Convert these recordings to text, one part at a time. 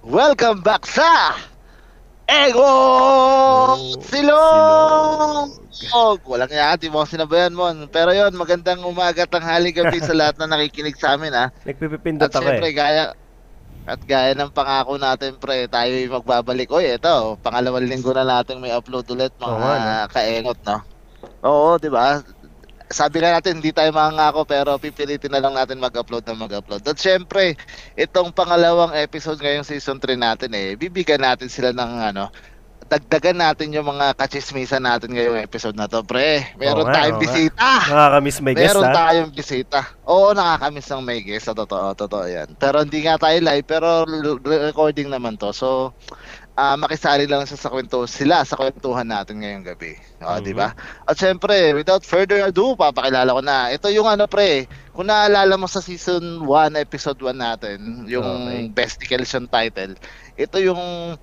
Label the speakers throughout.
Speaker 1: Welcome back sa Ego Silog! Walang yaati mo sinabayan mo. Pero yon magandang umaga, tanghali, gabi sa lahat na nakikinig sa amin ah. ha.
Speaker 2: Nagpipindot
Speaker 1: At
Speaker 2: ako
Speaker 1: syempre,
Speaker 2: eh.
Speaker 1: gaya, at gaya ng pangako natin pre, tayo ay magbabalik. Oy, ito, pangalawang linggo na natin may upload ulit mga
Speaker 2: Oo nga, no?
Speaker 1: kaengot, no? Oo, di ba? Sabi nga natin, hindi tayo mangako pero pipilitin na lang natin mag-upload na mag-upload. At syempre, itong pangalawang episode ngayong season 3 natin eh, bibigyan natin sila ng ano, dagdagan natin yung mga kachismisan natin ngayong episode na to, pre. Meron
Speaker 2: nga,
Speaker 1: tayong
Speaker 2: oo nga.
Speaker 1: bisita.
Speaker 2: Nakakamiss may guest
Speaker 1: Meron
Speaker 2: ha.
Speaker 1: tayong bisita. Oo, nakakamiss ng may guest. Sa totoo, totoo yan. Pero hindi nga tayo live, pero re- recording naman to. So, ah, makisali lang siya sa kwento sila sa kwentuhan natin ngayong gabi. O, di
Speaker 2: Mhm.
Speaker 1: ba? At syempre, without further ado, papakilala ko na. Ito yung ano pre, kung naalala mo sa season 1, episode 1 natin, yung
Speaker 2: Okay.
Speaker 1: best declaration title, ito yung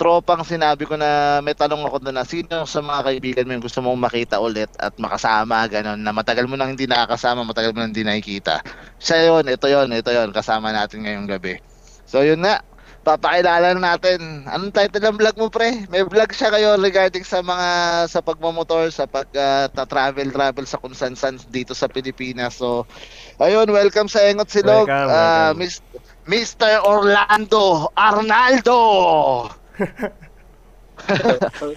Speaker 1: tropang sinabi ko na may tanong ako doon na sino sa mga kaibigan mo yung gusto mong makita ulit at makasama, ganun, na matagal mo nang hindi nakakasama, matagal mo nang hindi nakikita. Siya yun, ito yun, ito yun, kasama natin ngayong gabi. So yun nga, papakilala na natin. Anong title ng vlog mo, pre? May vlog siya kayo regarding sa mga, sa pagmamotor, sa pag-travel, travel sa kung saan-saan dito sa Pilipinas. So, ayun, welcome sa Engot Silog.
Speaker 2: Welcome,
Speaker 1: Ah,
Speaker 2: welcome.
Speaker 1: Mis- Mr. Orlando Arnaldo!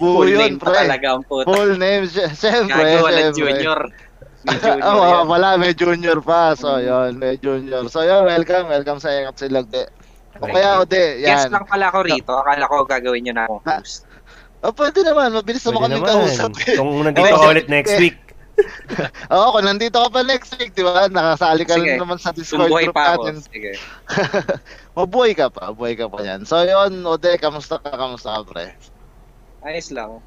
Speaker 3: Full
Speaker 1: Buyon,
Speaker 3: name pa
Speaker 1: pre.
Speaker 3: talaga ang puta.
Speaker 1: Full name, sy- syempre.
Speaker 3: Gago,
Speaker 1: syempre. Ah,
Speaker 3: walang junior. May junior
Speaker 1: Oo,
Speaker 3: yan.
Speaker 1: wala, may junior pa. So, yun, may junior. So, yun, welcome, welcome sa Engot Silog, de. O
Speaker 2: Thank
Speaker 1: kaya,
Speaker 2: you.
Speaker 1: Ode,
Speaker 3: Guest
Speaker 1: yan.
Speaker 3: lang pala ako rito. Akala ko gagawin nyo na akong host.
Speaker 1: O, pwede naman, mabilis naman
Speaker 2: Pwede
Speaker 1: kami
Speaker 2: naman.
Speaker 1: kausap. eh.
Speaker 2: Kung nandito
Speaker 1: Oo,
Speaker 2: ka ulit next
Speaker 1: eh.
Speaker 2: week.
Speaker 1: Oo, kung nandito ka pa next week, di ba? Nakasali ka
Speaker 3: Sige.
Speaker 1: rin naman sa Discord
Speaker 3: Sumbuhay
Speaker 1: group
Speaker 3: pa ako.
Speaker 1: natin.
Speaker 3: Sige.
Speaker 1: Mabuhay ka pa, mabuhay ka pa yan. So, yun, Ode, kamusta ka, kamusta ka, pre?
Speaker 3: Ayos lang.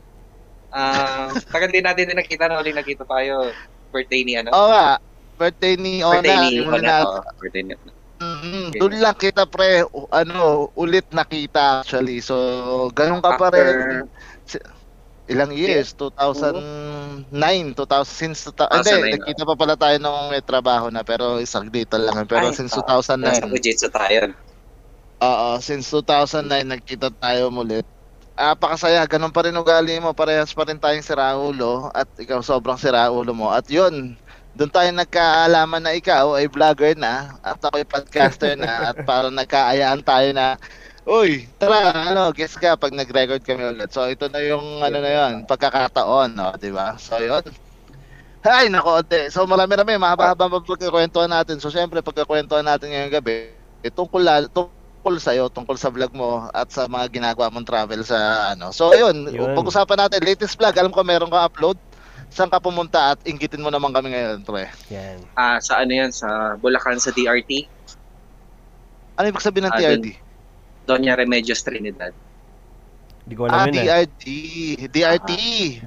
Speaker 3: Ah, tagal din natin din nakita na uling nakita tayo. Birthday ni ano?
Speaker 1: Oo nga, birthday ni Ona.
Speaker 3: birthday ni
Speaker 1: yung
Speaker 3: Ona.
Speaker 1: nat-
Speaker 3: oo, Birthday ni
Speaker 1: Mm,
Speaker 3: Okay.
Speaker 1: Doon lang kita pre, u- ano, ulit nakita actually. So, ganun ka pa rin.
Speaker 3: After
Speaker 1: Ilang years? 2009, 2000, since, 2000, ah, hindi,
Speaker 3: 2009,
Speaker 1: nakita pa pala tayo nung may trabaho na, pero isang dito lang. Pero
Speaker 3: Ay,
Speaker 1: since
Speaker 3: ah,
Speaker 1: 2009,
Speaker 3: nasa Fujitsu tayo.
Speaker 1: Oo, since 2009 nagkita tayo muli. Ah, pakasaya, ganun pa rin ugali mo, parehas pa rin tayong siraulo at ikaw sobrang siraulo mo. At yun, doon tayo nagkaalaman na ikaw ay vlogger na at ako ay podcaster na at parang nagkaayaan tayo na Uy, tara, ano, guess ka pag nag-record kami ulit. So, ito na yung, ano na yun, pagkakataon, no, di ba? So, yun. Ay, nako, ate. So, marami-rami, mahaba-haba ang pagkakwentuhan natin. So, syempre, pagkakwentuhan natin ngayong gabi, eh, tungkol, la- tungkol sa'yo, tungkol sa vlog mo, at sa mga ginagawa mong travel sa, ano. So, yun,
Speaker 2: Yun.
Speaker 1: pag-usapan natin, latest vlog, alam ko meron ka upload. Saan ka pumunta at inggitin mo naman kami ngayon, pre.
Speaker 2: Yan.
Speaker 3: Ah, sa ano yan? Sa Bulacan sa DRT.
Speaker 1: Ano ibig sabihin ng
Speaker 3: Ah,
Speaker 1: TRD?
Speaker 3: Doña Remedios Trinidad.
Speaker 2: Hindi ko
Speaker 1: Ah,
Speaker 2: alam yun eh.
Speaker 1: DRT. DRT.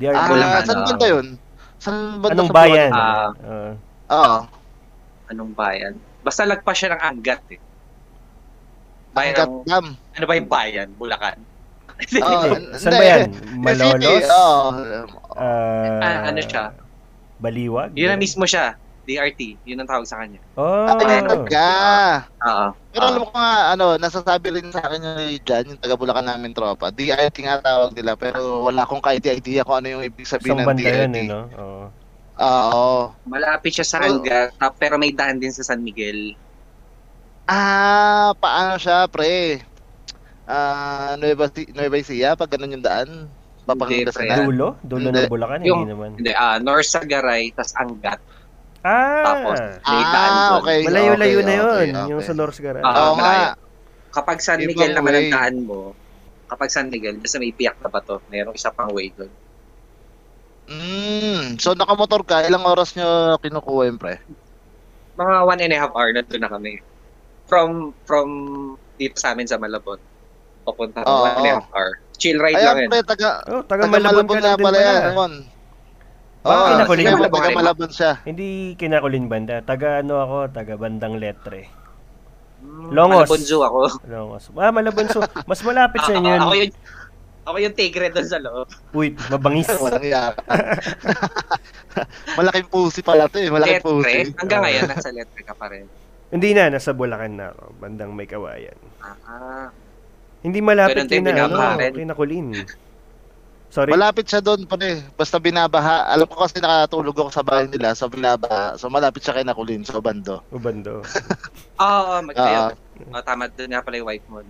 Speaker 2: DRT.
Speaker 1: Ah,
Speaker 3: Bulacan,
Speaker 1: saan
Speaker 3: ah.
Speaker 1: banda yun? Saan banda
Speaker 2: Anong
Speaker 1: sa Ah, Bulacan?
Speaker 2: bayan?
Speaker 3: Ah.
Speaker 2: Oo.
Speaker 1: Oo.
Speaker 3: Anong bayan? Basta lagpas siya ng Angat eh. Bayan
Speaker 1: Angat
Speaker 3: ng-
Speaker 1: Dam.
Speaker 3: Ano ba yung bayan? Bulacan.
Speaker 1: Oo. Ah,
Speaker 2: Hindi. Saan
Speaker 1: hindi.
Speaker 2: ba yan?
Speaker 1: Yung city,
Speaker 2: Malolos?
Speaker 1: Oo.
Speaker 2: Ah,
Speaker 3: Ah, ano siya?
Speaker 2: Baliwag? Ah,
Speaker 3: Yun na mismo siya. DRT. Yun ang tawag sa kanya.
Speaker 2: Oh.
Speaker 1: Ah, yun talaga.
Speaker 3: Oo.
Speaker 1: Pero alam ko nga, ano, nasasabi rin sa akin yung dyan, yung taga Bulacan namin tropa. DIT nga tawag nila, pero wala akong kahit idea kung ano yung ibig sabihin
Speaker 2: Isang
Speaker 1: ng
Speaker 2: banda
Speaker 1: DIT.
Speaker 2: yun eh, no? Oo.
Speaker 1: Ah, Oo.
Speaker 3: Malapit siya sa Angat, ah, pero may daan din sa San Miguel.
Speaker 1: Ah, paano siya, pre? Ah, Nueva, Si- Nueva Ecija, pag ganun yung daan? Papangitas
Speaker 3: pre.
Speaker 1: na.
Speaker 2: Dulo? Dulo
Speaker 1: Hindi.
Speaker 2: ng Bulacan?
Speaker 3: Yung-
Speaker 2: Hindi naman.
Speaker 3: Hindi, ah, North Sagaray, tas Angat.
Speaker 2: Ah!
Speaker 3: Tapos, may
Speaker 1: Ah,
Speaker 3: daan doon.
Speaker 1: okay.
Speaker 2: Malayo-layo
Speaker 1: okay,
Speaker 2: na yun.
Speaker 1: okay,
Speaker 2: Yung
Speaker 1: okay.
Speaker 2: sa North Gara.
Speaker 3: Ah,
Speaker 1: Oo nga.
Speaker 3: malayo. Kapag San
Speaker 1: Ibang
Speaker 3: Miguel naman ang
Speaker 1: way.
Speaker 3: daan mo, kapag San Miguel, basta may piyak na ba to? Mayroong isa pang way doon.
Speaker 1: Mm, so nakamotor ka, ilang oras nyo kinukuha yun, pre?
Speaker 3: Mga one and a half hour na doon na kami. From, from dito sa amin sa Malabon. Papunta
Speaker 1: Oo.
Speaker 3: one and a half hour. Chill ride lang
Speaker 1: Ayan,
Speaker 3: yun.
Speaker 1: pre, taga,
Speaker 2: Oh,
Speaker 1: taga
Speaker 2: taga Malabon
Speaker 1: Malabon
Speaker 2: ka lang
Speaker 1: na
Speaker 2: din
Speaker 1: pala yan.
Speaker 2: pala.
Speaker 1: Mon.
Speaker 2: Ah,
Speaker 1: Oo,
Speaker 2: kinakulit
Speaker 1: sige,
Speaker 3: mo.
Speaker 1: taga Malabon siya.
Speaker 2: Hindi kinakulin banda. Taga ano ako, taga bandang letre.
Speaker 3: Mm,
Speaker 2: Longos.
Speaker 3: Malabon Zoo ako.
Speaker 2: Longos. Ah, Malabon. So, mas malapit sa inyo yun.
Speaker 3: Ah, Ako yung, ako yung tigre doon sa loob.
Speaker 2: Uy, mabangis.
Speaker 1: Walang yara. Malaking pusi pala to eh. Malaking pusi.
Speaker 3: Letre. Hanggang ngayon, nasa letre ka pa rin.
Speaker 2: Hindi na, nasa Bulacan na ako. Bandang may kawayan.
Speaker 3: Ah,
Speaker 2: Hindi malapit
Speaker 3: Ganun din
Speaker 2: yun na, ano,
Speaker 3: binabaharin.
Speaker 2: kinakulin. Sorry.
Speaker 1: Malapit siya doon pre. Basta binabaha. Alam ko kasi nakatulog ako sa bahay nila sa binabaha. So malapit siya kay Nakulin sa bando.
Speaker 2: Ubando.
Speaker 3: Oo,
Speaker 1: Ah,
Speaker 3: mag-tail. Oh, tama doon nga pala yung wife mo.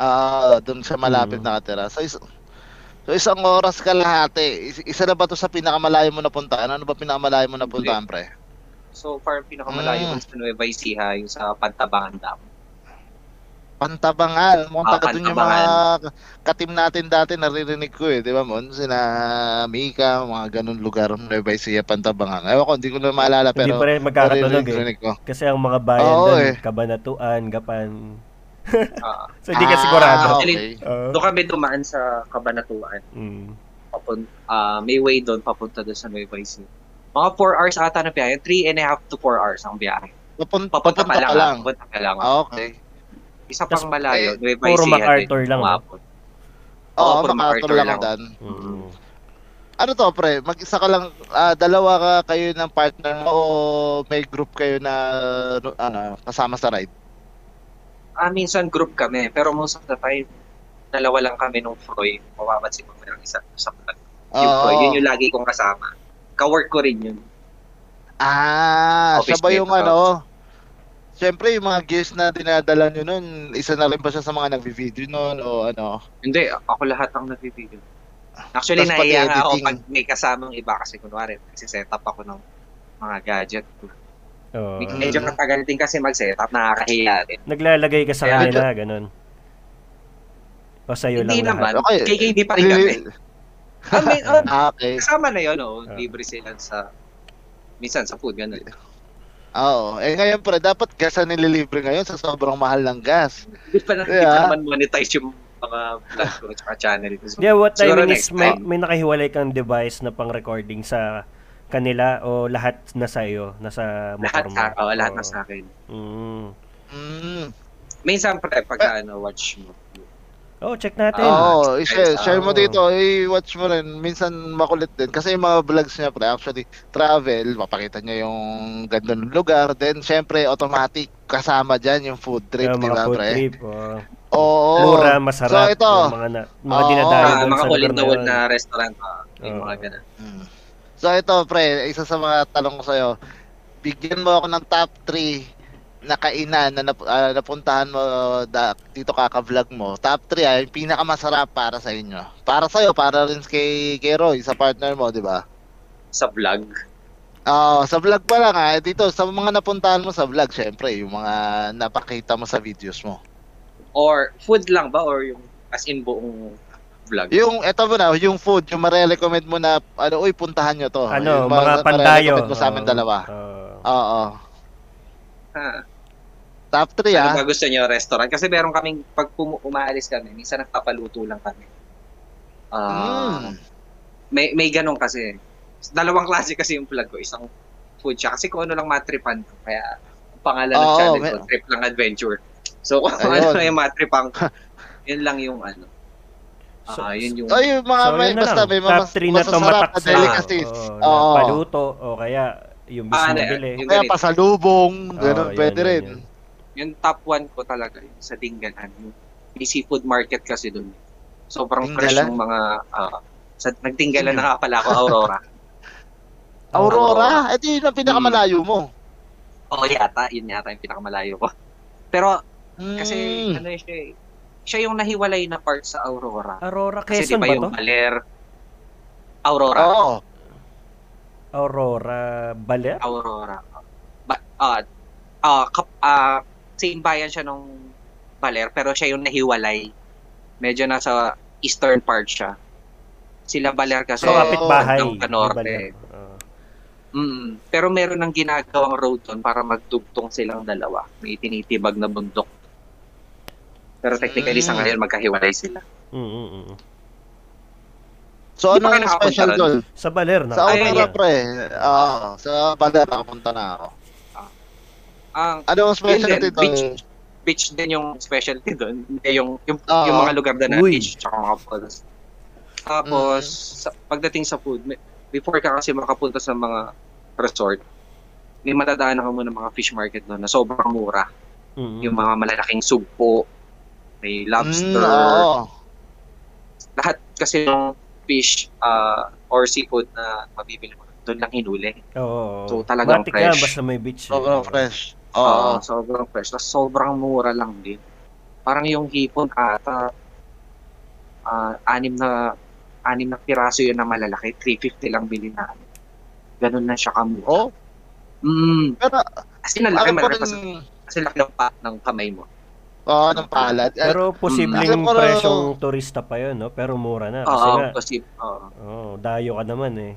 Speaker 1: ah, doon siya malapit
Speaker 2: Mm.
Speaker 1: nakatira. So, is- so isang oras kalahati. Is- isa na ba to sa pinakamalayo mo napuntahan? Ano ba pinakamalayo mo napuntahan pre?
Speaker 3: So far, pinakamalayo
Speaker 1: Mm.
Speaker 3: ko sa Nueva Ecija, yung sa Pantabangan Dam.
Speaker 1: Pantabangal. Mukhang
Speaker 3: Ah,
Speaker 1: taga doon yung mga katim natin dati naririnig ko eh. Di ba Mon? Sina Mika, mga ganun lugar. Nueva Ecija, Pantabangan. Ewan ko, hindi ko na maalala
Speaker 2: Hindi
Speaker 1: pero
Speaker 2: pa rin magkakatunog eh.
Speaker 1: naririnig ko.
Speaker 2: Kasi ang mga bayan
Speaker 1: Oo,
Speaker 2: doon,
Speaker 1: eh.
Speaker 2: Kabanatuan, Gapan.
Speaker 3: Ah,
Speaker 2: So, hindi ka
Speaker 1: Ah,
Speaker 2: sigurado.
Speaker 1: okay.
Speaker 2: Oo.
Speaker 3: doon kami dumaan sa Kabanatuan.
Speaker 2: Mm.
Speaker 3: Papun ah, may way doon papunta doon sa Nueva Ecija. Mga 4 hours ata na biyahe. 3 and a half to 4 hours ang biyahe.
Speaker 1: Papun-
Speaker 3: Papunta pa lang.
Speaker 1: ka lang.
Speaker 3: Papunta pa lang.
Speaker 1: Ah, okay.
Speaker 3: Isa
Speaker 2: Tas-
Speaker 3: pang malayo, Nueva
Speaker 2: eh,
Speaker 3: Ecija.
Speaker 2: Puro
Speaker 3: din,
Speaker 2: MacArthur lang. ah.
Speaker 3: umabot. Oo,
Speaker 1: Oo, oh,
Speaker 3: puro
Speaker 1: makakatulog
Speaker 3: MacArthur
Speaker 1: lang
Speaker 3: lang.
Speaker 1: ang daan.
Speaker 2: Mm.
Speaker 1: Ano to, pre? Mag-isa ka lang, ah, dalawa ka kayo ng partner mo o may group kayo na no, ano, kasama sa ride?
Speaker 3: Ah, minsan group kami. Pero most of the time, dalawa lang kami nung Freud. Mawamat si Mama ng isa sa vlog. Yung Freud, yun yung lagi kong kasama. Kawork ko rin yun.
Speaker 1: Ah, siya
Speaker 3: Office
Speaker 1: ba yung
Speaker 3: mate,
Speaker 1: ano? Siyempre, yung mga gears na dinadala nyo nun, isa na rin ba siya sa mga nagvi-video nun o ano?
Speaker 3: Hindi, ako lahat ang nagbibigay. Actually,
Speaker 1: Tas pati
Speaker 3: naiya nga ako
Speaker 1: editing.
Speaker 3: pag may kasamang iba kasi kunwari, nagsiset up ako ng mga gadget.
Speaker 2: Oo.
Speaker 3: Medyo
Speaker 1: Mm.
Speaker 3: matagal din kasi mag-set up, nakakahiya din.
Speaker 2: Naglalagay ka sa
Speaker 3: Kaya-
Speaker 2: kanila, ganun. O sa'yo lang
Speaker 3: Hindi
Speaker 2: lahat.
Speaker 3: naman.
Speaker 1: Okay.
Speaker 3: KKD pa rin kami. Ah, may, ah,
Speaker 1: Ah, okay.
Speaker 3: kasama na yun, oh.
Speaker 2: Ah.
Speaker 3: Libre sila sa, minsan sa food, ganun.
Speaker 1: Oo. Eh ngayon, pre, dapat gas ang nililibre ngayon sa sobrang mahal ng gas.
Speaker 3: Hindi pa na, hindi
Speaker 1: Yeah.
Speaker 3: pa naman monetize yung mga vlog ko at channel ko.
Speaker 2: Yeah, what I
Speaker 3: Siguro
Speaker 2: mean is
Speaker 3: next
Speaker 2: may,
Speaker 3: time.
Speaker 2: may nakahiwalay kang device na pang recording sa kanila o lahat na sa'yo, nasa motor
Speaker 3: lahat
Speaker 2: mo.
Speaker 3: sa, oh, lahat na
Speaker 2: Oo.
Speaker 3: sa akin.
Speaker 2: Mm.
Speaker 1: Mm.
Speaker 3: Minsan pre, pagka ano, watch mo.
Speaker 2: Oh, check natin.
Speaker 3: Ah,
Speaker 1: Oo, i-share,
Speaker 3: exercise,
Speaker 1: share mo
Speaker 2: oo.
Speaker 1: dito, i-watch mo rin. Minsan makulit din. Kasi yung mga vlogs niya, pre, actually, travel, mapakita niya yung ganda ng lugar. Then, syempre, automatic, kasama dyan yung food trip,
Speaker 2: Yung
Speaker 1: di
Speaker 2: mga
Speaker 1: ba,
Speaker 2: food
Speaker 1: pre?
Speaker 2: trip. oo.
Speaker 1: Oo.
Speaker 2: Mura, masarap.
Speaker 1: So, ito.
Speaker 2: yung mga, na, mga
Speaker 1: Oo.
Speaker 2: dinadayo
Speaker 3: Ah,
Speaker 2: doon sa
Speaker 3: mga all
Speaker 2: lugar
Speaker 3: in
Speaker 2: na
Speaker 3: the world
Speaker 2: yun.
Speaker 3: na restaurant. ah, yung
Speaker 2: Oo.
Speaker 3: mga ganun.
Speaker 1: Mm. So, ito, pre, isa sa mga tanong ko sa'yo. Bigyan mo ako ng top 3 na kainan na nap- ah, napuntahan mo ah, da, dito kaka-vlog mo. Top 3 ay yung pinakamasarap para sa inyo. Para sa'yo, para rin kay, kay Roy, sa partner mo, di ba?
Speaker 3: Sa vlog.
Speaker 1: Oo, Ah, sa vlog pa lang ha. Dito, sa mga napuntahan mo sa vlog, syempre, yung mga napakita mo sa videos mo.
Speaker 3: Or food lang ba? Or yung as in buong vlog?
Speaker 1: Yung, eto mo na, yung food, yung marerecommend mo na, ano, uy, puntahan nyo to. Yung
Speaker 2: Ano,
Speaker 1: marerecommend
Speaker 2: mga pandayo.
Speaker 1: mo sa amin
Speaker 2: Oo. Ah.
Speaker 1: dalawa.
Speaker 2: Oo.
Speaker 1: Oo.
Speaker 3: Ha?
Speaker 1: Top ah. 3
Speaker 3: Ano
Speaker 1: ha.
Speaker 3: ba gusto nyo restaurant? Kasi meron kaming, pag pum- umaalis kami, minsan nagpapaluto lang kami. Ah,
Speaker 1: Mm.
Speaker 3: may, may ganun kasi. Dalawang klase kasi yung vlog ko. Isang food siya. Kasi kung ano lang matripan ko. Kaya ang pangalan ng
Speaker 1: Oo,
Speaker 3: channel
Speaker 1: may-
Speaker 3: ko, Trip lang Adventure. So kung ano
Speaker 1: Ayun.
Speaker 3: lang yung matripan ko, yun lang yung ano. Ah,
Speaker 2: So-
Speaker 3: yun yung...
Speaker 1: So, yung mga,
Speaker 2: Ano So,
Speaker 1: may,
Speaker 2: yun na
Speaker 1: basta
Speaker 2: lang.
Speaker 1: may mga
Speaker 2: Top 3 na
Speaker 1: masasarap
Speaker 2: tumatak
Speaker 1: na
Speaker 2: sa
Speaker 1: delicacies.
Speaker 2: oo, na
Speaker 1: Oo.
Speaker 2: paluto o kaya yung
Speaker 3: Ah,
Speaker 2: bisyo
Speaker 3: ano,
Speaker 2: bili.
Speaker 3: yung
Speaker 1: Kaya
Speaker 3: ganito.
Speaker 1: pasalubong, ganun,
Speaker 2: Oo, yun,
Speaker 1: pwede
Speaker 2: yun,
Speaker 1: rin.
Speaker 2: yun.
Speaker 3: yung top one ko talaga yung sa Dingalan. Yung may seafood market kasi doon. Sobrang fresh
Speaker 1: Dingalan?
Speaker 3: yung mga... ah, sa, nagtinggalan na nga pala ako, Aurora.
Speaker 1: Aurora, eto yun ang pinakamalayo mo.
Speaker 3: Oo yata, yun yata yung pinakamalayo ko. Pero kasi
Speaker 1: Mm.
Speaker 3: ano siya eh, siya yung nahiwalay na part sa Aurora.
Speaker 2: Aurora
Speaker 3: Kasi
Speaker 2: Quezon
Speaker 3: di ba
Speaker 2: ba
Speaker 3: yung
Speaker 2: to?
Speaker 3: Baler, Aurora,
Speaker 1: Oo.
Speaker 2: Aurora Baler?
Speaker 3: Aurora. Ba, ah, ah, kap- ah, same bayan siya nung Baler, pero siya yung nahiwalay. Medyo nasa eastern part siya. Sila Baler kasi.
Speaker 2: So,
Speaker 1: Oo.
Speaker 2: Oh, kapitbahay.
Speaker 3: ng Panorte.
Speaker 2: Baler.
Speaker 1: Ah.
Speaker 2: Oo.
Speaker 3: Mm, pero meron ng ginagawang road doon para magdugtong silang dalawa. May tinitibag na bundok. Pero technically sa
Speaker 1: Mm.
Speaker 3: ngayon magkahiwalay sila.
Speaker 2: Mm, mm, mm.
Speaker 1: So,
Speaker 3: Hindi pa
Speaker 1: ano
Speaker 3: kayo
Speaker 1: yung special
Speaker 3: nakapunta
Speaker 1: doon?
Speaker 2: Sa Baler na.
Speaker 1: Sa
Speaker 3: Ayun,
Speaker 1: Aurora,
Speaker 3: yun.
Speaker 1: pre. Oo, sa Baler, nakapunta na ako.
Speaker 3: Ang
Speaker 1: Ano ang specialty
Speaker 3: Yun din, beach.
Speaker 1: doon?
Speaker 3: beach din yung specialty doon. Hindi yung yung,
Speaker 1: Oo.
Speaker 3: yung mga lugar na na
Speaker 2: Uy.
Speaker 3: beach tsaka mga falls. Tapos
Speaker 1: Mm.
Speaker 3: sa- pagdating sa food, may- before ka kasi makapunta sa mga resort, may matadaan ka muna mga fish market doon na sobrang mura.
Speaker 2: Mm, mm.
Speaker 3: Yung mga malalaking sugpo,
Speaker 1: Mm,
Speaker 3: may lobster,
Speaker 1: oo.
Speaker 3: lahat kasi ng fish ah, or seafood na mabibili mo doon lang hinuli.
Speaker 2: Oo.
Speaker 3: So, talagang
Speaker 2: Matik yan,
Speaker 3: fresh.
Speaker 2: basta may beach. eh.
Speaker 1: Sobrang fresh.
Speaker 3: Oo,
Speaker 1: Oo.
Speaker 3: sobrang fresh. Tapos sobrang mura lang din. Parang yung hipon ata, ah, anim na anim na piraso yun na malalaki, 350 lang bili na. Ganun na siya kamura.
Speaker 1: Oh,
Speaker 3: Mm.
Speaker 1: pero
Speaker 3: As in, ang laki
Speaker 1: alam ko
Speaker 3: malaki
Speaker 1: rin,
Speaker 3: pa sa- kasi laki ng pa ng kamay mo.
Speaker 1: oo, ng palad. Eh,
Speaker 2: Pero posibleng
Speaker 1: Alam ko na-
Speaker 2: presyong turista pa yun, no? Pero mura na. Ah, Kasi
Speaker 3: Oo,
Speaker 2: nga,
Speaker 3: kasi, oo.
Speaker 2: oh, dayo ka naman eh.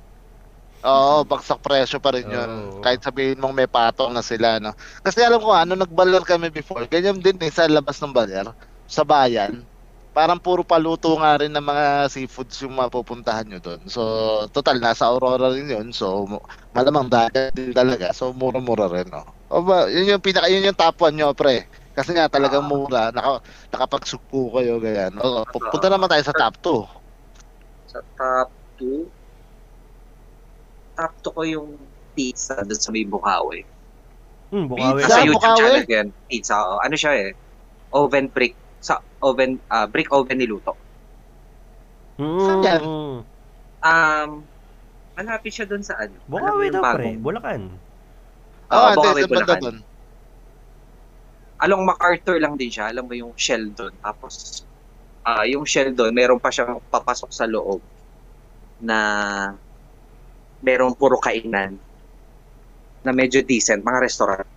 Speaker 1: Oo, bagsak presyo pa rin yun.
Speaker 2: Oo.
Speaker 1: Kahit sabihin mong may patong na sila, no? Kasi alam ko, ano, nagbaler kami before. Ganyan din eh, sa labas ng baler, sa bayan. Parang puro paluto nga rin ng mga seafoods yung mapupuntahan nyo doon. So, total, nasa Aurora rin yun. So, mu- malamang dagat din talaga. So, mura-mura rin, no? O ba, yun yung pinaka, yun yung top 1 nyo, pre. Kasi nga, talagang
Speaker 3: Ah.
Speaker 1: mura. Naka, nakapagsugpo kayo, ganyan. O, pu- punta naman tayo sa top
Speaker 3: Sa top 2, top 2 ko yung pizza doon sa may Bukawi.
Speaker 2: Hmm, bukawi.
Speaker 1: Pizza?
Speaker 3: Nasa
Speaker 1: Sa
Speaker 3: YouTube
Speaker 1: Bukawi?
Speaker 3: channel ko yan. Pizza, oo. Ano siya eh? Oven brick. Sa oven, ah, brick oven niluto.
Speaker 2: Hmm,
Speaker 1: Saan yan?
Speaker 2: hmm.
Speaker 3: Um, malapit siya doon sa ano.
Speaker 2: Bukawi
Speaker 3: Alam mo yung
Speaker 2: daw,
Speaker 3: bago?
Speaker 2: pre. Bulacan.
Speaker 1: 2. Oo,
Speaker 2: Ah,
Speaker 1: oh,
Speaker 3: Bukawi,
Speaker 1: sa banda
Speaker 3: Bulacan.
Speaker 1: doon.
Speaker 3: Along MacArthur lang din siya. Alam mo yung shell doon. Tapos, ah yung shell doon, meron pa siyang papasok sa loob na merong puro kainan na medyo decent, mga restaurant.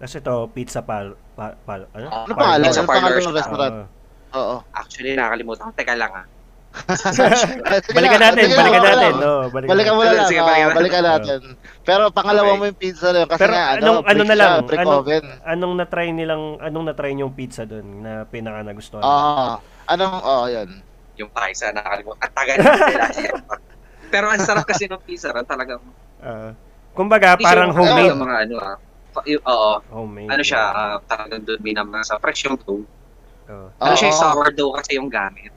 Speaker 2: Kasi to, pizza pal... pal, pal ano?
Speaker 3: Ano
Speaker 1: Ano pangalan?
Speaker 3: Sa
Speaker 1: Ano pangalan
Speaker 3: parlor
Speaker 1: ng restaurant?
Speaker 2: Oo.
Speaker 1: Oo.
Speaker 3: Actually, nakakalimutan ko. Teka lang ah.
Speaker 2: balikan natin, balikan natin. No, balikan Ano?
Speaker 1: Balikan mo na lang.
Speaker 3: Sige,
Speaker 1: oo,
Speaker 3: balikan natin.
Speaker 1: balikan natin. Pero pangalawa mo yung pizza na yun. Kasi
Speaker 2: Pero
Speaker 1: nga, ano,
Speaker 2: anong- ano
Speaker 1: brick
Speaker 2: na
Speaker 1: siya,
Speaker 2: lang,
Speaker 1: brick
Speaker 2: anong-
Speaker 1: oven.
Speaker 2: Anong na-try nilang, anong na-try niyong pizza doon na pinaka nagustuhan?
Speaker 1: Oo. Ah, anong, oo, yun.
Speaker 3: Yung paisa, nakakalimutan. Ang tagal nila. Pero ang sarap kasi ng pizza ron. Talagang
Speaker 2: Ah. kumbaga,
Speaker 3: Hindi siya
Speaker 2: parang
Speaker 3: yung-
Speaker 2: homemade.
Speaker 3: yung mga ano ah. Pa- yung- Oo.
Speaker 2: Homemade.
Speaker 3: Ano siya, ah, talagang doon minamasa. Fresh yung dough.
Speaker 2: Oo.
Speaker 1: Oo.
Speaker 3: Ano siya, yung sourdough kasi yung gamit.
Speaker 2: Oh.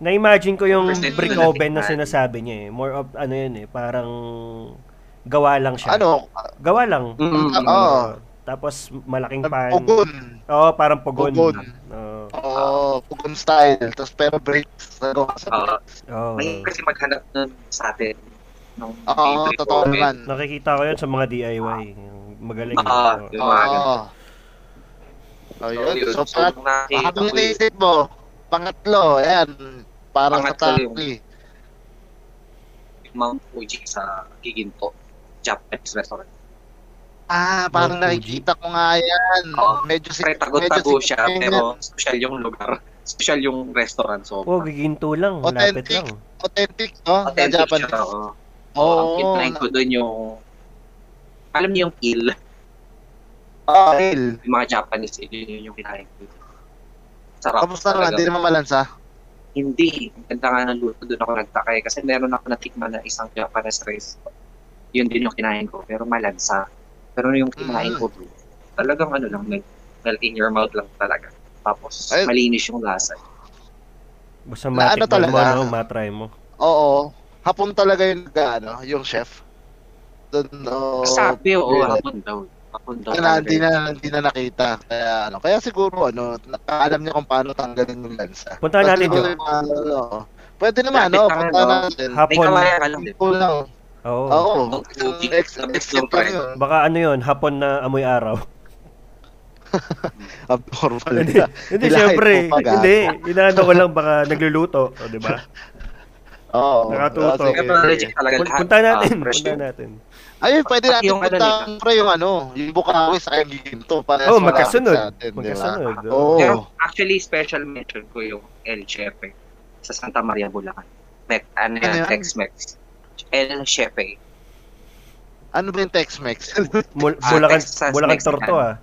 Speaker 2: Na-imagine ko yung
Speaker 3: First time
Speaker 2: brick
Speaker 3: ko na
Speaker 2: oven na
Speaker 3: natikman.
Speaker 2: sinasabi niya eh. More of, ano yun eh, parang gawa lang siya.
Speaker 1: Ano,
Speaker 2: Gawa lang.
Speaker 1: Mm,
Speaker 3: Oo.
Speaker 1: oo.
Speaker 2: Tapos
Speaker 1: ano,
Speaker 2: malaking pan.
Speaker 1: pugon.
Speaker 2: Oo, parang pugon.
Speaker 1: Pugon.
Speaker 2: Oo.
Speaker 1: Oo, pugon Oh, style. Tapos pero bricks. Ano, sa
Speaker 3: Oo.
Speaker 2: Oo.
Speaker 3: May kasi maghanap nun sa atin. Nung
Speaker 1: Oo,
Speaker 3: favorite
Speaker 1: Ah, totoo
Speaker 3: oven.
Speaker 1: naman.
Speaker 2: Nakikita ko yun sa mga DIY. Magaling.
Speaker 3: Oo,
Speaker 2: Oo.
Speaker 3: yung Ah, mga ganun.
Speaker 1: Oo. Oh,
Speaker 3: So,
Speaker 1: yun.
Speaker 3: yun.
Speaker 1: So,
Speaker 3: So,
Speaker 1: pangat,
Speaker 3: nung nakita
Speaker 1: ano
Speaker 3: ko
Speaker 1: yung
Speaker 3: yun,
Speaker 1: naisip mo? Pangatlo, ayan. Para sa
Speaker 3: Pangatlo yung-
Speaker 1: taxi.
Speaker 3: yung Mount Fuji sa Giginto. Japanese restaurant.
Speaker 1: Ah, parang
Speaker 2: Mount Fuji.
Speaker 1: nakikita ko nga yan.
Speaker 3: Oo.
Speaker 1: Medyo si
Speaker 3: Pre,
Speaker 1: medyo
Speaker 3: tago-tago
Speaker 1: sikat
Speaker 3: siya,
Speaker 1: nga yan.
Speaker 3: pero social yung lugar. Social yung restaurant. So,
Speaker 2: Oh, giginto lang. Lapit
Speaker 1: Authentic.
Speaker 2: lang.
Speaker 1: authentic, no? Sa
Speaker 3: authentic
Speaker 1: Japanese.
Speaker 3: siya. Oo.
Speaker 1: Oo.
Speaker 3: Ang kinain ko doon yung... Alam niyo yung il?
Speaker 1: Oh, Neil.
Speaker 3: yung mga Japanese, eh, yun, yun yung kinain ko. Sarap
Speaker 1: Kamusta naman?
Speaker 3: talaga.
Speaker 1: Hindi naman malansa.
Speaker 3: Hindi. Ang ganda nga ng luto doon ako nagtakay kasi meron ako natikman na isang Japanese rice. Yun din yung kinain ko, pero malansa. Pero yung
Speaker 1: Mm.
Speaker 3: kinain ko doon, talagang ano lang, like, melt in your mouth lang talaga. Tapos,
Speaker 1: Ay-
Speaker 3: malinis yung lasa.
Speaker 2: Basta
Speaker 1: Na ano
Speaker 2: matikman mo,
Speaker 1: talaga?
Speaker 2: no? matry mo.
Speaker 1: Oo. Hapon talaga yung ano, yung chef. Doon, oh,
Speaker 3: Sabi, oo,
Speaker 1: yeah.
Speaker 3: hapon daw. Hapon daw
Speaker 1: na, hindi
Speaker 3: talaga.
Speaker 1: na, hindi na nakita. Kaya, ano, kaya siguro, ano, alam niya kung paano tanggalin yung lansa.
Speaker 2: Puntahan natin
Speaker 1: Siguro
Speaker 2: yun.
Speaker 1: yung mga, ano, oo. Pwede naman,
Speaker 3: Lapit
Speaker 1: no?
Speaker 3: lang,
Speaker 1: Punta
Speaker 3: no?
Speaker 1: natin.
Speaker 2: Hap-
Speaker 3: May
Speaker 2: Hapon.
Speaker 3: kawaya ka lang din.
Speaker 1: Cool lang.
Speaker 2: Oo.
Speaker 1: Oo.
Speaker 3: Okay.
Speaker 1: Ex-
Speaker 3: Lapit
Speaker 1: Except
Speaker 3: lang,
Speaker 1: lang
Speaker 3: pre.
Speaker 1: yun.
Speaker 2: Baka ano yun, hapon na amoy araw.
Speaker 1: Abnormal
Speaker 2: Hindi.
Speaker 1: na.
Speaker 2: Hindi,
Speaker 1: Nilahit
Speaker 2: syempre.
Speaker 1: mo pa gago.
Speaker 2: Hindi. Inaano ko lang baka nagluluto. O, di ba?
Speaker 1: Oo.
Speaker 2: Nakatuto.
Speaker 1: Sige.
Speaker 3: Pero legit talaga
Speaker 2: Pun-
Speaker 3: lahat.
Speaker 2: Punta natin.
Speaker 3: Ah, fresh
Speaker 2: Punta
Speaker 3: yun.
Speaker 2: natin.
Speaker 1: Ayun, pwede
Speaker 3: Pati
Speaker 1: natin
Speaker 3: yung ano
Speaker 1: puntahan pre yung ano, yung Bukawi sa kayang giginto. Para
Speaker 2: Oh, magkasunod. Magkasunod. oh. Oo.
Speaker 1: Oo.
Speaker 3: Pero actually, special mention ko yung El Chepe sa Santa Maria, Bulacan. Met,
Speaker 1: Ano
Speaker 3: ano yan,
Speaker 1: yan?
Speaker 3: Tex-Mex. El Chepe.
Speaker 1: Ano ba yung Tex-Mex?
Speaker 2: Mul-
Speaker 3: Ah,
Speaker 2: Bulacan,
Speaker 3: Texas,
Speaker 2: Bulacan
Speaker 3: Mexican.
Speaker 2: torto ah.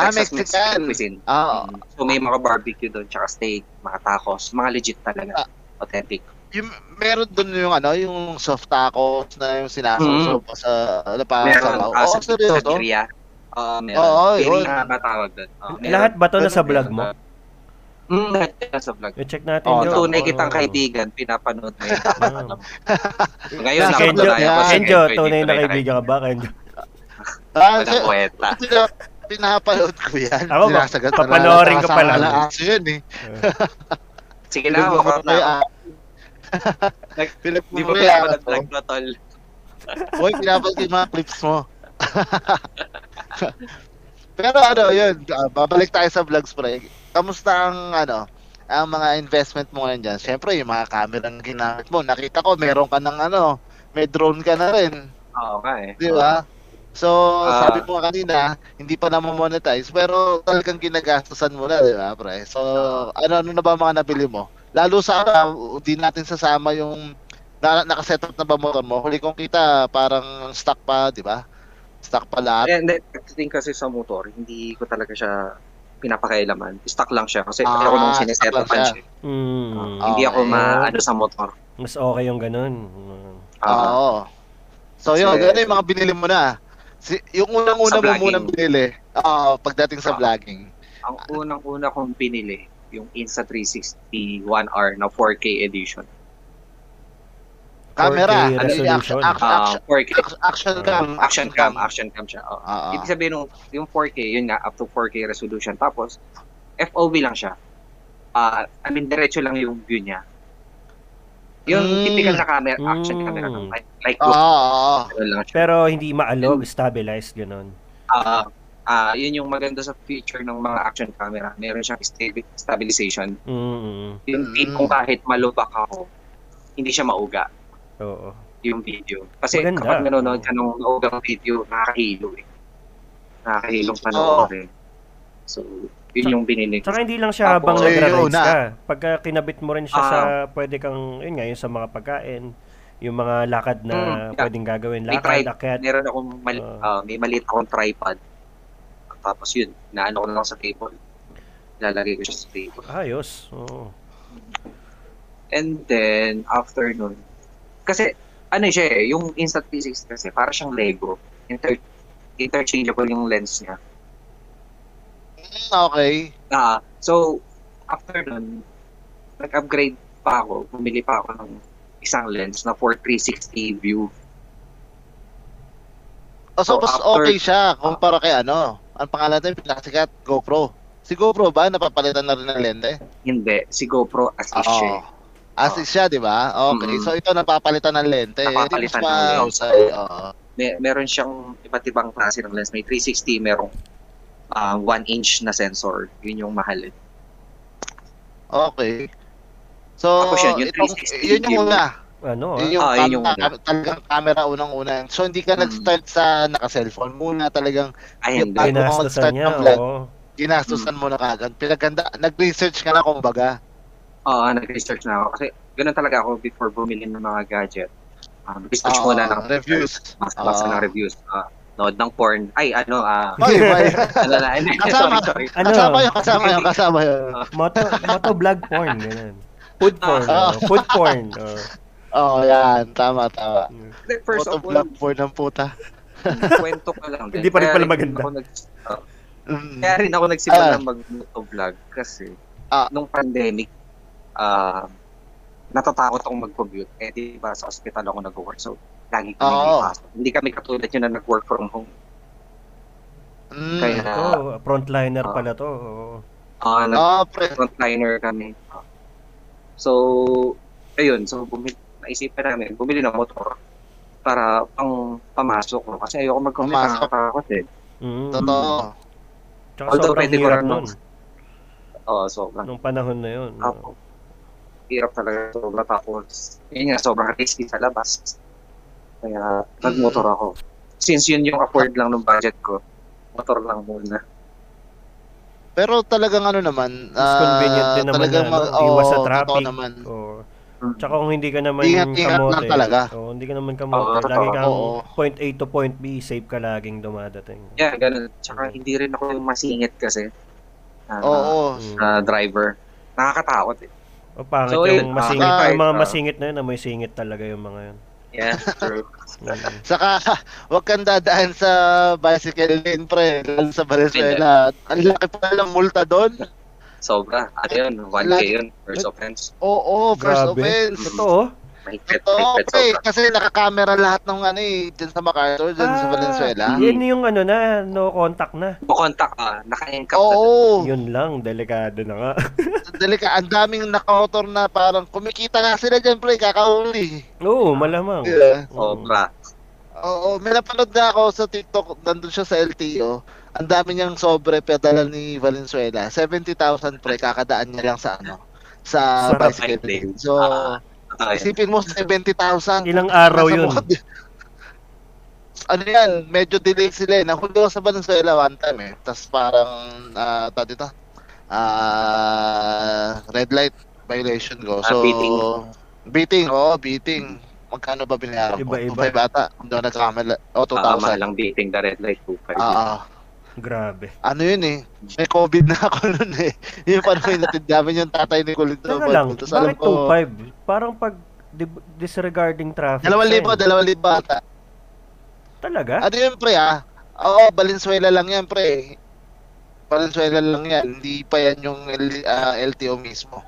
Speaker 1: ah,
Speaker 3: Texas Mexican
Speaker 1: Mexican.
Speaker 3: cuisine.
Speaker 1: Ah,
Speaker 3: Mm. So may mga barbecue doon, tsaka steak, mga tacos, mga legit talaga.
Speaker 1: Ah.
Speaker 3: Authentic.
Speaker 1: yung, meron doon yung ano, yung soft tacos na yung sinasawsaw pa sa, ano pa, sa
Speaker 3: Mm-hmm. Meron
Speaker 1: lao.
Speaker 3: ah,
Speaker 1: Oo,
Speaker 3: sa
Speaker 1: seryoso?
Speaker 3: Sabiria. Oo, meron.
Speaker 1: Oo,
Speaker 3: Oh,
Speaker 1: yun.
Speaker 3: ba tawag doon? Oo, Oh, meron.
Speaker 2: Lahat ba to
Speaker 1: Pero-
Speaker 2: na sa vlog mo?
Speaker 3: Mm, lahat yan sa vlog.
Speaker 2: I-check natin
Speaker 1: Oo,
Speaker 2: Oh. yun.
Speaker 1: Tama.
Speaker 3: Oh, Tunay
Speaker 2: Oo.
Speaker 3: kitang kaibigan, pinapanood mo yun.
Speaker 2: Ah.
Speaker 3: Ngayon
Speaker 1: Nasa
Speaker 3: lang
Speaker 2: Kenjo,
Speaker 1: vlog
Speaker 3: tayo.
Speaker 1: yan.
Speaker 3: kasi
Speaker 2: Kenjo,
Speaker 3: ngayon,
Speaker 2: tunay na
Speaker 3: pwede
Speaker 2: kaibigan ka ba? Kenjo?
Speaker 1: Ah,
Speaker 3: Walang
Speaker 1: so,
Speaker 3: kwenta.
Speaker 1: sino- pinapanood ko yan.
Speaker 2: Ako,
Speaker 1: Sinasagot na-
Speaker 2: papanoorin ko pala.
Speaker 1: nakasama na aso yun eh.
Speaker 3: Sige na,
Speaker 1: Pinagmumura
Speaker 3: ako.
Speaker 1: yung aso.
Speaker 3: Nag- Di ba
Speaker 1: Pinagmumura yung
Speaker 3: pala
Speaker 1: aso.
Speaker 3: vlog na tol?
Speaker 1: Uy, pinapanood ko yung mga clips mo. Pero ano, yun, ah, babalik tayo sa vlogs pre. Kamusta ang ano, ang mga investment mo ngayon dyan? Siyempre, yung mga camera na ginamit mo, nakita ko meron ka ng ano, may drone ka na rin.
Speaker 3: Oo nga eh.
Speaker 1: Di ba? So,
Speaker 3: Ah.
Speaker 1: sabi mo nga kanina, hindi pa na monetize pero talagang ginagastusan mo na, di ba, pre? So, ano, ano na ba mga nabili mo? Lalo sa, ano, di natin sasama yung na, nakasetup na ba motor mo? Huli kong kita, parang stock pa, di ba? Stock pa lahat.
Speaker 3: And then, pagdating kasi sa motor, hindi ko talaga siya pinapakailaman. Stock lang siya kasi
Speaker 1: Ah,
Speaker 3: ako nung
Speaker 1: stock lang
Speaker 3: sinesetapan
Speaker 1: siya.
Speaker 3: siya.
Speaker 2: Mm.
Speaker 1: Ah,
Speaker 3: Hindi ako
Speaker 1: Okay.
Speaker 3: maano sa motor.
Speaker 2: Mas okay yung ganun. Mm.
Speaker 3: Ah,
Speaker 1: Oo. So, yun,
Speaker 3: Kasi-
Speaker 1: ganun yung mga binili mo na. Si, yung unang-una
Speaker 3: Sa
Speaker 1: mo
Speaker 3: vlogging.
Speaker 1: munang binili, oo, pagdating sa
Speaker 3: Ah.
Speaker 1: vlogging.
Speaker 3: ang unang-una kong binili, yung Insta360 1R na 4K edition.
Speaker 1: Camera, ano yung
Speaker 2: 4K
Speaker 1: action, action,
Speaker 2: resolution.
Speaker 3: Ah,
Speaker 1: action,
Speaker 3: 4K.
Speaker 1: action cam. Ah.
Speaker 3: Action cam, action cam siya. oo.
Speaker 1: Oo.
Speaker 3: Ibig sabihin nung yung 4K, yun nga, up to 4K resolution. Tapos, FOV lang siya. Ah, I mean, diretso lang yung view niya. Yung
Speaker 1: Mm.
Speaker 3: typical na camera, action
Speaker 2: Mm.
Speaker 3: camera. lang. Like, like
Speaker 1: Oo, oo, oo.
Speaker 3: ganun lang siya.
Speaker 2: Pero hindi maalog, stabilized ganun.
Speaker 3: Ah, ah, yun yung maganda sa feature ng mga action camera. Meron siyang stabi- stabilization.
Speaker 2: Mm.
Speaker 3: Yung
Speaker 1: Mm.
Speaker 3: tape kung kahit malubak ako, hindi siya mauga
Speaker 2: Oo.
Speaker 3: yung video. Kasi
Speaker 2: Maganda.
Speaker 3: kapag nanonood ka ng maugang video, nakakahilo eh. Nakakahilong panood eh. So, yun yung binili ko.
Speaker 2: Tsaka hindi lang siya habang
Speaker 3: Tapos, eh,
Speaker 1: ayun
Speaker 2: nagra-rides
Speaker 1: na.
Speaker 2: ka. Pagka kinabit mo rin siya
Speaker 3: Ah.
Speaker 2: sa, pwede kang, yun nga, yun sa mga pagkain, yung mga lakad na
Speaker 3: Mm, yeah.
Speaker 2: pwedeng gagawin.
Speaker 3: May
Speaker 2: Lakad,
Speaker 3: tripod.
Speaker 2: akyat.
Speaker 3: Meron akong mali-
Speaker 2: Ah.
Speaker 3: ah, may maliit akong tripod. Tapos yun, naano ko lang sa table. Lalagay ko siya sa table.
Speaker 2: Ayos. Oo.
Speaker 3: And then, after nun, kasi, ano siya eh, yung Insta360 kasi, para siyang Lego. Inter- interchangeable yung lens niya.
Speaker 1: Mm, Okay.
Speaker 3: Ah, so, after nun, nag-upgrade pa ako, bumili pa ako ng isang lens na for 360 view.
Speaker 1: O, Ah, so,
Speaker 3: So,
Speaker 1: mas
Speaker 3: after-
Speaker 1: okay siya kumpara kay ano. Ang pangalan natin, pinakasikat, GoPro. Si GoPro ba, napapalitan na rin ng lente?
Speaker 3: Hindi, si GoPro as is siya. eh.
Speaker 1: As is siya, di ba? Okay,
Speaker 3: Mm.
Speaker 1: so ito napapalitan ng lente.
Speaker 3: Napapalitan ng lente.
Speaker 1: lente. Oo.
Speaker 3: May, meron siyang iba't ibang klase ng lens. May 360, merong 1-inch na sensor. Yun yung mahal. eh.
Speaker 1: Okay. So,
Speaker 3: Tapos yun, yung
Speaker 1: itong,
Speaker 3: 360
Speaker 1: yun yung
Speaker 3: view.
Speaker 1: una.
Speaker 2: Ano,
Speaker 1: Yun
Speaker 2: ah?
Speaker 1: yung,
Speaker 3: Ah, yun yung
Speaker 1: camera, talagang camera unang-una. So, hindi ka
Speaker 3: Mm.
Speaker 1: nag-start sa naka-cellphone. Muna talagang
Speaker 3: Ay,
Speaker 1: Yung
Speaker 3: hindi.
Speaker 1: bago-
Speaker 2: Ginastasan niya,
Speaker 1: Tapos,
Speaker 2: oo.
Speaker 3: Mm.
Speaker 1: ginastusan mo na kagad. Pinaganda, nag-research ka na kumbaga.
Speaker 3: Oo, Ah, nag-research na ako. Kasi ganun talaga ako before bumili ng mga gadget. Um, research
Speaker 1: Oo,
Speaker 3: muna ng
Speaker 1: Ah, reviews.
Speaker 3: Mas basa
Speaker 1: Oo.
Speaker 3: ng reviews. Ah, nood ng porn. Ay, ano, ah,
Speaker 1: Oy, may,
Speaker 3: ano na, ano,
Speaker 1: Kasama.
Speaker 3: sorry, sorry.
Speaker 2: Ano?
Speaker 1: kasama yun, kasama yun, kasama yun.
Speaker 2: Moto, moto vlog porn, ganun. Food porn,
Speaker 1: Ah.
Speaker 2: oo. food porn. oo.
Speaker 1: Oo, Oh, yan. Tama, tama.
Speaker 3: Hindi, First of all,
Speaker 1: Photovlog board ng puta.
Speaker 3: kwento ko lang. din.
Speaker 2: Hindi pa rin
Speaker 3: Kaya
Speaker 2: pala maganda.
Speaker 3: Ako nag, ah,
Speaker 1: Mm.
Speaker 3: kaya rin ako nagsimula
Speaker 1: Ah.
Speaker 3: mag-vlog kasi
Speaker 1: Ah.
Speaker 3: nung pandemic, ah, natatakot akong mag-commute. Eh, di ba, sa ospital ako nag-work. So, lagi kami
Speaker 1: Ah, Oo.
Speaker 3: pasok. Hindi kami katulad yun na nag-work from home.
Speaker 1: Mm.
Speaker 3: Kaya,
Speaker 2: Ito, frontliner
Speaker 3: Ah.
Speaker 2: pala to. oo.
Speaker 3: ah, nag-
Speaker 1: Oo, pre.
Speaker 3: frontliner kami. Ah. So, ayun. So, bumili, naisipan namin, bumili ng motor para pang pamasok ko. Kasi ayoko mag-commute.
Speaker 1: Pumasok.
Speaker 3: Nakakatakot eh.
Speaker 2: Mm.
Speaker 1: Totoo.
Speaker 2: Tsaka
Speaker 3: Although
Speaker 2: sobrang
Speaker 3: pwede ko
Speaker 2: hirap
Speaker 3: rin
Speaker 2: nun,
Speaker 3: Oo, sobrang.
Speaker 2: nung panahon na yun.
Speaker 3: Ako. Hirap talaga. Sobrang tapos. Yun nga, sobrang risky sa labas. Kaya, nagmotor ako. Since yun yung afford lang ng budget ko, motor lang muna.
Speaker 1: Pero talagang ano naman,
Speaker 2: Mas convenient din naman
Speaker 1: talagang
Speaker 2: na,
Speaker 1: mag-
Speaker 2: ano, iwas sa
Speaker 1: oo,
Speaker 2: traffic.
Speaker 1: totoo naman.
Speaker 2: Oo.
Speaker 3: Mm.
Speaker 2: Hmm. Tsaka kung hindi ka naman
Speaker 1: Ingat-ingat lang
Speaker 2: kamote.
Speaker 1: talaga.
Speaker 2: Oo, hindi ka naman kamote.
Speaker 3: Oo,
Speaker 2: Lagi
Speaker 3: totoo.
Speaker 2: kang
Speaker 1: Oo.
Speaker 2: point A to point B, safe ka laging dumadating.
Speaker 3: Yeah, ganun. Tsaka hindi rin ako yung masingit kasi. Ah,
Speaker 1: Oo.
Speaker 2: Mm.
Speaker 3: na driver. Nakakatakot eh.
Speaker 2: O, pangit
Speaker 3: So,
Speaker 2: yung
Speaker 3: yun,
Speaker 2: masingit.
Speaker 1: ah,
Speaker 2: yung mga
Speaker 3: ah.
Speaker 2: masingit na yun, amoy singit talaga yung mga yun.
Speaker 3: Yeah, true.
Speaker 2: Mm.
Speaker 1: Saka, wag kang dadaan sa bicycle lane, pre. Lalo sa Valenzuela. Ang laki pa ng multa doon.
Speaker 3: Sobra. Ano yun? 1K yun. First offense.
Speaker 1: Oo, first
Speaker 2: Grabe.
Speaker 1: offense.
Speaker 2: Totoo?
Speaker 3: higpit,
Speaker 1: Totoo,
Speaker 3: higpit
Speaker 1: pre.
Speaker 3: sobra.
Speaker 1: Kasi nakakamera lahat ng ano eh, dyan sa MacArthur, dyan sa
Speaker 2: Ah,
Speaker 1: Valenzuela.
Speaker 2: Yun yung ano na, no contact na.
Speaker 3: Mo contact ah, naka-encap na dun.
Speaker 1: Oo,
Speaker 2: Yun lang, delikado na nga.
Speaker 1: delika, ang daming nakamotor na parang kumikita nga sila dyan, pre, kakahuli.
Speaker 2: Oo, malamang.
Speaker 1: Yeah.
Speaker 3: Sobra. Ah,
Speaker 1: Oo, may napanood na ako sa TikTok, nandun siya sa LTO. Ang dami niyang sobre padala ni Valenzuela. 70,000 pre, kakadaan niya lang sa ano, sa
Speaker 2: Sa
Speaker 1: bicycle.
Speaker 3: cycling.
Speaker 1: So,
Speaker 3: Ah, Ah, yun.
Speaker 1: isipin mo 70,000.
Speaker 2: Mm. Ilang araw
Speaker 1: Nasa
Speaker 2: yun?
Speaker 1: bukod. eh. ano yan, medyo delay sila eh. Nahuli ko sa Valenzuela one time eh. Tapos parang, ah, tawag dito, ah, red light violation ko.
Speaker 3: Ah,
Speaker 1: So,
Speaker 3: beating.
Speaker 1: Beating, oo, beating. Magkano ba binayaran ko?
Speaker 2: Iba-iba.
Speaker 1: 2,500 ata, hindi ako nagkamala. O,
Speaker 3: Ah, mahal
Speaker 1: 2,000.
Speaker 3: ang dating the red light 2.5.
Speaker 1: Oo.
Speaker 2: Grabe.
Speaker 1: Ah, Ano yun eh, may COVID na ako nun eh. Yung parang may natindamin yung tatay ni Kulit.
Speaker 2: Teka Ano lang,
Speaker 1: Tapos alam
Speaker 2: bakit
Speaker 1: ko,
Speaker 2: 2.5? Parang pag di- disregarding traffic.
Speaker 1: dalawang
Speaker 2: sign.
Speaker 1: libo, dalawang libo ata.
Speaker 2: Talaga?
Speaker 1: Ano yun pre ah? Oo, Valenzuela lang yan pre. Valenzuela lang yan, hindi pa yan yung L- ah, LTO mismo.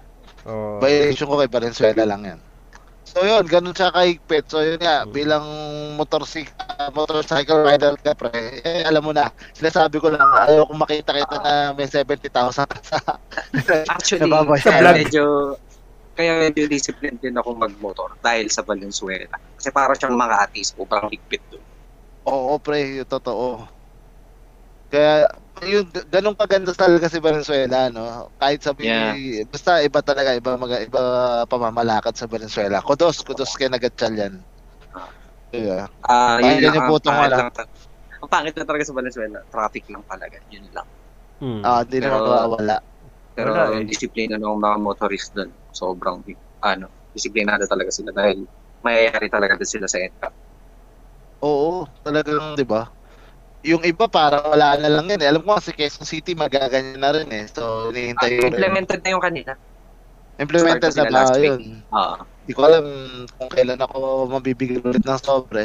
Speaker 2: Oo.
Speaker 1: Violation ko kay Valenzuela lang yan. So yun, ganun siya kahigpit. So yun nga,
Speaker 2: Mm.
Speaker 1: bilang motorcycle, motorcycle rider ka pre, eh, alam mo na, sinasabi ko lang, ayaw kong makita-kita na may 70,000 sa
Speaker 3: Actually,
Speaker 1: Nababasa.
Speaker 2: Sa
Speaker 3: kaya
Speaker 2: vlog.
Speaker 3: medyo, kaya medyo disciplined din ako magmotor dahil sa Valenzuela. Kasi para siyang mga atis po, parang higpit doon.
Speaker 1: Oo, pre, yung totoo. Kaya, yung ganun kaganda talaga si Valenzuela, no? Kahit sabi, basta iba talaga, iba, maga, iba pamamalakad sa Valenzuela. Kudos, kudos kay Nagatchal yan. Diba? Yeah.
Speaker 3: Ah,
Speaker 1: Ay,
Speaker 3: yun lang
Speaker 1: ganyan
Speaker 3: ang
Speaker 1: po itong
Speaker 3: pangit
Speaker 1: wala.
Speaker 3: lang. ta- Ang pangit na talaga sa Valenzuela, traffic lang talaga, yun lang.
Speaker 2: Hmm.
Speaker 1: Ah, hindi naman
Speaker 3: Pero-
Speaker 1: mawawala.
Speaker 3: Pero
Speaker 2: Wala eh.
Speaker 3: yung disiplina ng mga motorist doon, sobrang, ano, disiplinado talaga sila dahil mayayari talaga din sila sa EDCAP.
Speaker 1: Oo, talagang, di ba? Yung iba, para wala na lang yan. eh. Alam ko kasi Quezon City magaganyan na rin eh. So,
Speaker 3: Ah,
Speaker 1: hinihintay yun.
Speaker 3: implemented na yung kanila.
Speaker 1: Implemented na
Speaker 3: Start na sila
Speaker 1: ba
Speaker 3: last week.
Speaker 1: yun?
Speaker 3: Ah,
Speaker 1: Hindi ko alam kung kailan ako mabibigyan ulit ng eh. sobre.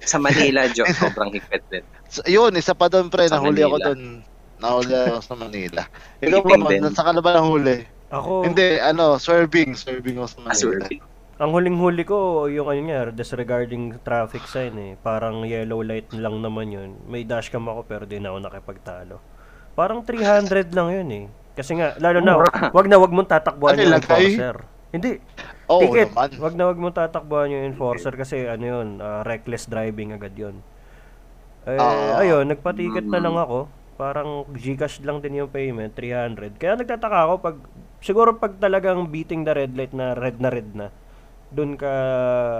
Speaker 3: sa Manila, Joe, sobrang higpit din.
Speaker 1: So, yun, isa pa doon pre,
Speaker 3: Sa
Speaker 1: nahuli ako
Speaker 3: Manila.
Speaker 1: doon. Nahuli ako sa Manila. Ikaw
Speaker 3: Philippine
Speaker 1: ba, man,
Speaker 3: din.
Speaker 1: nasa ka na ba nahuli?
Speaker 3: Oh.
Speaker 2: Ako,
Speaker 1: Hindi, ano, swerving. Swerving ako sa
Speaker 3: Ah,
Speaker 1: Manila.
Speaker 3: Aswerving.
Speaker 2: ang huling-huli ko, yung ano niya, disregarding traffic sign eh. Parang yellow light lang naman yun. May dashcam ako pero di na ako nakipagtalo. Parang 300 lang yun eh. Kasi nga, lalo na, wag na wag mong tatakbuhan
Speaker 1: Ano,
Speaker 2: yung
Speaker 1: lagay?
Speaker 2: enforcer. Hindi,
Speaker 1: Oo
Speaker 2: ticket.
Speaker 1: naman.
Speaker 2: Wag na wag mong tatakbuhan yung enforcer kasi ano yun, ah, reckless driving agad yun. Eh,
Speaker 1: Ah.
Speaker 2: ayun, nagpatiket na
Speaker 1: Mm.
Speaker 2: lang ako. Parang Gcash lang din yung payment, 300. Kaya nagtataka ako pag, siguro pag talagang beating the red light na red na red na, doon ka,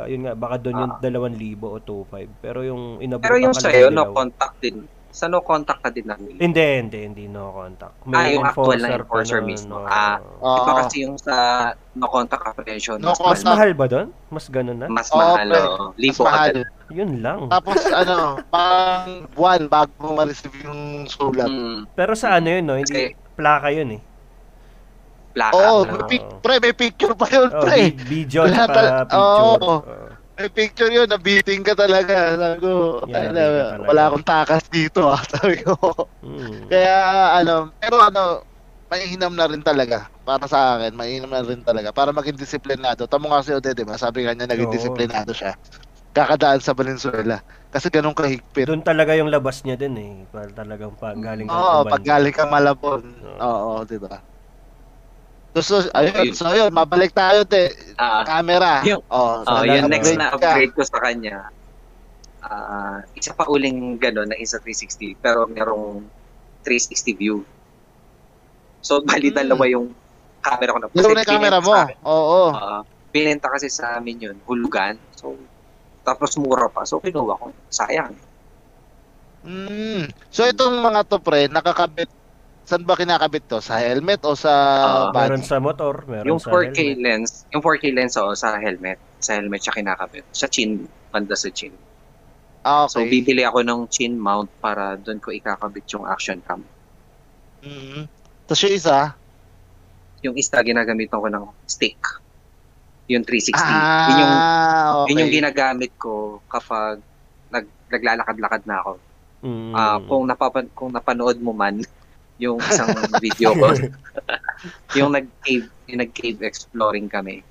Speaker 2: yun nga, baka doon
Speaker 1: Ah.
Speaker 2: yung 2,000 o 2,500. Pero yung inabot
Speaker 3: Pero yung
Speaker 2: ka lang
Speaker 3: sa'yo,
Speaker 2: ng
Speaker 3: no
Speaker 2: dilaw.
Speaker 3: contact din. Sa no contact ka din namin.
Speaker 2: Hindi, hindi, hindi, no contact.
Speaker 3: Ah, yung actual
Speaker 2: pa
Speaker 3: na enforcer
Speaker 2: nun,
Speaker 3: mismo.
Speaker 2: no.
Speaker 3: Ah.
Speaker 1: Oo.
Speaker 3: Iba kasi yung sa no contact apprehension.
Speaker 1: No
Speaker 2: Mas
Speaker 3: mas
Speaker 1: contact.
Speaker 3: mahal.
Speaker 2: mahal ba doon? Mas ganun na?
Speaker 3: Mas
Speaker 1: Oo,
Speaker 3: mahal.
Speaker 1: pre.
Speaker 3: oo.
Speaker 1: Mas
Speaker 3: Libo
Speaker 1: mahal.
Speaker 3: agad.
Speaker 2: Yun lang.
Speaker 1: Tapos ano, pang buwan bago mo ma-receive yung sulat.
Speaker 3: Mm,
Speaker 2: Pero sa ano yun, no?
Speaker 3: Kasi-
Speaker 2: Hindi, plaka yun eh.
Speaker 3: plaka.
Speaker 1: Oo,
Speaker 3: ano.
Speaker 1: may pic, pre, may picture pa yun,
Speaker 2: Oh,
Speaker 1: pre.
Speaker 2: bi- video
Speaker 1: Wala
Speaker 2: at
Speaker 1: tal-
Speaker 2: picture.
Speaker 1: Oo.
Speaker 2: Oo.
Speaker 1: May picture yun, nabiting ka talaga. Sabi ko,
Speaker 2: Yeah,
Speaker 1: "Ala,
Speaker 2: nabiting ka talaga."
Speaker 1: wala akong takas dito, ah. sabi ko.
Speaker 2: Mm.
Speaker 1: Kaya ano, pero ano, mainam na rin talaga. Para sa akin, mainam na rin talaga. Para maging disiplinado. Tamo nga si Ode, di ba? Sabi nga niya, naging
Speaker 2: Oo.
Speaker 1: disiplinado siya. Kakadaan sa Valenzuela. Kasi ganun kahigpit.
Speaker 2: Doon talaga yung labas niya din eh. Para talagang pag galing
Speaker 1: Oo,
Speaker 2: kang
Speaker 1: oh,
Speaker 2: Tuban.
Speaker 1: pag galing ka Malabon.
Speaker 2: Oo.
Speaker 1: Oo, di ba? So, so, ayun, so yun, mabalik tayo, te.
Speaker 3: Ah,
Speaker 1: Camera.
Speaker 3: Yung-
Speaker 1: Oo,
Speaker 3: oh,
Speaker 2: yun,
Speaker 3: yung
Speaker 1: nag-upgrade
Speaker 3: next na
Speaker 1: ka.
Speaker 3: upgrade ko sa kanya. Ah, isa pa uling gano'n na isa 360 pero merong 360 view. So, bali
Speaker 1: Mm.
Speaker 3: dalawa yung camera ko na.
Speaker 1: Dalawa na
Speaker 3: Kasi
Speaker 1: yung camera
Speaker 3: pinenta
Speaker 1: mo.
Speaker 3: sa akin.
Speaker 1: Oo.
Speaker 3: Ah, binenta kasi sa amin yun, hulugan. So, tapos mura pa. So, kinuha ko. Sayang.
Speaker 1: Mm. So itong mga to, pre, nakakabit. Saan ba kinakabit to? Sa helmet o sa
Speaker 3: Ah,
Speaker 1: body?
Speaker 2: Meron sa motor, meron
Speaker 3: yung
Speaker 2: sa
Speaker 3: 4K
Speaker 2: helmet.
Speaker 3: lens, yung 4K lens oo, sa helmet. Sa helmet siya kinakabit. Sa chin, banda sa chin.
Speaker 1: Ah,
Speaker 3: So,
Speaker 1: okay.
Speaker 3: bibili ako ng chin mount para doon ko ikakabit yung action cam.
Speaker 1: Mhm. Tapos yung isa,
Speaker 3: Yung isa, ginagamitan ko ng stick. Yung 360.
Speaker 1: ah,
Speaker 3: Yun yung,
Speaker 1: okay.
Speaker 3: yun yung ginagamit ko kapag nag, naglalakad-lakad na ako.
Speaker 2: Mm.
Speaker 3: Ah, kung napapan kung napanood mo man yung isang video ko, yung nag-cave, yung nag-cave exploring kami.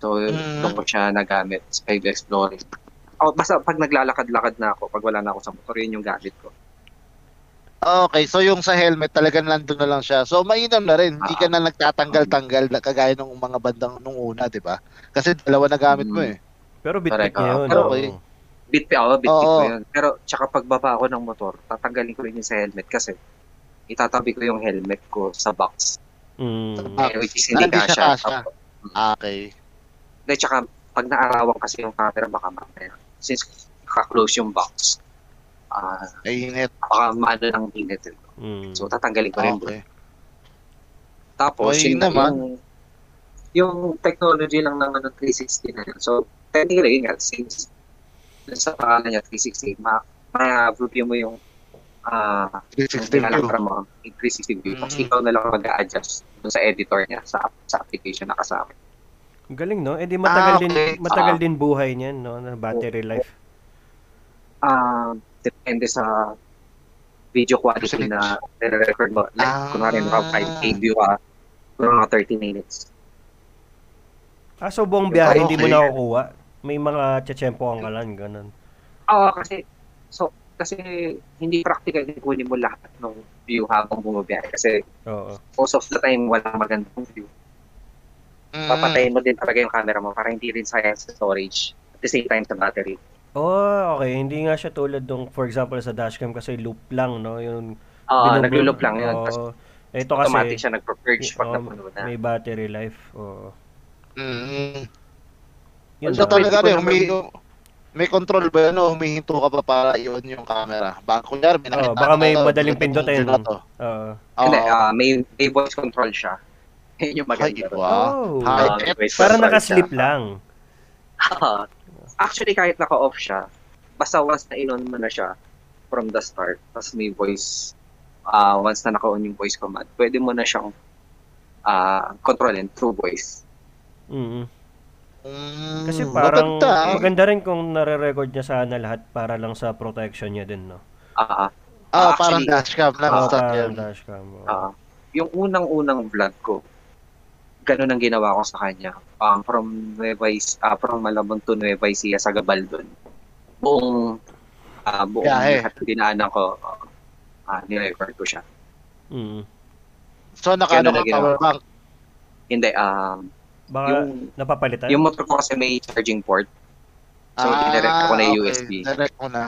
Speaker 3: So,
Speaker 1: Mm.
Speaker 3: doon ko siya nagamit sa pag-exploring. Oh, basta pag naglalakad-lakad na ako, pag wala na ako sa motor, yun yung gamit ko.
Speaker 1: Okay, so yung sa helmet talagang nandun na lang siya. So mainam na rin, hindi
Speaker 3: Ah.
Speaker 1: ka na nagtatanggal-tanggal na kagaya ng mga bandang nung una, di ba? Kasi dalawa na gamit mo
Speaker 3: Mm.
Speaker 1: eh.
Speaker 2: Pero bitbit
Speaker 3: Correct,
Speaker 2: niya
Speaker 3: ah.
Speaker 2: yun. oh.
Speaker 1: Pero
Speaker 2: oo.
Speaker 1: okay.
Speaker 3: Bit pa ako, bit pick
Speaker 1: Oo.
Speaker 3: ko yun. Pero tsaka pagbaba ako ng motor, tatanggalin ko rin yung sa helmet kasi itatabi ko yung helmet ko sa box.
Speaker 2: Mm.
Speaker 1: Ah,
Speaker 3: Eh, which is hindi
Speaker 1: ah, hindi
Speaker 3: ka
Speaker 1: siya
Speaker 3: siya.
Speaker 1: kasya. Ah, Okay.
Speaker 3: Dahil tsaka pag naarawan kasi yung camera, baka mamaya. Since kaklose yung box, ah
Speaker 1: Ay, init.
Speaker 3: baka maano ng init. eh.
Speaker 2: Mm.
Speaker 3: So tatanggalin ko rin.
Speaker 1: Hmm. Okay.
Speaker 3: Tapos,
Speaker 1: Okay
Speaker 3: yun
Speaker 1: naman.
Speaker 3: Yung, yung technology lang naman ng 360 na yun. So, technically, yun nga, since dun sa pangalan niya, 360, ma ma-review mo yung ah, yung
Speaker 1: 360 view.
Speaker 3: kinalakra mo, yung 360 view. Tapos
Speaker 1: Mhm.
Speaker 3: ikaw na lang mag-a-adjust dun sa editor niya, sa, sa application na kasama.
Speaker 2: Galing, no? Eh di
Speaker 1: Ah, Oh.
Speaker 2: matagal
Speaker 1: okay.
Speaker 2: din matagal
Speaker 3: Ah.
Speaker 2: din buhay niyan, no? Na battery life.
Speaker 3: Ah, depende sa video quality na nire-record mo. Like,
Speaker 1: Ah.
Speaker 3: kunwari, naka 5K view ka, mga 30 minutes.
Speaker 2: Ah, so buong biyahe hindi mo
Speaker 1: Okay.
Speaker 2: nakukuha. May mga tsatsempohan ka lang, ganun.
Speaker 3: Oo, kasi so kasi hindi practical yung kunin mo lahat ng view habang bumabiyahe kasi
Speaker 2: Oo.
Speaker 3: most of the time wala magandang view.
Speaker 1: Mm.
Speaker 3: Papatayin mo din talaga yung camera mo para hindi rin sayang sa storage at the same time sa battery.
Speaker 2: Oh, okay. Hindi nga siya tulad nung, for example, sa dashcam kasi loop lang, no? Yung
Speaker 3: Ah,
Speaker 2: binublow-
Speaker 3: naglo-loop lang yun. Tapos
Speaker 2: Oo. Ito
Speaker 3: automatic
Speaker 2: kasi,
Speaker 3: siya nagpo-purge pag
Speaker 2: Oo,
Speaker 3: napuno na.
Speaker 2: may battery life. Oo.
Speaker 1: Mm.
Speaker 2: Yun
Speaker 1: so
Speaker 2: lang.
Speaker 1: talaga
Speaker 3: Pwede
Speaker 1: rin,
Speaker 3: ko
Speaker 1: humi-
Speaker 3: naman-
Speaker 1: may control ba yun o humihinto ka pa para iwan yung camera? Baka kunyari, may
Speaker 2: Oo,
Speaker 1: nakita
Speaker 2: Oh, baka
Speaker 1: ka
Speaker 2: may
Speaker 1: na to,
Speaker 2: madaling
Speaker 1: ganitong
Speaker 2: pindutin.
Speaker 1: view na to.
Speaker 2: Oo.
Speaker 1: Oo.
Speaker 3: Hindi, ah, may, may voice control siya. Yun yung
Speaker 1: Ay, Eh,
Speaker 3: maganda.
Speaker 1: iba.
Speaker 2: Oh.
Speaker 1: Hi,
Speaker 3: Ah,
Speaker 1: Pep.
Speaker 3: wait.
Speaker 2: Parang
Speaker 3: Sorry,
Speaker 2: nakaslip lang.
Speaker 3: Ah, Actually, kahit naka-off siya, basta once na in-on mo na siya from the start, tapos may voice, ah once na naka-on yung voice command, pwede mo na siyang ah kontrolin through voice.
Speaker 2: mm
Speaker 1: Mm,
Speaker 2: Kasi parang
Speaker 1: maganda, ah.
Speaker 2: maganda rin kung nare-record niya sana lahat para lang sa protection niya din, no?
Speaker 3: Ah,
Speaker 1: Ah,
Speaker 3: actually,
Speaker 1: parang dashcam lang.
Speaker 2: Oo,
Speaker 1: basta
Speaker 2: parang
Speaker 1: yan.
Speaker 2: dashcam. oo.
Speaker 3: ah, yung unang-unang vlog ko, ganun ang ginawa ko sa kanya. Um, from Nueva Ecija, ah, from Malabon to Nueva Ecija sa Gabaldon. Buong, ah, buong
Speaker 1: Biyahe.
Speaker 3: lahat ng dinaanan ko, ah, nirecord ko siya.
Speaker 2: Mm.
Speaker 1: So, nakaano
Speaker 3: Ganun
Speaker 1: ka
Speaker 3: na ginawa.
Speaker 1: power bank.
Speaker 3: Hindi, um,
Speaker 2: Baka
Speaker 3: yung
Speaker 2: napapalitan?
Speaker 3: Yung motor ko kasi may charging port. So,
Speaker 1: Ah,
Speaker 3: dinirect ako na
Speaker 1: okay.
Speaker 3: USB.
Speaker 1: Direct ko na.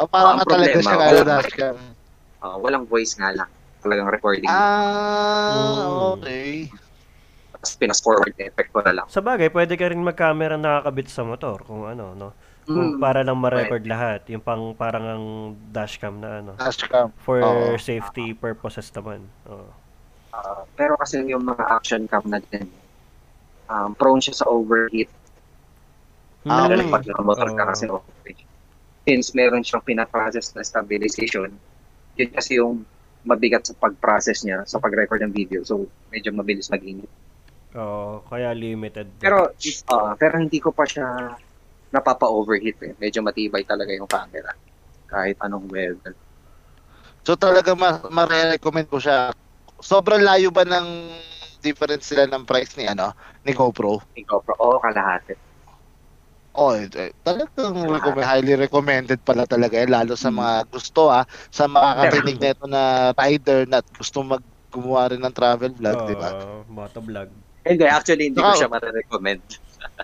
Speaker 1: O, parang
Speaker 3: Ang
Speaker 1: ka talaga
Speaker 3: problema,
Speaker 1: siya
Speaker 3: wala.
Speaker 1: kaya dashcam.
Speaker 3: Ah, walang voice nga lang. Talagang recording.
Speaker 1: Ah,
Speaker 2: Mm.
Speaker 3: Oh.
Speaker 1: okay.
Speaker 3: Tapos pinas-forward na effect ko na lang.
Speaker 2: Sa bagay, pwede ka rin mag-camera nakakabit sa motor kung ano, no?
Speaker 1: Hmm.
Speaker 2: Kung
Speaker 3: Mm.
Speaker 2: para lang ma-record lahat. Yung pang, parang ang dashcam na ano.
Speaker 1: Dashcam.
Speaker 2: For
Speaker 1: Ah, Oo.
Speaker 2: safety purposes naman. Oo.
Speaker 3: Ah, pero kasi yung mga action cam na din, um, prone siya sa overheat.
Speaker 1: Ah,
Speaker 3: Lalo
Speaker 1: okay.
Speaker 3: na pag nakamotor ka
Speaker 2: Oo.
Speaker 3: kasi overheat. Since meron siyang pinaprocess na stabilization, yun kasi yung mabigat sa pag-process niya, sa pag-record ng video. So, medyo mabilis mag
Speaker 2: Oo, kaya limited.
Speaker 3: Pero ah, pero hindi ko pa siya napapa-overheat eh. Medyo matibay talaga yung camera. Kahit anong weather.
Speaker 1: So talaga ma- ma-recommend ko siya. Sobrang layo ba ng difference sila ng price ni ano ni GoPro?
Speaker 3: Yung GoPro, oo, kalahati.
Speaker 1: Oh, eh, eh, talagang recommend, highly recommended pala talaga eh, lalo sa
Speaker 3: Hmm.
Speaker 1: mga gusto ah, sa makakarinig nito na rider na gusto mag gumawa rin ng travel vlog,
Speaker 2: Oo,
Speaker 1: di ba?
Speaker 2: moto vlog.
Speaker 3: Hindi, actually, hindi ko
Speaker 1: Saka-
Speaker 3: siya marirecommend.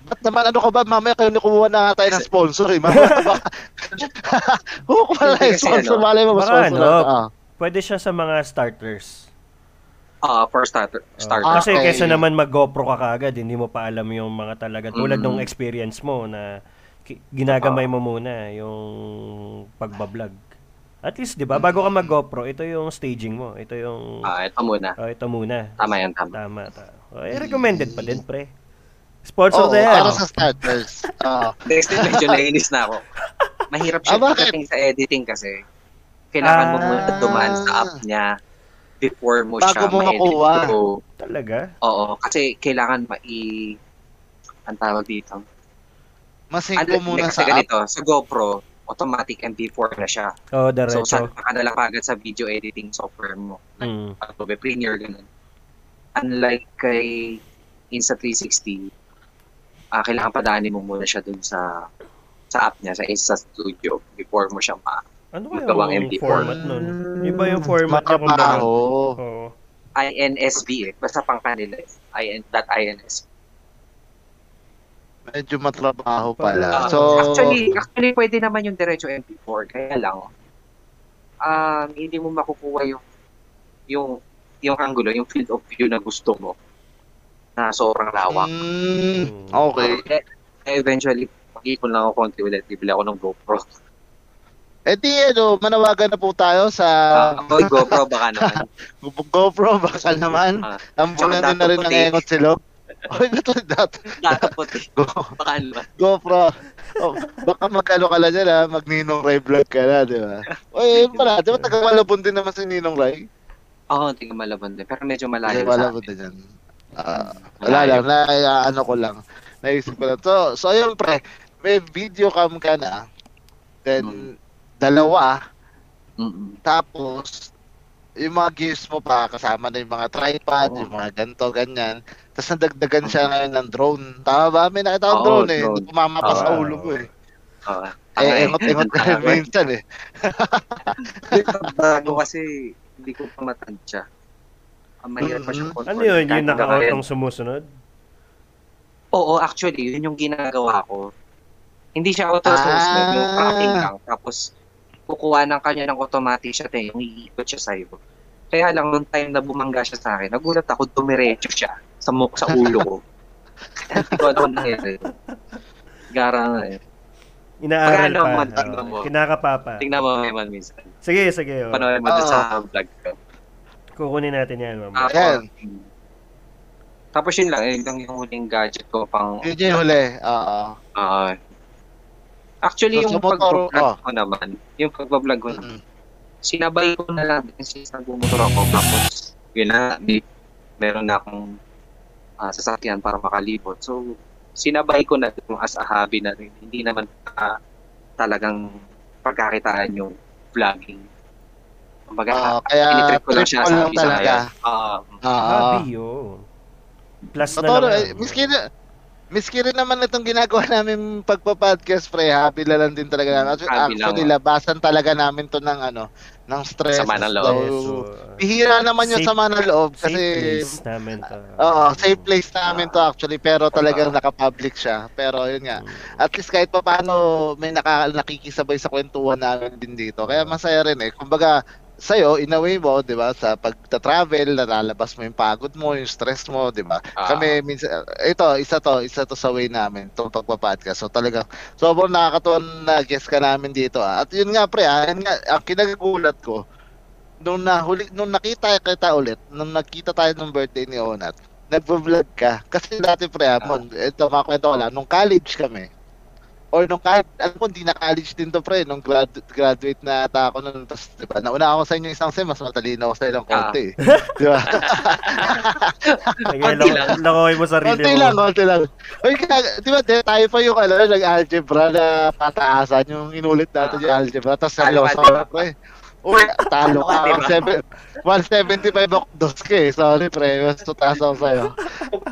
Speaker 1: Ba't naman ano ka ba, mamaya kayo nakuha na nga tayo ng sponsor eh. Mamaya baka... Huwag pala
Speaker 3: Hindi
Speaker 1: yung
Speaker 3: kasi
Speaker 1: sponsor,
Speaker 3: ano,
Speaker 1: malay mo
Speaker 2: baka
Speaker 1: sponsor.
Speaker 2: ano,
Speaker 1: ah.
Speaker 2: Pwede siya sa mga starters.
Speaker 3: Ah, for starter.
Speaker 2: Oo.
Speaker 3: starter.
Speaker 2: Kasi
Speaker 1: Okay.
Speaker 2: kesa naman mag-GoPro ka kagad, hindi mo pa alam yung mga talaga. Tulad
Speaker 3: Mm. Ah.
Speaker 2: nung experience mo na ki- ginagamay mo muna yung pagbablog. At least, di ba, bago ka mag-GoPro, ito yung staging mo. Ito yung,
Speaker 3: Ah, ito muna.
Speaker 2: oh, ito muna.
Speaker 3: Tama yan, tama.
Speaker 2: Tama, ta. Oh, eh, recommended pa din, pre. Sponsor
Speaker 3: Oh,
Speaker 1: Oo,
Speaker 2: na yan.
Speaker 3: ano
Speaker 1: para sa starters. Ah.
Speaker 3: Next time, medyo nainis na ako. Mahirap siya
Speaker 1: Ah, bakit?
Speaker 3: pagdating sa editing kasi. Kailangan mo
Speaker 2: Ah.
Speaker 3: muna dumaan sa app niya before mo
Speaker 1: Bago
Speaker 3: siya
Speaker 1: mo makuha.
Speaker 3: So,
Speaker 2: Talaga?
Speaker 3: oo, kasi kailangan mai... Ang tawag dito.
Speaker 1: Masing
Speaker 3: Ano,
Speaker 1: ko muna
Speaker 3: kasi
Speaker 1: sa app.
Speaker 3: ganito, sa GoPro, automatic MP4 na siya.
Speaker 2: Oh,
Speaker 3: So,
Speaker 2: diretso.
Speaker 3: sa ka na lang agad sa video editing software mo. Like,
Speaker 2: Mm.
Speaker 3: Adobe Premiere, ganun. Unlike kay Insta360, ah, kailangan padaanin mo muna siya dun sa sa app niya, sa isa studio before mo siya ma...
Speaker 2: Ano kaya
Speaker 3: Magawang
Speaker 2: yung
Speaker 3: MP4.
Speaker 2: format nun? Iba yung format niya kung
Speaker 1: Makabaho.
Speaker 2: Oo.
Speaker 3: INSB eh. Basta pang kanila eh. IN, that INSB.
Speaker 1: Medyo matrabaho pala.
Speaker 3: Ah,
Speaker 1: So,
Speaker 3: actually, actually, pwede naman yung diretso MP4. Kaya lang, um, hindi mo makukuha yung yung yung angulo, yung field of view na gusto mo na sobrang lawak.
Speaker 1: mm, okay.
Speaker 3: Eh, eventually, mag-ipon lang ako konti ulit. Bibili ako ng GoPro.
Speaker 1: Eh di, ano, manawagan na po tayo sa
Speaker 3: Uh, GoPro baka naman.
Speaker 1: GoPro, baka naman.
Speaker 3: Ah.
Speaker 1: Ang bulan na rin ng
Speaker 3: Dapat-
Speaker 1: engot silog. Oy, natuloy dapat.
Speaker 3: Dapat,
Speaker 1: Go-
Speaker 3: baka naman.
Speaker 1: GoPro. Oh, baka magkano ka lang dyan ha, mag Ninong Ray vlog ka na, di ba? Oy, yun pala, di ba taga-malabon din naman si Ninong Ray?
Speaker 3: Oo, oh, hindi ko malabon din. Pero medyo malayo
Speaker 1: Hindi
Speaker 3: sa
Speaker 1: wala
Speaker 3: amin.
Speaker 1: ko din yan. Ah, wala lang, na, ano ko lang. Naisip ko lang. So, so ayun pre, may video cam ka na,
Speaker 3: Hmm.
Speaker 1: then, dalawa,
Speaker 3: Mm-mm.
Speaker 1: tapos, yung mga gears mo pa, kasama na yung mga tripod,
Speaker 3: Oo.
Speaker 1: yung mga ganito, ganyan. Tapos nadagdagan siya ngayon ng drone. Tama ba? May nakita akong
Speaker 3: Oo,
Speaker 1: drone eh.
Speaker 3: drone.
Speaker 1: Hindi ko mamapa sa
Speaker 2: Oo.
Speaker 1: ulo ko eh.
Speaker 3: Oo.
Speaker 1: Eh, engot-engot ka rin
Speaker 3: Tama.
Speaker 1: minsan eh.
Speaker 3: Bago kasi hindi ko pa matantya. Ang mahirap pa siyang
Speaker 1: Mhm.
Speaker 3: control.
Speaker 2: Ano yun? Yung
Speaker 3: Kahit
Speaker 2: naka-out
Speaker 3: nakarin.
Speaker 2: ang sumusunod?
Speaker 3: Oo, actually, yun yung ginagawa ko. Hindi siya auto-susunod yung
Speaker 1: Ah.
Speaker 3: tracking lang. Tapos, kukuha ng kanya ng automatic siya, te, yung iikot siya sa'yo. Kaya lang, nung time na bumangga siya sa akin, nagulat ako, dumiretso siya sa, mu- sa ulo ko. Hindi ko alam na yun. Gara nga eh.
Speaker 2: Inaaral
Speaker 3: Magkano ang
Speaker 2: pa.
Speaker 3: monthly
Speaker 2: Oo.
Speaker 3: mo?
Speaker 2: Kinakapapa.
Speaker 3: Tingnan mo may man minsan.
Speaker 2: Sige, sige. oo.
Speaker 3: Panoorin mo doon sa vlog ko.
Speaker 2: Kukunin natin yan, mama.
Speaker 3: Ako.
Speaker 1: Ayan.
Speaker 3: Ah, Tapos yun lang, yun lang yung huling gadget ko pang...
Speaker 1: Yun yung huli. Oo.
Speaker 3: ah, actually,
Speaker 1: So, sa
Speaker 3: yung
Speaker 1: motor, ah.
Speaker 3: pag-vlog ko naman, yung pag-vlog ko,
Speaker 1: Mm.
Speaker 3: sinabay ko na lang din since nagmumotor ako. Tapos, yun na, may, meron na akong ah, sasakyan para makalibot. So, sinabay ko na yung as a hobby na rin. Hindi naman ah, talagang pagkakitaan yung vlogging. Kumbaga,
Speaker 1: Ah, kaya
Speaker 3: initrip ko lang
Speaker 1: trip
Speaker 3: siya
Speaker 1: ko
Speaker 3: sa
Speaker 1: lang
Speaker 3: isa
Speaker 1: talaga.
Speaker 3: ngayon. Ah,
Speaker 1: Oo.
Speaker 2: Happy, oh. Plus na
Speaker 1: Totoo,
Speaker 2: lang.
Speaker 1: eh,
Speaker 2: yan.
Speaker 1: miski na, miski rin naman itong ginagawa namin pagpa-podcast, pre, happy na lang din talaga namin. Actually,
Speaker 3: Happy lang,
Speaker 1: actually
Speaker 3: oh.
Speaker 1: labasan talaga namin to ng ano, ng stress.
Speaker 3: Sama ng
Speaker 2: Yes,
Speaker 3: loob.
Speaker 1: So,
Speaker 2: oo.
Speaker 1: Bihira naman yung
Speaker 2: Safe-
Speaker 1: sama ng loob oh. kasi
Speaker 2: safe place namin to.
Speaker 1: Oo, safe place namin
Speaker 3: Ah.
Speaker 1: to actually, pero talagang naka-public siya. Pero yun
Speaker 2: Mm.
Speaker 1: nga, at least kahit pa paano may naka, nakikisabay sa kwentuhan namin din dito. Kaya masaya rin eh. Kumbaga, sa'yo, in a way mo, di ba, sa pagta-travel, nalalabas mo yung pagod mo, yung stress mo, di ba?
Speaker 3: Ah.
Speaker 1: Kami, minsan, eh, ito, isa to, isa to sa way namin, itong pagpa-podcast. So talagang, sobrang nakakatuwa na guest ka namin dito. Ah. At yun nga, pre, ah, yun nga, ang kinagagulat ko, nung, nahuli, nung nakita kita ulit, nung nakita tayo nung birthday ni Onat, nagvo-vlog ka. Kasi dati pre, ah, Mon, ito makakwento ko lang, nung college kami, or nung college, alam ko hindi na college din to pre, nung grad, graduate na ata ako nun, tapos diba, nauna ako sa inyo isang sem, mas matalino ako sa ilang konti eh. diba?
Speaker 2: Sige,
Speaker 3: Konti
Speaker 2: lang.
Speaker 3: lang.
Speaker 2: Lakoy mo sarili
Speaker 1: konti
Speaker 2: mo.
Speaker 1: lang, oh. konti lang. Uy, kaya- diba, de, tayo pa yung ano, nag-algebra na pataasan, yung inulit natin yung algebra, tapos
Speaker 3: Talo ka,
Speaker 1: seryoso
Speaker 3: diba?
Speaker 1: ka pre. Uy, talo
Speaker 3: Talo ka, diba?
Speaker 1: ka, 175 ako dos ka eh, sorry pre, mas tutaas ako sa'yo.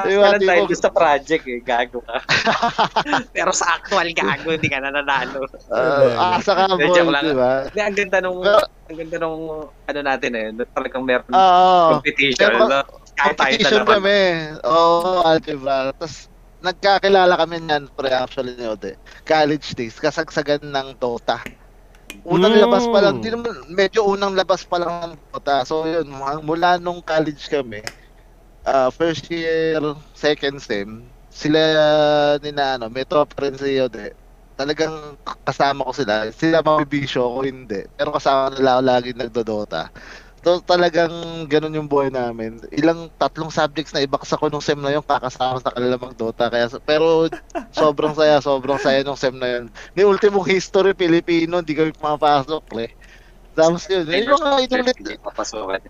Speaker 3: Di
Speaker 1: Diba,
Speaker 3: ka
Speaker 1: di
Speaker 3: lang tayo
Speaker 1: mo-
Speaker 3: sa project eh, gago ka. Pero sa actual gago, hindi ka na nanalo.
Speaker 1: Uh, asa ka,
Speaker 3: Medyo
Speaker 1: boy,
Speaker 3: lang.
Speaker 1: diba?
Speaker 3: Hindi, ang ganda nung,
Speaker 1: Pero-
Speaker 3: ang ganda nung, ano natin eh, na talagang meron
Speaker 1: Oo.
Speaker 3: competition.
Speaker 1: Pero-
Speaker 3: no? Kahit tayo na
Speaker 1: Competition
Speaker 3: naman.
Speaker 1: kami. Oo, oh, algebra. Tapos, nagkakilala kami niyan, pre, actually, ni Ode. College days, kasagsagan ng Dota. Unang
Speaker 2: Mm.
Speaker 1: labas pa lang, di naman, medyo unang labas pa lang ng Dota. So, yun, mga- mula nung college kami, ah, first year, second sem, sila ni na ano, may top friend si Ode. Talagang kasama ko sila. Sila mabibisyo ko hindi. Pero kasama nila ako lagi nagdodota. So talagang ganun yung buhay namin. Ilang tatlong subjects na ibaksak ko nung sem na yun kakasama sa kanila magdota. Kaya pero sobrang saya, sobrang saya nung sem na yun. Ni ultimong history Pilipino, hindi kami pumapasok, pre. Tapos yun, yun yung mga inulit,
Speaker 3: Hindi papasokan.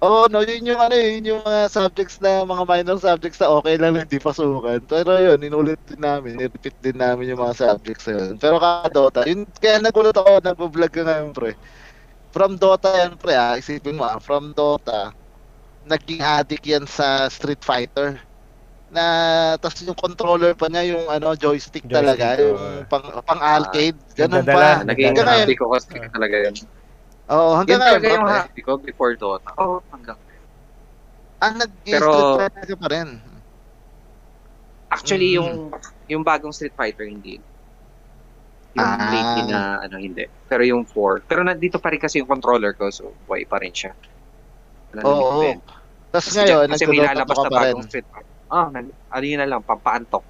Speaker 1: Oo, no, yun yung ano, yun yung mga subjects na, mga minor subjects na okay lang, hindi pasukan. Pero yun, inulit din namin, repeat din namin yung mga subjects na yun. Pero kaya Dota, yun, kaya nagulat ako, nagbablog ka ngayon, pre. From Dota yan, pre, ah, isipin mo, ah, from Dota, naging addict yan sa Street Fighter. na tapos yung controller pa niya yung ano joystick,
Speaker 2: Joystick,
Speaker 1: talaga
Speaker 2: oo. Ah,
Speaker 1: yung pang, pang arcade ganun
Speaker 2: Nagdadala,
Speaker 1: pa
Speaker 3: Naging
Speaker 1: hanggang ngayon
Speaker 3: hobby ko kasi talaga yun.
Speaker 1: oo hanggang
Speaker 3: Yun
Speaker 1: ngayon
Speaker 3: talaga yung
Speaker 1: pre.
Speaker 3: hobby ko before Dota. Oo, hanggang.
Speaker 1: ang ah, nag-street
Speaker 3: Pero-
Speaker 1: fighter pa rin
Speaker 3: Actually,
Speaker 1: Mm.
Speaker 3: yung yung bagong Street Fighter, hindi. Yung
Speaker 1: Ah.
Speaker 3: lately na, ano, hindi. Pero yung 4. Pero nandito pa rin kasi yung controller ko, so why pa rin siya. Wala
Speaker 1: oo
Speaker 3: namang
Speaker 1: oo
Speaker 3: event.
Speaker 1: tapos
Speaker 3: Kasi,
Speaker 1: ngayon
Speaker 3: kasi may
Speaker 1: nagdodota
Speaker 3: lalabas
Speaker 1: ka
Speaker 3: na
Speaker 1: pa rin
Speaker 3: bagong Street Fighter. Ah, nan- ano yun na lang, pampaantok.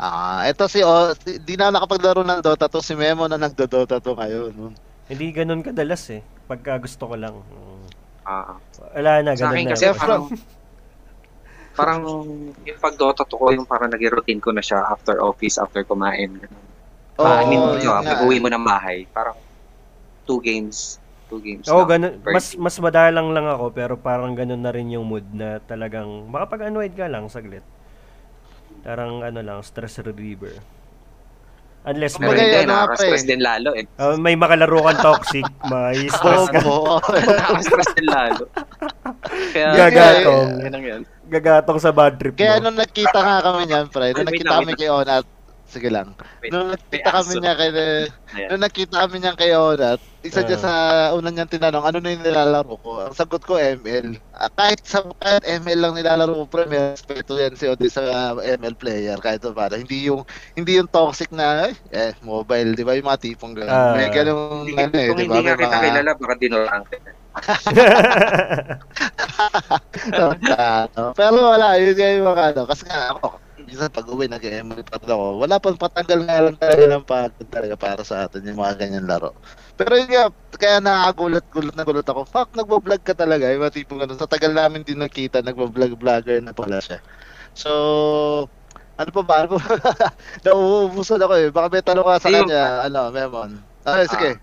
Speaker 1: ah eto si oh, si- di na nakapaglaro ng Dota 2 si Memo na nagdo-Dota 2 ngayon no?
Speaker 2: Hindi ganun kadalas eh. Pagka gusto ko lang. Mm.
Speaker 3: Ah.
Speaker 2: Wala na,
Speaker 3: Sa
Speaker 2: ganun
Speaker 3: akin
Speaker 2: na.
Speaker 3: kasi
Speaker 1: Yeah,
Speaker 3: parang, parang yung pag Dota to ko, yung parang naging routine ko na siya after office, after kumain. Ganun.
Speaker 1: Oo,
Speaker 3: Ah, I mean,
Speaker 1: yun
Speaker 3: yun,
Speaker 1: nga.
Speaker 3: pag-uwi mo ng bahay, parang two games, two games
Speaker 2: Oo,
Speaker 3: lang.
Speaker 2: ganun.
Speaker 3: per
Speaker 2: Mas,
Speaker 3: day.
Speaker 2: mas madalang lang ako, pero parang ganun na rin yung mood na talagang makapag-unwind ka lang saglit. Parang ano lang, stress reliever. Unless
Speaker 3: Pero
Speaker 1: Kumbaga,
Speaker 2: may,
Speaker 3: hindi,
Speaker 1: ano nga,
Speaker 3: nakaka-stress
Speaker 1: pre.
Speaker 3: din lalo eh.
Speaker 2: ah, may makalaro kang toxic, may stress ka.
Speaker 1: Oo, oo.
Speaker 3: nakaka-stress din lalo. Kaya,
Speaker 2: Gagatong.
Speaker 3: Yun ang yun.
Speaker 2: Gagatong sa bad trip
Speaker 1: Kaya ano,
Speaker 2: mo.
Speaker 1: nung nakita nga kami niyan, pre,
Speaker 3: Ay,
Speaker 1: nung
Speaker 3: wait
Speaker 1: nakita
Speaker 3: lang,
Speaker 1: kami
Speaker 3: wait
Speaker 1: kay Onat, sige lang.
Speaker 3: Wait,
Speaker 1: Nung
Speaker 3: may
Speaker 1: nakita kami
Speaker 3: aso.
Speaker 1: niya kay
Speaker 3: Ayan.
Speaker 1: nung nakita kami niya kay Onat, isa
Speaker 2: Ah.
Speaker 1: niya sa una niyang tinanong, ano na yung nilalaro ko? Ang sagot ko, ML. Ah, Kahit sa kahit ML lang nilalaro ko, pre, may respeto yan si Odi sa ah, ML player. Kahit pa para. Hindi yung, hindi yung toxic na, eh, mobile, di ba? Yung mga tipong gano'n.
Speaker 2: Ah.
Speaker 1: may ganun,
Speaker 3: Hindi-
Speaker 1: ano eh,
Speaker 3: Kung
Speaker 1: di ba?
Speaker 3: hindi nga
Speaker 1: May
Speaker 3: kita
Speaker 1: mga-
Speaker 3: kilala, baka dinurang ka.
Speaker 1: Tama. Pero wala, yun nga yung mga ano. Kasi nga ako, minsan pag uwi, nag-emulate pa rin ako. Wala pang patanggal nga lang talaga ng pagod talaga para sa atin yung mga ganyan laro. Pero yun nga, kaya nakagulat-gulat na gulat ako. Fuck, nagbablog ka talaga. Yung mga tipong ano, sa tagal namin din nakita, nagbablog-vlogger na pala siya. So, ano pa ba? Ano pa ba? Nauubusan ako eh. Baka may tanong ka sa
Speaker 3: Ayun.
Speaker 1: kanya. Ano, Memon? Ah, sige.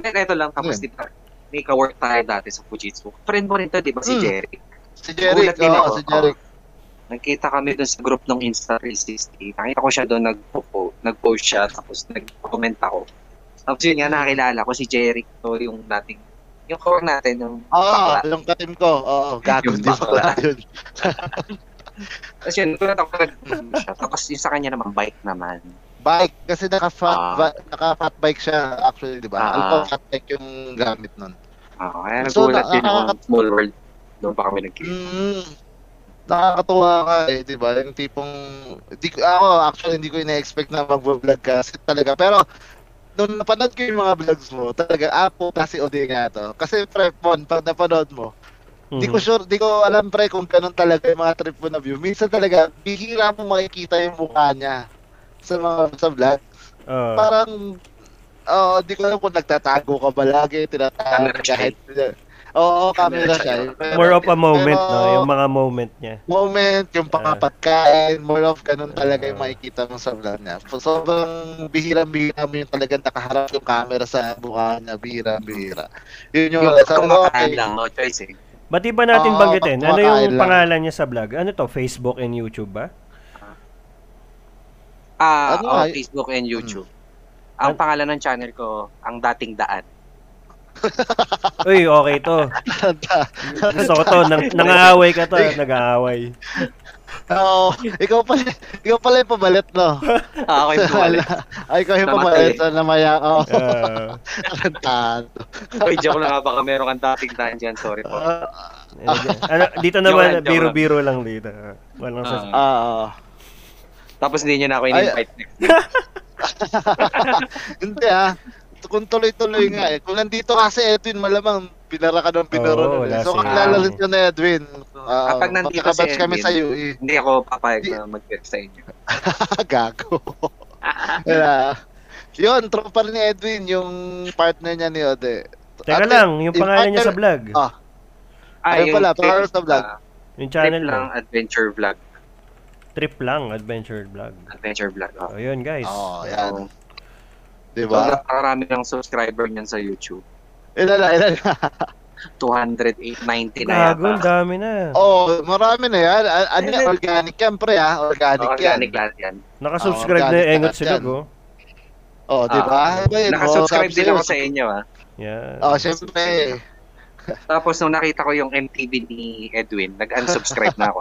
Speaker 3: Then, ito lang, tapos
Speaker 1: Ayun.
Speaker 3: di ba, may ka-work tayo dati sa Fujitsu. Friend mo rin to, di ba, si
Speaker 1: Mm.
Speaker 3: Jerry?
Speaker 1: Si Jerry.
Speaker 3: Gulat din
Speaker 1: Oo,
Speaker 3: ako.
Speaker 1: si Jerry.
Speaker 3: Nagkita kami dun sa group ng Insta360. Nakita ko siya doon nag-post. Nag-post siya, tapos nag-comment ako. Tapos yun nga, nakakilala ko si Jeric to, yung dating, yung core natin, yung
Speaker 1: Oo,
Speaker 3: bakla.
Speaker 1: Ah, yung katim ko. Oo, gago
Speaker 3: Yung
Speaker 1: di bakla yun.
Speaker 3: Tapos yun, tulad ako nag-DM siya. Tapos yung sa kanya naman, bike naman.
Speaker 1: Bike, kasi naka-fat,
Speaker 3: Ah.
Speaker 1: ba- naka-fat bike siya actually, di ba?
Speaker 3: Ah.
Speaker 1: Alpha fat bike yung gamit nun.
Speaker 3: Oo, kaya
Speaker 1: So,
Speaker 3: nagulat din ako.
Speaker 1: nakaka-
Speaker 3: Small world. Doon pa kami nagkita.
Speaker 1: Mm, nakakatuwa ka eh, di ba? Yung tipong, di, ko- ako actually hindi ko ina-expect na mag-vlog ka kasi talaga. Pero, nung napanood ko yung mga vlogs mo, talaga, apo ah, kasi odi nga to. Kasi pre, Pon, pag napanood mo, Di
Speaker 2: Mm-hmm. Mm.
Speaker 1: ko sure, di ko alam pre kung ganun talaga yung mga trip mo na view. Minsan talaga, bihira mo makikita yung mukha niya sa mga sa vlog.
Speaker 2: Ah,
Speaker 1: parang oh, di ko alam kung nagtatago ka ba lagi, tinatago
Speaker 3: Camera shy.
Speaker 1: kahit Oo, camera
Speaker 3: Camera
Speaker 1: siya.
Speaker 3: shy.
Speaker 2: more of a moment,
Speaker 1: pero-
Speaker 2: no? Yung mga moment niya.
Speaker 1: moment, yung pangapatkain, more of ganun talaga yung makikita mo sa vlog niya. So, sobrang bihira-bihira mo yung talagang nakaharap yung camera sa mukha niya, bihira-bihira. Yun yung,
Speaker 3: Yung
Speaker 1: sabi ko,
Speaker 3: kumakaan
Speaker 1: okay.
Speaker 3: lang, no choice eh.
Speaker 2: Ba't iba natin
Speaker 1: Oo,
Speaker 2: banggitin? Ano
Speaker 1: kumakain
Speaker 2: yung
Speaker 1: lang.
Speaker 2: pangalan niya sa vlog? Ano to? Facebook and YouTube ba?
Speaker 3: Ah,
Speaker 1: Ano
Speaker 3: oo,
Speaker 1: ay-
Speaker 3: Facebook and YouTube.
Speaker 1: Ano?
Speaker 3: Ang pangalan ng channel ko, ang dating daan.
Speaker 2: Uy, okay to. Gusto ko to. Nang, nangaaway ka to. Nag-aaway.
Speaker 1: Oo, ikaw pala, ikaw pala yung pabalit, no?
Speaker 3: Ah, okay, bumalit.
Speaker 1: Ay, ikaw yung
Speaker 3: Namatay.
Speaker 1: pabalit sa namaya. Oo, oh,
Speaker 2: Ah,
Speaker 3: Uy, joke lang ha, baka meron kang dating daan dyan, sorry
Speaker 1: Ah.
Speaker 3: po.
Speaker 2: ano, dito
Speaker 3: Joke lang,
Speaker 2: naman,
Speaker 3: joke
Speaker 2: biro-biro lang dito. Walang sa...
Speaker 3: Ah,
Speaker 1: Oo.
Speaker 3: tapos hindi nyo na ako in-invite next week.
Speaker 1: Hindi ah. Kung tuloy-tuloy nga eh. Kung nandito ka si Edwin, malamang pinara ka ng pinara.
Speaker 2: Oo,
Speaker 1: nun
Speaker 2: wala
Speaker 1: eh. so,
Speaker 2: si-
Speaker 1: kakilala rin ka na Edwin. Uh,
Speaker 3: Kapag nandito si Edwin.
Speaker 1: kami eh. sa UE.
Speaker 3: Hindi ako papayag na mag-guest sa inyo.
Speaker 1: Gago. Wala. Yun, tropa ni Edwin, yung partner niya ni Ode.
Speaker 2: Teka
Speaker 1: At-
Speaker 2: lang, yung
Speaker 1: in
Speaker 2: pangalan niya sa
Speaker 1: partner-
Speaker 2: vlog.
Speaker 1: Ah, Ayun
Speaker 3: yung
Speaker 1: pala,
Speaker 3: trip,
Speaker 1: pangalan sa vlog.
Speaker 3: ah,
Speaker 2: Yung
Speaker 3: trip
Speaker 2: channel
Speaker 3: lang,
Speaker 2: lang.
Speaker 3: adventure vlog.
Speaker 2: Trip lang, adventure vlog.
Speaker 3: Adventure vlog. Oh.
Speaker 2: So, yun guys.
Speaker 1: Oo, oh, yan.
Speaker 3: So,
Speaker 1: Diba?
Speaker 3: sobrang karami ng subscriber niyan sa YouTube.
Speaker 1: Ilan na, ilan na.
Speaker 3: 290 na
Speaker 2: Gago, ang
Speaker 3: yata.
Speaker 2: dami na.
Speaker 1: Oo, oh, marami na yan. A- Ano yan, organic yan, pre ah. Organic, yan.
Speaker 3: Organic lahat Oh, yan.
Speaker 2: Nakasubscribe
Speaker 1: Oo,
Speaker 2: na yung
Speaker 1: galing
Speaker 2: Engot
Speaker 1: lahat
Speaker 2: Silog,
Speaker 1: yan.
Speaker 2: oh.
Speaker 1: Oo, oh, diba?
Speaker 3: Ah,
Speaker 1: Ano ba yun?
Speaker 3: Nakasubscribe
Speaker 1: Oh,
Speaker 3: din ako
Speaker 1: sabi
Speaker 3: sa inyo ah.
Speaker 2: Yan.
Speaker 1: Oo, syempre.
Speaker 3: Tapos nung nakita ko yung MTV ni Edwin, nag-unsubscribe na ako.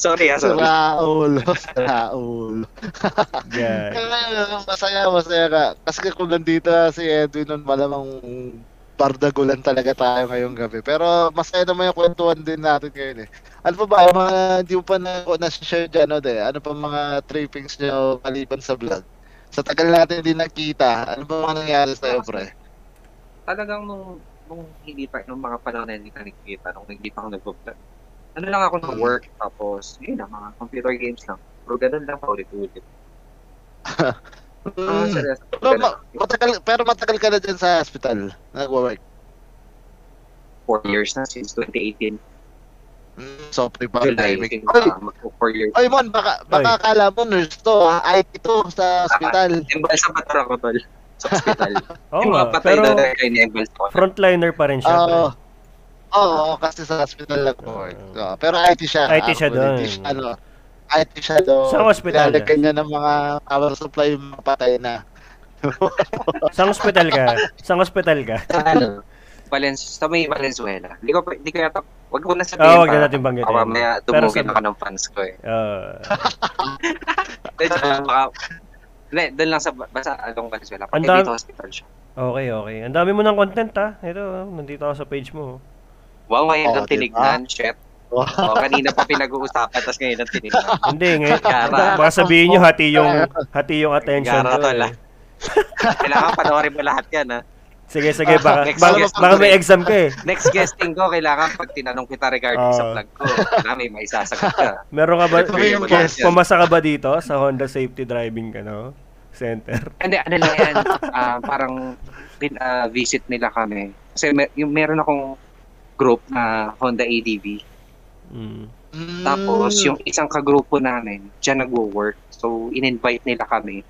Speaker 3: sorry ah, sorry.
Speaker 1: Sira ulo. Sira ulo.
Speaker 2: Yeah.
Speaker 1: Kaya, Ah, masaya, masaya ka. Kasi kung nandito si Edwin nun, malamang bardagulan talaga tayo ngayong gabi. Pero masaya naman yung kwentuhan din natin ngayon eh. Ano pa ba, yung mga di mo pa na, na-share dyan, ano, de, ano pa mga trippings nyo maliban sa vlog? Sa tagal natin hindi nakita, ano pa mga nangyari sa'yo, pre?
Speaker 3: Talagang nung, nung hindi pa, nung mga panahon na hindi ka nakikita, nung hindi pa ako nag-vlog, ano lang ako ng work, tapos yun lang, mga computer games lang. Pero ganun lang paulit-ulit. Ah,
Speaker 1: Mm.
Speaker 3: seryoso.
Speaker 1: pero,
Speaker 3: Ganun.
Speaker 1: ma- matagal, pero matagal ka na dyan sa hospital, nag-work.
Speaker 3: Four years na since 2018.
Speaker 1: Mm, so,
Speaker 3: July,
Speaker 1: pre-pandemic. Ay,
Speaker 3: uh, magpo four years.
Speaker 1: Oy, Mon, baka, baka akala mo nurse to, ha? IT to sa hospital.
Speaker 3: Embal sa Batara ko, tol. Sa hospital.
Speaker 2: Oo
Speaker 3: yung mga
Speaker 2: nga,
Speaker 3: patay
Speaker 2: pero
Speaker 3: na rin kayo ni Embal ko.
Speaker 2: frontliner pa rin siya.
Speaker 1: Oo.
Speaker 2: pre.
Speaker 1: Ah, Oo, kasi sa hospital lang po. So, pero IT siya.
Speaker 2: IT siya
Speaker 1: Actually,
Speaker 2: doon.
Speaker 1: IT siya, ano, IT siya doon.
Speaker 2: Sa hospital
Speaker 1: Nilalagyan niya ng mga power supply yung mapatay na.
Speaker 2: Sang hospital ka? Sang hospital ka?
Speaker 3: Sa ano? Valens, sa may Valenzuela. Hindi ko, pa- hindi ko yata, wag ko na sabihin.
Speaker 2: Oo, wag na
Speaker 3: para-
Speaker 2: natin banggitin.
Speaker 3: Baka Ah, mamaya
Speaker 2: Pero Ah,
Speaker 3: dumugin
Speaker 2: sabi-
Speaker 3: ako ng fans ko eh.
Speaker 2: Oo.
Speaker 3: Then, baka, hindi, doon lang sa, basta along Valenzuela. Kasi
Speaker 2: Ang dam-
Speaker 3: dito hospital siya.
Speaker 2: okay, okay. Ang dami mo ng content ha. Ito, ah, nandito ako sa page mo.
Speaker 3: Wow, ngayon
Speaker 1: Oo,
Speaker 3: lang
Speaker 2: diba?
Speaker 3: tinignan, shit.
Speaker 1: Wow.
Speaker 3: Oo, kanina pa pinag-uusapan, tapos ngayon lang tinignan.
Speaker 2: Hindi, ngayon.
Speaker 3: Gara.
Speaker 2: Baka sabihin nyo, hati yung, hati yung attention
Speaker 3: Gara
Speaker 2: ko.
Speaker 3: tol,
Speaker 2: eh.
Speaker 3: ah. Kailangan panoorin mo lahat yan, ha?
Speaker 2: Sige, sige, baka,
Speaker 3: Next
Speaker 2: baka,
Speaker 3: guest.
Speaker 2: baka may exam ka eh.
Speaker 3: Next guesting ko, kailangan pag tinanong kita regarding sa
Speaker 2: Oo.
Speaker 3: vlog ko, na may maisasagot ka.
Speaker 2: Meron ka ba,
Speaker 1: Ito yung
Speaker 2: pum-
Speaker 1: guest.
Speaker 2: pumasa ka ba dito sa Honda Safety Driving ka, no? Center.
Speaker 3: Hindi, ano lang yan, ah, parang pin, ah, visit nila kami. Kasi mer- yung meron akong group na Honda ADV.
Speaker 2: Mm.
Speaker 1: Mm.
Speaker 3: Tapos yung isang kagrupo namin, dyan nagwo-work. So, in-invite nila kami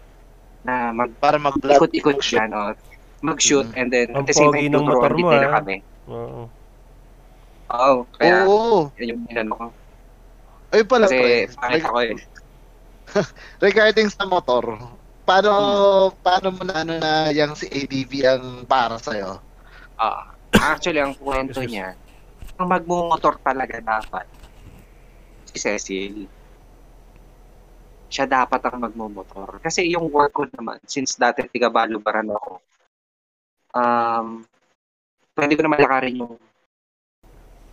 Speaker 3: na
Speaker 1: Para mag-vlog.
Speaker 3: mag-ikot-ikot dyan. Oh, mag-shoot
Speaker 1: Mhm.
Speaker 3: and then
Speaker 2: Mm. Ang
Speaker 3: at the same
Speaker 2: pogi
Speaker 3: time,
Speaker 2: ng
Speaker 3: tuturo
Speaker 2: motor mo,
Speaker 3: nila
Speaker 2: ah.
Speaker 3: kami.
Speaker 2: Oo.
Speaker 3: Oo, Oh, kaya
Speaker 1: Oo.
Speaker 3: yun yung inano ko.
Speaker 1: Ayun pala,
Speaker 3: Kasi
Speaker 1: pre.
Speaker 3: pangit ako eh.
Speaker 1: regarding sa motor, paano, paano mo na, ano, na yung si ADV ang para sa'yo?
Speaker 3: Ah, actually, ang kwento
Speaker 2: Excuse.
Speaker 3: niya, ang magmumotor talaga dapat, si Cecil, siya dapat ang magmumotor. Kasi yung work ko naman, since dati tiga Balubaran ako, um, pwede ko na malakarin yung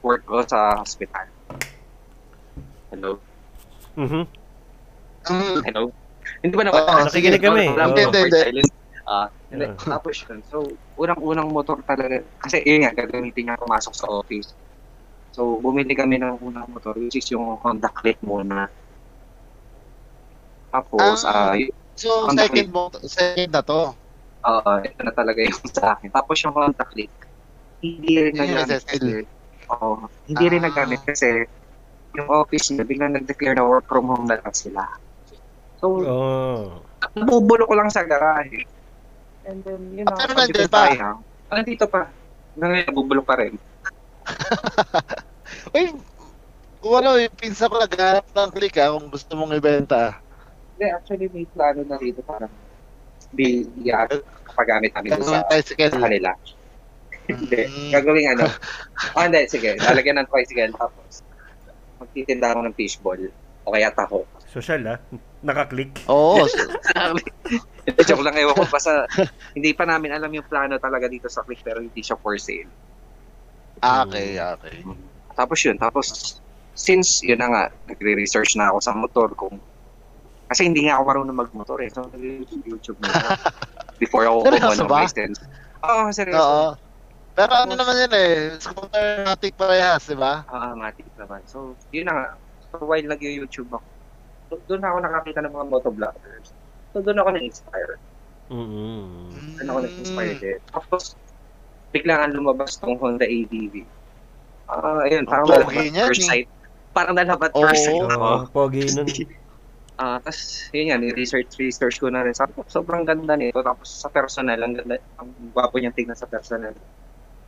Speaker 3: work ko sa hospital. Hello?
Speaker 2: Mhm.
Speaker 1: Mm.
Speaker 3: Hello? Hindi ba naman?
Speaker 1: Oo, Ah, sige.
Speaker 2: Nakikinig kami.
Speaker 3: Wala- wala
Speaker 1: Hindi,
Speaker 3: akong
Speaker 1: hindi, hindi.
Speaker 3: silence. Ah, hindi.
Speaker 2: Yeah.
Speaker 3: Tapos yun. So, unang-unang motor talaga. Kasi yun nga, gagamitin niya pumasok sa office. So, bumili kami ng unang motor, which is yung Honda Click muna. Tapos,
Speaker 1: Ah.
Speaker 3: ah, yun,
Speaker 1: So,
Speaker 3: Ang
Speaker 1: second, motor, second na to.
Speaker 3: ah, ito na talaga yung sa akin. Tapos yung Honda Click, hindi
Speaker 1: Yun
Speaker 3: rin
Speaker 1: yung SSL.
Speaker 3: nagamit kasi, oo, hindi rin
Speaker 1: Ah.
Speaker 3: nagamit kasi yung office niya, biglang nag-declare na work from home na lang sila. So,
Speaker 2: Oo.
Speaker 3: nabubulo ko lang sa garahe. And then, you know,
Speaker 1: Ah, pero
Speaker 3: sabi ko,
Speaker 1: nandun pa.
Speaker 3: "Sayang." Ah, nandito pa. Hanggang ngayon, nabubulo pa rin.
Speaker 1: Uy, wala, yung pinsa ko naghanap ng click ha, kung gusto mong ibenta.
Speaker 3: Hindi, actually, may plano na rito parang di iyan kapagamit namin doon
Speaker 1: Gagawin
Speaker 3: sa,
Speaker 1: tricycle.
Speaker 3: sa kanila. Hindi.
Speaker 1: Mm.
Speaker 3: Gagawin ano. Ah, hindi. Sige. Lalagyan ng tricycle. Tapos, magtitinda ako ng fishball. O kaya taho.
Speaker 2: Social ah. Nakaklik.
Speaker 1: Oo, so-
Speaker 3: Joke lang. Ewan ko. Basta, hindi pa namin alam yung plano talaga dito sa Click pero hindi siya for sale.
Speaker 1: Ah, okay, okay.
Speaker 3: Tapos yun, tapos since yun na nga, nagre-research na ako sa motor kung kasi hindi nga ako marunong magmotor eh. So, nag-YouTube na ako before ako kumuha
Speaker 1: Seryoso
Speaker 3: ng
Speaker 1: ba?
Speaker 3: license. Oo, seryoso.
Speaker 1: Oo. Pero ano naman yun eh, scooter matic parehas, di ba?
Speaker 3: Ah, matik naman. So, yun na nga. So, while nag-YouTube ako, do- doon ako nakakita ng mga motovloggers. So, doon ako na-inspire.
Speaker 2: Mm-hmm.
Speaker 1: Ano
Speaker 3: Doon ako
Speaker 1: Mm,
Speaker 3: na-inspire din. Tapos, biglaan lumabas tong Honda ADV. Ah, ayun, parang
Speaker 1: Ang
Speaker 3: nalabat
Speaker 1: pogi niyan, eh.
Speaker 3: first sight. Parang nalabat
Speaker 1: Oo.
Speaker 3: first sight ako.
Speaker 2: Oo. Pogi nun.
Speaker 3: Ah, tas yun yan, research research ko na rin. Sabi ko, sobrang ganda nito. Tapos sa personal, ang ganda, ang gwapo niya tingnan sa personal.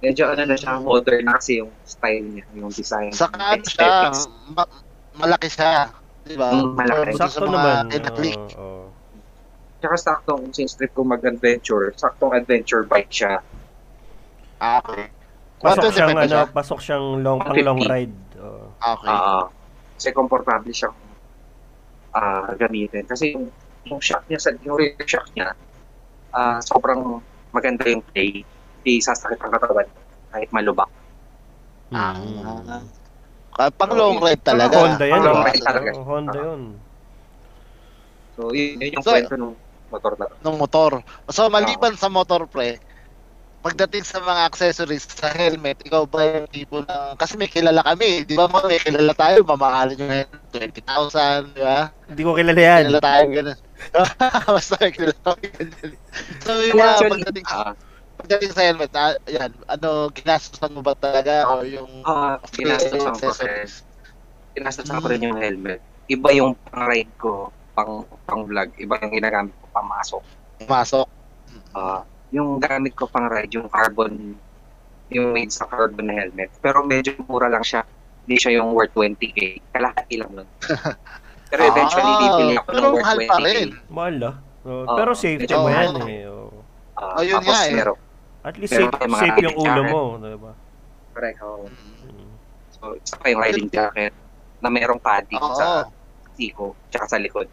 Speaker 3: Medyo ano na siya, modern na kasi yung style niya, yung design.
Speaker 1: Saka ano
Speaker 3: yung
Speaker 1: siya,
Speaker 3: aesthetics.
Speaker 1: ma- malaki siya. Di ba?
Speaker 3: Mm, malaki.
Speaker 1: Compared to
Speaker 2: Sakto
Speaker 1: sa mga
Speaker 2: naman.
Speaker 1: kinaklik.
Speaker 2: Oo, oo.
Speaker 3: Tsaka saktong, since trip ko mag-adventure, saktong adventure bike siya.
Speaker 1: Ah, okay.
Speaker 2: Pasok
Speaker 1: Pwede,
Speaker 2: siyang,
Speaker 1: depende
Speaker 2: ano,
Speaker 1: siya.
Speaker 2: pasok siyang long, pang long ride. Oo.
Speaker 1: Okay.
Speaker 3: Ah, kasi komportable siyang ah gamitin. Kasi yung, yung shock niya, sa, yung rear shock niya, ah sobrang maganda yung play. Hindi sasakit ang katawan kahit malubak.
Speaker 1: Ah.
Speaker 2: Mm.
Speaker 1: Ah, pang long ride talaga.
Speaker 2: Honda yan.
Speaker 1: Pang
Speaker 3: Long
Speaker 2: eh.
Speaker 3: ride talaga.
Speaker 2: Oo, Honda yun.
Speaker 3: So, yun, yun yung
Speaker 1: So,
Speaker 3: kwento ng motor na to.
Speaker 1: ng motor. So maliban sa motor pre, pagdating sa mga accessories sa helmet, ikaw ba yung tipo na kasi may kilala kami, di ba mo may kilala tayo, mamahalin yung helmet 20,000, di ba?
Speaker 2: Hindi ko kilala yan.
Speaker 1: Kilala tayo ganun. Basta may kilala kami. ganun. so yung mga
Speaker 3: Actually,
Speaker 1: pagdating,
Speaker 3: ah,
Speaker 1: pagdating sa helmet, ah, yan, ano, ginastusan mo ba talaga o yung
Speaker 3: ah, ginastos ako rin.
Speaker 1: accessories?
Speaker 3: Ginastos
Speaker 1: Hmm.
Speaker 3: ako rin yung helmet. Iba yung pang-ride ko, pang, pang-vlog. Iba yung ginagamit ko pamasok.
Speaker 1: Masok.
Speaker 3: Ah, yung gamit ko pang ride, yung carbon, yung made sa carbon na helmet. Pero medyo mura lang siya. Hindi siya yung worth 20k. Kalahati lang nun. Pero eventually,
Speaker 1: Ah,
Speaker 3: bibili ako
Speaker 1: pero
Speaker 3: ng worth
Speaker 1: mahal pa
Speaker 3: 20k.
Speaker 1: rin.
Speaker 2: Mahal ah. Oo,
Speaker 1: Oh.
Speaker 3: Oo.
Speaker 2: pero safety
Speaker 1: Oo.
Speaker 2: mo yan eh. Oo.
Speaker 3: Ah,
Speaker 1: Oh, yun
Speaker 3: tapos
Speaker 1: nga eh.
Speaker 3: meron.
Speaker 2: At least
Speaker 3: Pero
Speaker 2: safe,
Speaker 3: may mga
Speaker 2: safe yung
Speaker 3: kapit
Speaker 2: ulo
Speaker 3: yan.
Speaker 2: mo. Diba?
Speaker 3: Correct. oo.
Speaker 2: Mm.
Speaker 3: So, isa pa yung riding jacket na merong padding
Speaker 1: Oo.
Speaker 3: sa siko tsaka sa likod.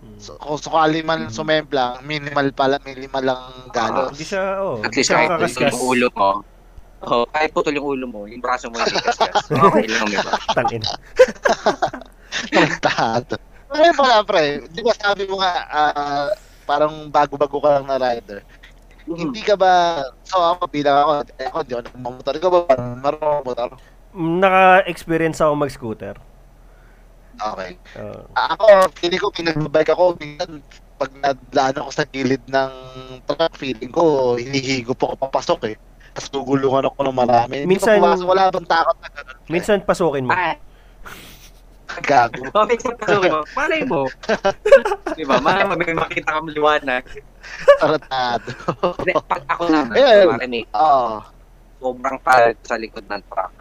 Speaker 2: Mm.
Speaker 1: So, kung sakali man
Speaker 3: Mm.
Speaker 1: sumemplang, minimal pala, minimal lang galos.
Speaker 2: Hindi siya, oh.
Speaker 3: At
Speaker 2: hindi siya
Speaker 3: least kahit putol
Speaker 2: kakaskas.
Speaker 3: yung ulo mo, oh, kahit putol yung ulo mo, yung braso mo hindi kaskas. Okay lang, di ba?
Speaker 2: Tangina.
Speaker 1: Tarantado. Ayun pala, Ano pre. Di ba sabi mo nga, ah, parang bago-bago ka lang na rider.
Speaker 3: Hmm.
Speaker 1: Hindi ka ba, so ako bilang ako, eh, ako di ako nagmamotor. Ikaw ba parang marunong ka motor?
Speaker 2: Mm, Naka-experience ako mag-scooter. Oh.
Speaker 1: Okay.
Speaker 2: Oo.
Speaker 1: Ah, ako, feeling ko, pinagbabike ako, minsan, pag nadaan ako sa gilid ng truck, feeling ko, hinihigop ako papasok eh. Tapos gugulungan ako ng marami. Hindi ko
Speaker 2: Minsan-
Speaker 1: pumasok, wala bang takot na ganun.
Speaker 2: Minsan pasukin mo.
Speaker 3: Ah,
Speaker 1: Gago.
Speaker 3: oh, may isang pasukin mo. Malay mo. di ba? Malay mo, may makita kang liwanag.
Speaker 1: Tarantado. Ah.
Speaker 3: Hindi, Pag ako naman,
Speaker 1: Ayun.
Speaker 3: marini,
Speaker 1: Oo.
Speaker 3: sobrang pagod sa likod ng truck.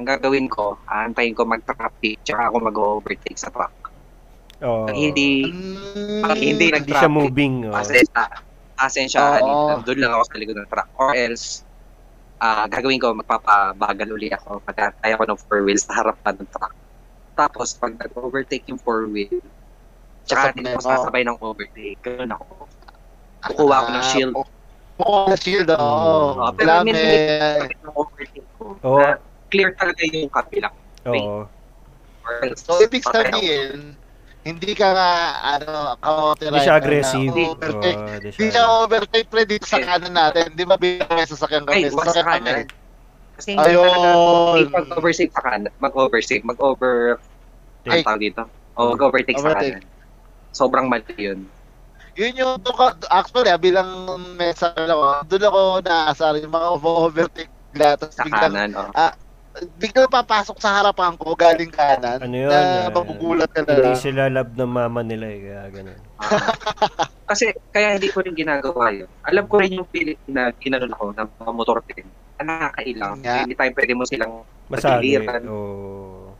Speaker 3: Ang gagawin ko, aantayin ko mag-traffic, tsaka ako mag-overtake sa truck.
Speaker 2: Oo.
Speaker 3: Pag hindi,
Speaker 1: Mm.
Speaker 3: pag
Speaker 2: Oh.
Speaker 3: hindi
Speaker 2: Hindi siya
Speaker 3: nag-traffic,
Speaker 2: moving. oh. oo.
Speaker 3: pasensya, pasensya,
Speaker 1: Oo.
Speaker 3: doon lang ako sa likod ng truck. Or else, ah gagawin ko, magpapabagal uli ako, magkakaya ko ng four wheels sa harapan ng truck. Tapos, pag nag-overtake yung four wheel, tsaka hindi ko
Speaker 1: Sasabay mo.
Speaker 3: sasabay ng overtake. Ganun ako. Kukuha ako ng
Speaker 1: Ah,
Speaker 3: shield.
Speaker 1: oo. Kukuha ng shield, oo. eh,
Speaker 2: Mm.
Speaker 3: Pero
Speaker 1: Grabe.
Speaker 3: may- ng overtake ko.
Speaker 2: Oo.
Speaker 3: na clear talaga yung kapilang.
Speaker 2: Oo.
Speaker 3: Or else,
Speaker 1: So, ibig
Speaker 3: patay ako.
Speaker 1: sabihin, hindi ka nga, ano, kamote
Speaker 2: Hindi siya aggressive.
Speaker 1: Hindi
Speaker 2: Oo, Hindi
Speaker 1: Hindi siya overtake pre dito sa kanan natin. Di ba bilang may sasakyan kami?
Speaker 3: Ay, wag sa
Speaker 1: Sasakyan kami.
Speaker 3: kanan. Kasi hindi talaga-
Speaker 1: Ayun.
Speaker 3: hindi mag-oversave sa kanan. Mag-oversave. Mag-over...
Speaker 1: Ay.
Speaker 3: Ang tawag dito? O, mag-overtake sa
Speaker 1: Overtake.
Speaker 3: kanan. Sobrang mali yun.
Speaker 1: Yun yung, doon ka- actually, ah, bilang may sasakyan ako, doon ako naasar yung mga overtake bigla. Tapos
Speaker 3: Sa
Speaker 1: biglang,
Speaker 3: kanan, o.
Speaker 1: biglang papasok sa harapan ko galing kanan.
Speaker 2: Ano yun?
Speaker 1: Na
Speaker 2: ah,
Speaker 1: magugulat ka na
Speaker 2: Hindi
Speaker 1: lang.
Speaker 2: sila love ng mama nila eh. Kaya ganun.
Speaker 3: Ah. kasi, kaya hindi ko rin ginagawa yun. Alam ko rin yung feeling na ginanon ako ng mga motor din. Ang nakakailang.
Speaker 1: Nga.
Speaker 3: Hindi tayo pwede mo silang...
Speaker 2: Masali.
Speaker 3: Pagiliran.
Speaker 2: Oo.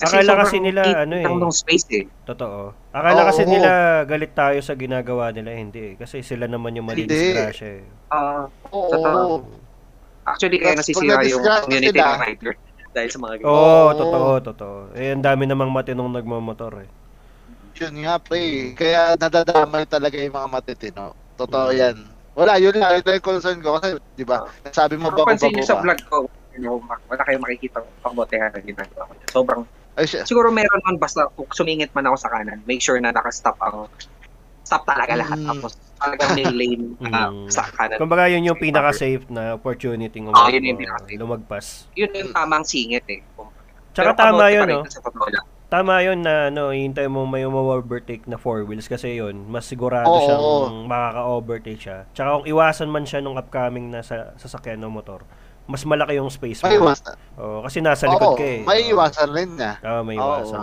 Speaker 3: Kasi
Speaker 2: Akala
Speaker 3: sobrang
Speaker 2: kasi nila,
Speaker 3: liit
Speaker 2: ano eh.
Speaker 3: lang ng space eh.
Speaker 2: Totoo. Akala kasi
Speaker 1: Oo.
Speaker 2: nila galit tayo sa ginagawa nila. eh, Hindi eh. Kasi sila naman yung
Speaker 1: Hindi. Oh.
Speaker 2: malidisgrasya eh.
Speaker 3: Ah,
Speaker 1: Oo.
Speaker 3: actually, kaya
Speaker 1: Tapos pag
Speaker 3: nasisira yung
Speaker 1: na-disgrace
Speaker 3: community
Speaker 1: sila-
Speaker 3: ng rider. Dahil sa mga ganyan.
Speaker 2: Oo,
Speaker 1: Oo.
Speaker 2: totoo, totoo. Eh, ang dami namang matinong nagmamotor eh.
Speaker 1: Yun nga, pre. Kaya nadadamay talaga yung mga matitino. Totoo yan. Wala, yun lang. Yun lang yung concern ko. Kasi, di ba, sabi mo
Speaker 3: Kung
Speaker 1: ba
Speaker 3: pansin
Speaker 1: kung
Speaker 3: nyo sa
Speaker 1: ba?
Speaker 3: vlog ko, ano, wala kayong makikita pambotehan na ginagawa ko. Sobrang,
Speaker 1: Ay, siya.
Speaker 3: siguro meron man basta kung sumingit man ako sa kanan, make sure na nakastop ang, stop talaga lahat.
Speaker 1: Mm.
Speaker 3: Tapos talagang may lane ah,
Speaker 2: Mm.
Speaker 3: sa kanan.
Speaker 2: Kumbaga yun yung pinaka-safe na opportunity ng
Speaker 1: Ah,
Speaker 3: Oo, yun yung pinaka-safe.
Speaker 2: lumagpas.
Speaker 3: Yun yung tamang singit eh. Kung-
Speaker 2: Mm. Tsaka
Speaker 3: Pero
Speaker 2: tama
Speaker 3: kamote
Speaker 2: yun,
Speaker 3: pa rin
Speaker 2: no?
Speaker 3: Sa totoo lang.
Speaker 2: Tama yun na ano, hihintay mo may overtake na four wheels kasi yun, mas sigurado
Speaker 1: Oo.
Speaker 2: siyang makaka-overtake siya. Tsaka kung iwasan man siya nung upcoming na sa sasakyan ng motor, mas malaki yung space
Speaker 1: May
Speaker 2: mo.
Speaker 1: iwasan.
Speaker 2: Oo, kasi nasa
Speaker 1: Oo,
Speaker 2: likod ka eh.
Speaker 1: may iwasan rin niya.
Speaker 2: Tama, may
Speaker 1: Oo.
Speaker 2: iwasan.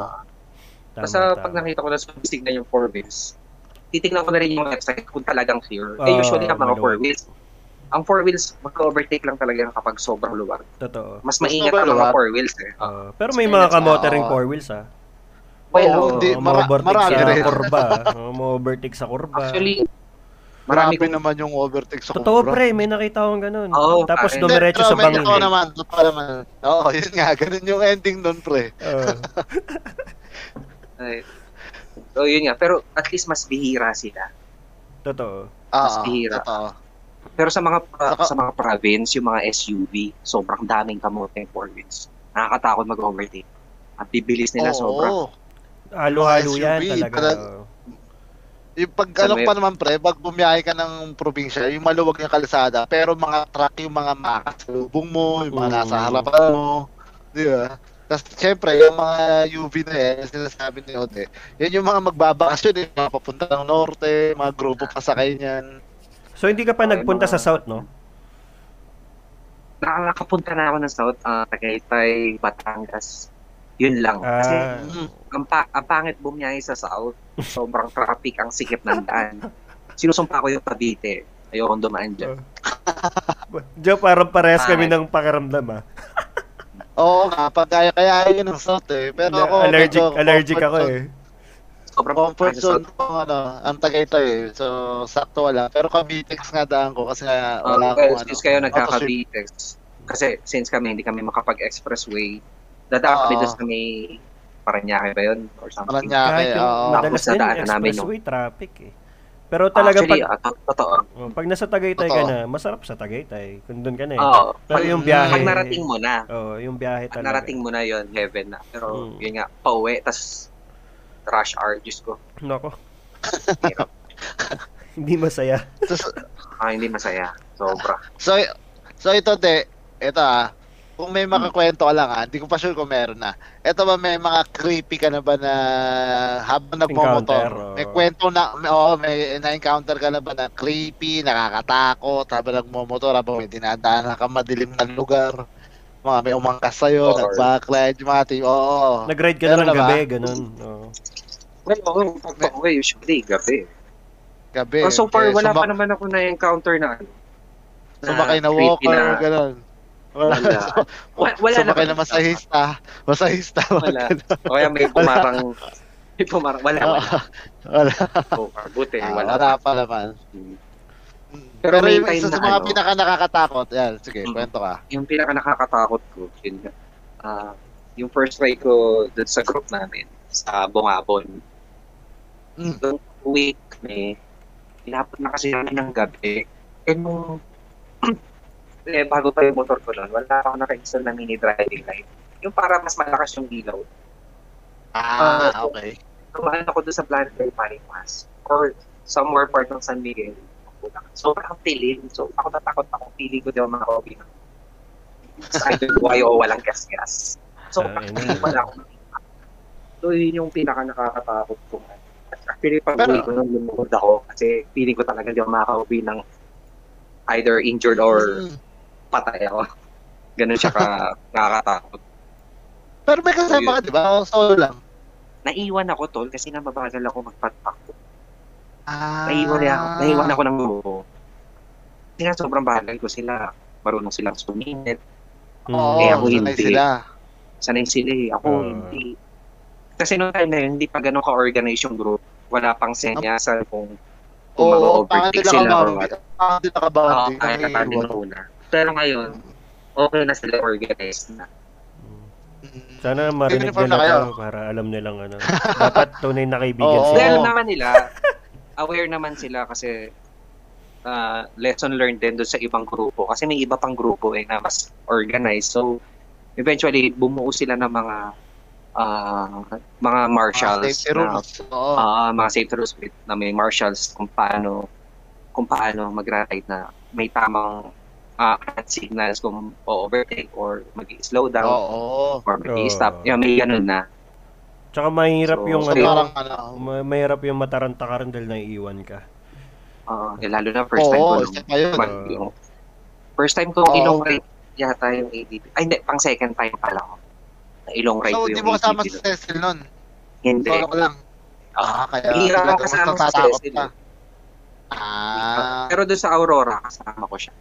Speaker 2: Tama,
Speaker 3: Basta pag
Speaker 2: tama.
Speaker 3: nakita ko na sumisig na yung four wheels, titignan ko na rin yung website kung talagang clear. eh, usually
Speaker 2: Ah,
Speaker 3: ang mga four
Speaker 2: maluwag.
Speaker 3: wheels, ang four wheels, mag-overtake lang talaga yan kapag sobrang luwag.
Speaker 2: Totoo.
Speaker 1: Mas
Speaker 3: Mas maingat ang
Speaker 1: maluwag.
Speaker 3: mga four wheels eh.
Speaker 2: Oo, pero may mga kamote ring
Speaker 1: Oo.
Speaker 2: four wheels ah.
Speaker 1: Well,
Speaker 3: Oo,
Speaker 1: hindi,
Speaker 2: Oo,
Speaker 1: mara-
Speaker 2: ma-overtake
Speaker 1: marami
Speaker 2: sa
Speaker 1: rin.
Speaker 2: kurba. Oo, ma-overtake sa kurba.
Speaker 3: Actually, Marami
Speaker 1: Grabe
Speaker 3: kong-
Speaker 1: naman yung overtake sa
Speaker 2: Totoo
Speaker 1: Cobra.
Speaker 2: pre, may nakita akong ganun.
Speaker 3: Oo,
Speaker 2: Tapos
Speaker 3: pare.
Speaker 1: Hindi,
Speaker 2: dumiretso
Speaker 1: pero
Speaker 2: sa
Speaker 1: may
Speaker 2: bangin.
Speaker 1: Totoo naman, totoo naman. Oo, yun nga, ganun yung ending nun, pre.
Speaker 2: Oo.
Speaker 3: Ay. So, yun nga. Pero at least mas bihira sila.
Speaker 2: totoo.
Speaker 3: Mas
Speaker 1: Oo,
Speaker 3: bihira.
Speaker 1: Ah, Totoo.
Speaker 3: Pero sa mga pra-
Speaker 1: Saka-
Speaker 3: sa mga province, yung mga SUV, sobrang daming kamote yung province. Nakakatakot mag-overtake. Ang bibilis nila
Speaker 1: Oo,
Speaker 3: sobrang.
Speaker 1: oo.
Speaker 2: Halo-halo
Speaker 1: SUV,
Speaker 2: yan talaga.
Speaker 1: para-
Speaker 2: oo.
Speaker 1: Yung pag
Speaker 3: Sa
Speaker 1: ano
Speaker 3: may-
Speaker 1: pa naman pre, pag bumiyahe ka ng probinsya, yung maluwag yung kalsada, pero mga truck yung mga makasalubong mo, yung mga
Speaker 2: Mm.
Speaker 1: nasa harapan mo, di ba? Tapos syempre, yung mga UV na yan, sinasabi ni Ote, yun yung mga magbabakasyon, eh, mga papunta ng norte, mga grupo pasakay niyan.
Speaker 2: So hindi ka pa
Speaker 3: Okay,
Speaker 2: nagpunta
Speaker 3: mga-
Speaker 2: sa South, no?
Speaker 3: Nakakapunta na ako ng South, ah, Tagaytay, Batangas. Yun lang. Kasi
Speaker 2: Ah,
Speaker 1: Mm.
Speaker 3: ang, pa- ang pangit bumiyahe sa South. Sobrang traffic, ang sikip ng daan. Sinusumpa ko yung Cavite. Ayokong
Speaker 2: Oh.
Speaker 3: dumaan dyan.
Speaker 2: Diyo, parang parehas
Speaker 3: Ah.
Speaker 2: kami ng pakiramdam ah.
Speaker 1: Oo nga, pag kaya kaya yun ng south eh. Pero ako,
Speaker 2: allergic,
Speaker 1: medyo
Speaker 2: allergic
Speaker 1: comfort
Speaker 2: ako
Speaker 1: zone-
Speaker 2: eh.
Speaker 3: Sobrang
Speaker 1: Comfort
Speaker 3: pangit sa
Speaker 1: zone
Speaker 3: South.
Speaker 1: ko, ano, ang Tagaytay eh. So, sakto wala. Pero Cavitex nga daan ko kasi nga wala
Speaker 3: Ah, well,
Speaker 1: akong ano,
Speaker 3: since kayo
Speaker 1: auto-ship.
Speaker 3: nagkaka-VTEX, kasi since kami hindi kami makapag-expressway, dadaan kami
Speaker 1: Oo.
Speaker 3: doon sa may Paranaque ba yun? Or something.
Speaker 1: Ah. Paranaque,
Speaker 2: Kahit
Speaker 1: oo.
Speaker 2: yung madalas
Speaker 3: Tapos
Speaker 2: din,
Speaker 3: nadaanan namin yung-
Speaker 2: expressway traffic eh. Pero talaga
Speaker 3: Actually,
Speaker 2: pag,
Speaker 3: ah, to- totoo.
Speaker 2: oh, pag nasa Tagaytay ka
Speaker 1: Totoo.
Speaker 2: na, masarap sa Tagaytay. Kung doon ka na eh.
Speaker 3: Oo.
Speaker 2: Pero
Speaker 3: Pag-
Speaker 2: yung biyahe,
Speaker 3: Pag narating mo na,
Speaker 2: oh, yung biyahe
Speaker 3: pag
Speaker 2: talaga.
Speaker 3: narating mo na yon heaven na. Pero
Speaker 2: Hmm.
Speaker 3: yun nga, pauwi, tas rush hour, Diyos ko.
Speaker 2: Nako.
Speaker 3: Hirap.
Speaker 2: Hindi masaya.
Speaker 1: Tapos,
Speaker 3: Ah, hindi masaya. Sobra.
Speaker 1: So, so ito de, ito ah, kung may
Speaker 3: Hmm.
Speaker 1: makakwento ka lang ah, hindi ko pa sure kung meron na. Ito ba may mga creepy ka na ba na habang
Speaker 2: Encounter,
Speaker 1: nagmomotor? May
Speaker 2: oo.
Speaker 1: kwento na, may, oo, may na-encounter ka na ba na creepy, nakakatakot, habang nagmomotor, habang may dinadaanan ka madilim na lugar, mga may umangkas sa'yo,
Speaker 3: Or-
Speaker 1: nag-backlight, yung mga ting, oo.
Speaker 2: Nag-ride ka na
Speaker 1: Meron
Speaker 2: ng
Speaker 1: na ba?
Speaker 2: gabi, ganun. Oo.
Speaker 3: Well, oo, pag pauwi, usually, gabi.
Speaker 1: Gabi.
Speaker 3: Oh, so
Speaker 1: eh,
Speaker 3: far, wala
Speaker 1: sumak-
Speaker 3: pa naman ako na-encounter na ano. na
Speaker 1: Sumakay na
Speaker 3: Ah, creepy
Speaker 1: walker,
Speaker 3: na-
Speaker 1: ganun. Wala.
Speaker 3: Wala. Wa- wala
Speaker 1: sumakay na
Speaker 3: naman.
Speaker 1: masahista. Masahista.
Speaker 3: Wala. O kaya may pumarang... May pumarang... Wala, wala.
Speaker 1: Wala.
Speaker 3: Oh, buti,
Speaker 1: Ah,
Speaker 3: wala.
Speaker 1: wala, pa naman. Pero,
Speaker 3: Pero may
Speaker 1: yung
Speaker 3: time
Speaker 1: isa sa
Speaker 3: na
Speaker 1: mga
Speaker 3: ano-
Speaker 1: pinaka nakakatakot, yan, sige,
Speaker 3: Mm.
Speaker 1: kwento ka.
Speaker 3: Yung pinaka nakakatakot ko, yun, nga. ah, yung first try ko dun sa group namin, sa Bongabon.
Speaker 1: Mm.
Speaker 3: Doon week kami, pinapot na kasi namin ng gabi. Eh, nung... eh, bago pa yung motor ko nun, wala ako naka-install na mini driving light. Yung para mas malakas yung ilaw.
Speaker 1: Ah,
Speaker 3: Ah,
Speaker 1: okay.
Speaker 3: dumaan ako doon sa Planter Parimas or somewhere part ng San Miguel. Sobrang tilim. So, ako natakot ako. Pili ko di ako makakobi ng sa idol buhay o oh, walang gas-gas. So,
Speaker 2: Ay,
Speaker 3: actually,
Speaker 2: na.
Speaker 3: wala akong nakita. So, yun yung pinaka nakakatakot ko. Actually, pag
Speaker 1: Pero-
Speaker 3: uwi ko nung lumod ako kasi feeling ko talaga di ako makakauwi ng either injured or
Speaker 1: Mm.
Speaker 3: patay ako. Ganun siya ka nakakatakot.
Speaker 1: Pero may kasama ka, di ba? O solo lang.
Speaker 3: Naiwan ako, tol, kasi nga mabagal ako magpatakbo.
Speaker 1: Ah.
Speaker 3: Naiwan niya ako. Naiwan ako ng grupo. Kasi nga sobrang bagal ko sila. Marunong silang suminit.
Speaker 1: Ah, Oo,
Speaker 3: Kaya
Speaker 1: Kaya
Speaker 3: Eh, ako hindi.
Speaker 1: sila.
Speaker 3: Sanay sila eh. Ako
Speaker 2: Ah.
Speaker 3: hindi. Kasi noong time na yun, hindi pa ganun ka-organize yung group. Wala pang senya sa kung kung
Speaker 1: Ah. Oo, pangat nila
Speaker 3: mag-overtake
Speaker 1: ka
Speaker 3: sila or
Speaker 1: bounding.
Speaker 3: what.
Speaker 1: Pangat nila ka
Speaker 3: Oo,
Speaker 1: bounding.
Speaker 3: kaya natin una. Pero ngayon, okay na sila organized na.
Speaker 2: Mm. Sana marinig
Speaker 1: Uniform
Speaker 2: nila
Speaker 1: na kayo.
Speaker 2: to para alam nilang ano. Dapat tunay na kaibigan
Speaker 1: Oo.
Speaker 2: sila.
Speaker 3: Well naman nila, aware naman sila kasi ah, lesson learned din doon sa ibang grupo. Kasi may iba pang grupo eh na mas organized. So, eventually, bumuo sila ng mga ah, mga marshals.
Speaker 1: Ah, Safety
Speaker 3: na,
Speaker 1: rules. Oo.
Speaker 3: ah, mga safety rules with, na may marshals kung paano kung paano mag-ride na may tamang ah, hand signals kung overtake or mag-slow down
Speaker 1: Oo.
Speaker 3: or mag-stop.
Speaker 2: Oo.
Speaker 3: Yeah, may ganun na.
Speaker 2: Tsaka mahirap
Speaker 3: So,
Speaker 2: yung
Speaker 1: So,
Speaker 2: ano.
Speaker 1: parang ano.
Speaker 2: ma- Mahirap yung mataranta ka rin dahil naiiwan ka.
Speaker 3: Ah, eh, lalo na first time ko.
Speaker 1: Oo,
Speaker 3: nung-
Speaker 1: isa pa yun.
Speaker 3: Mag-
Speaker 2: Ah.
Speaker 3: yung- first time kong
Speaker 1: Oo.
Speaker 3: ilong rate yata yung ADP. Ay, hindi. Pang second time pala ko. Na ilong rate
Speaker 1: So,
Speaker 3: ko
Speaker 1: di
Speaker 3: yung
Speaker 1: mo kasama
Speaker 3: ADP.
Speaker 1: si Cecil nun.
Speaker 3: Hindi.
Speaker 1: Solo ka lang.
Speaker 3: Ah,
Speaker 1: Ah, kaya. sila
Speaker 3: Bihira akong
Speaker 1: kung
Speaker 3: kasama sa
Speaker 1: natatakot
Speaker 3: Cecil.
Speaker 1: ka. Ah,
Speaker 3: Pero doon sa Aurora, kasama ko siya.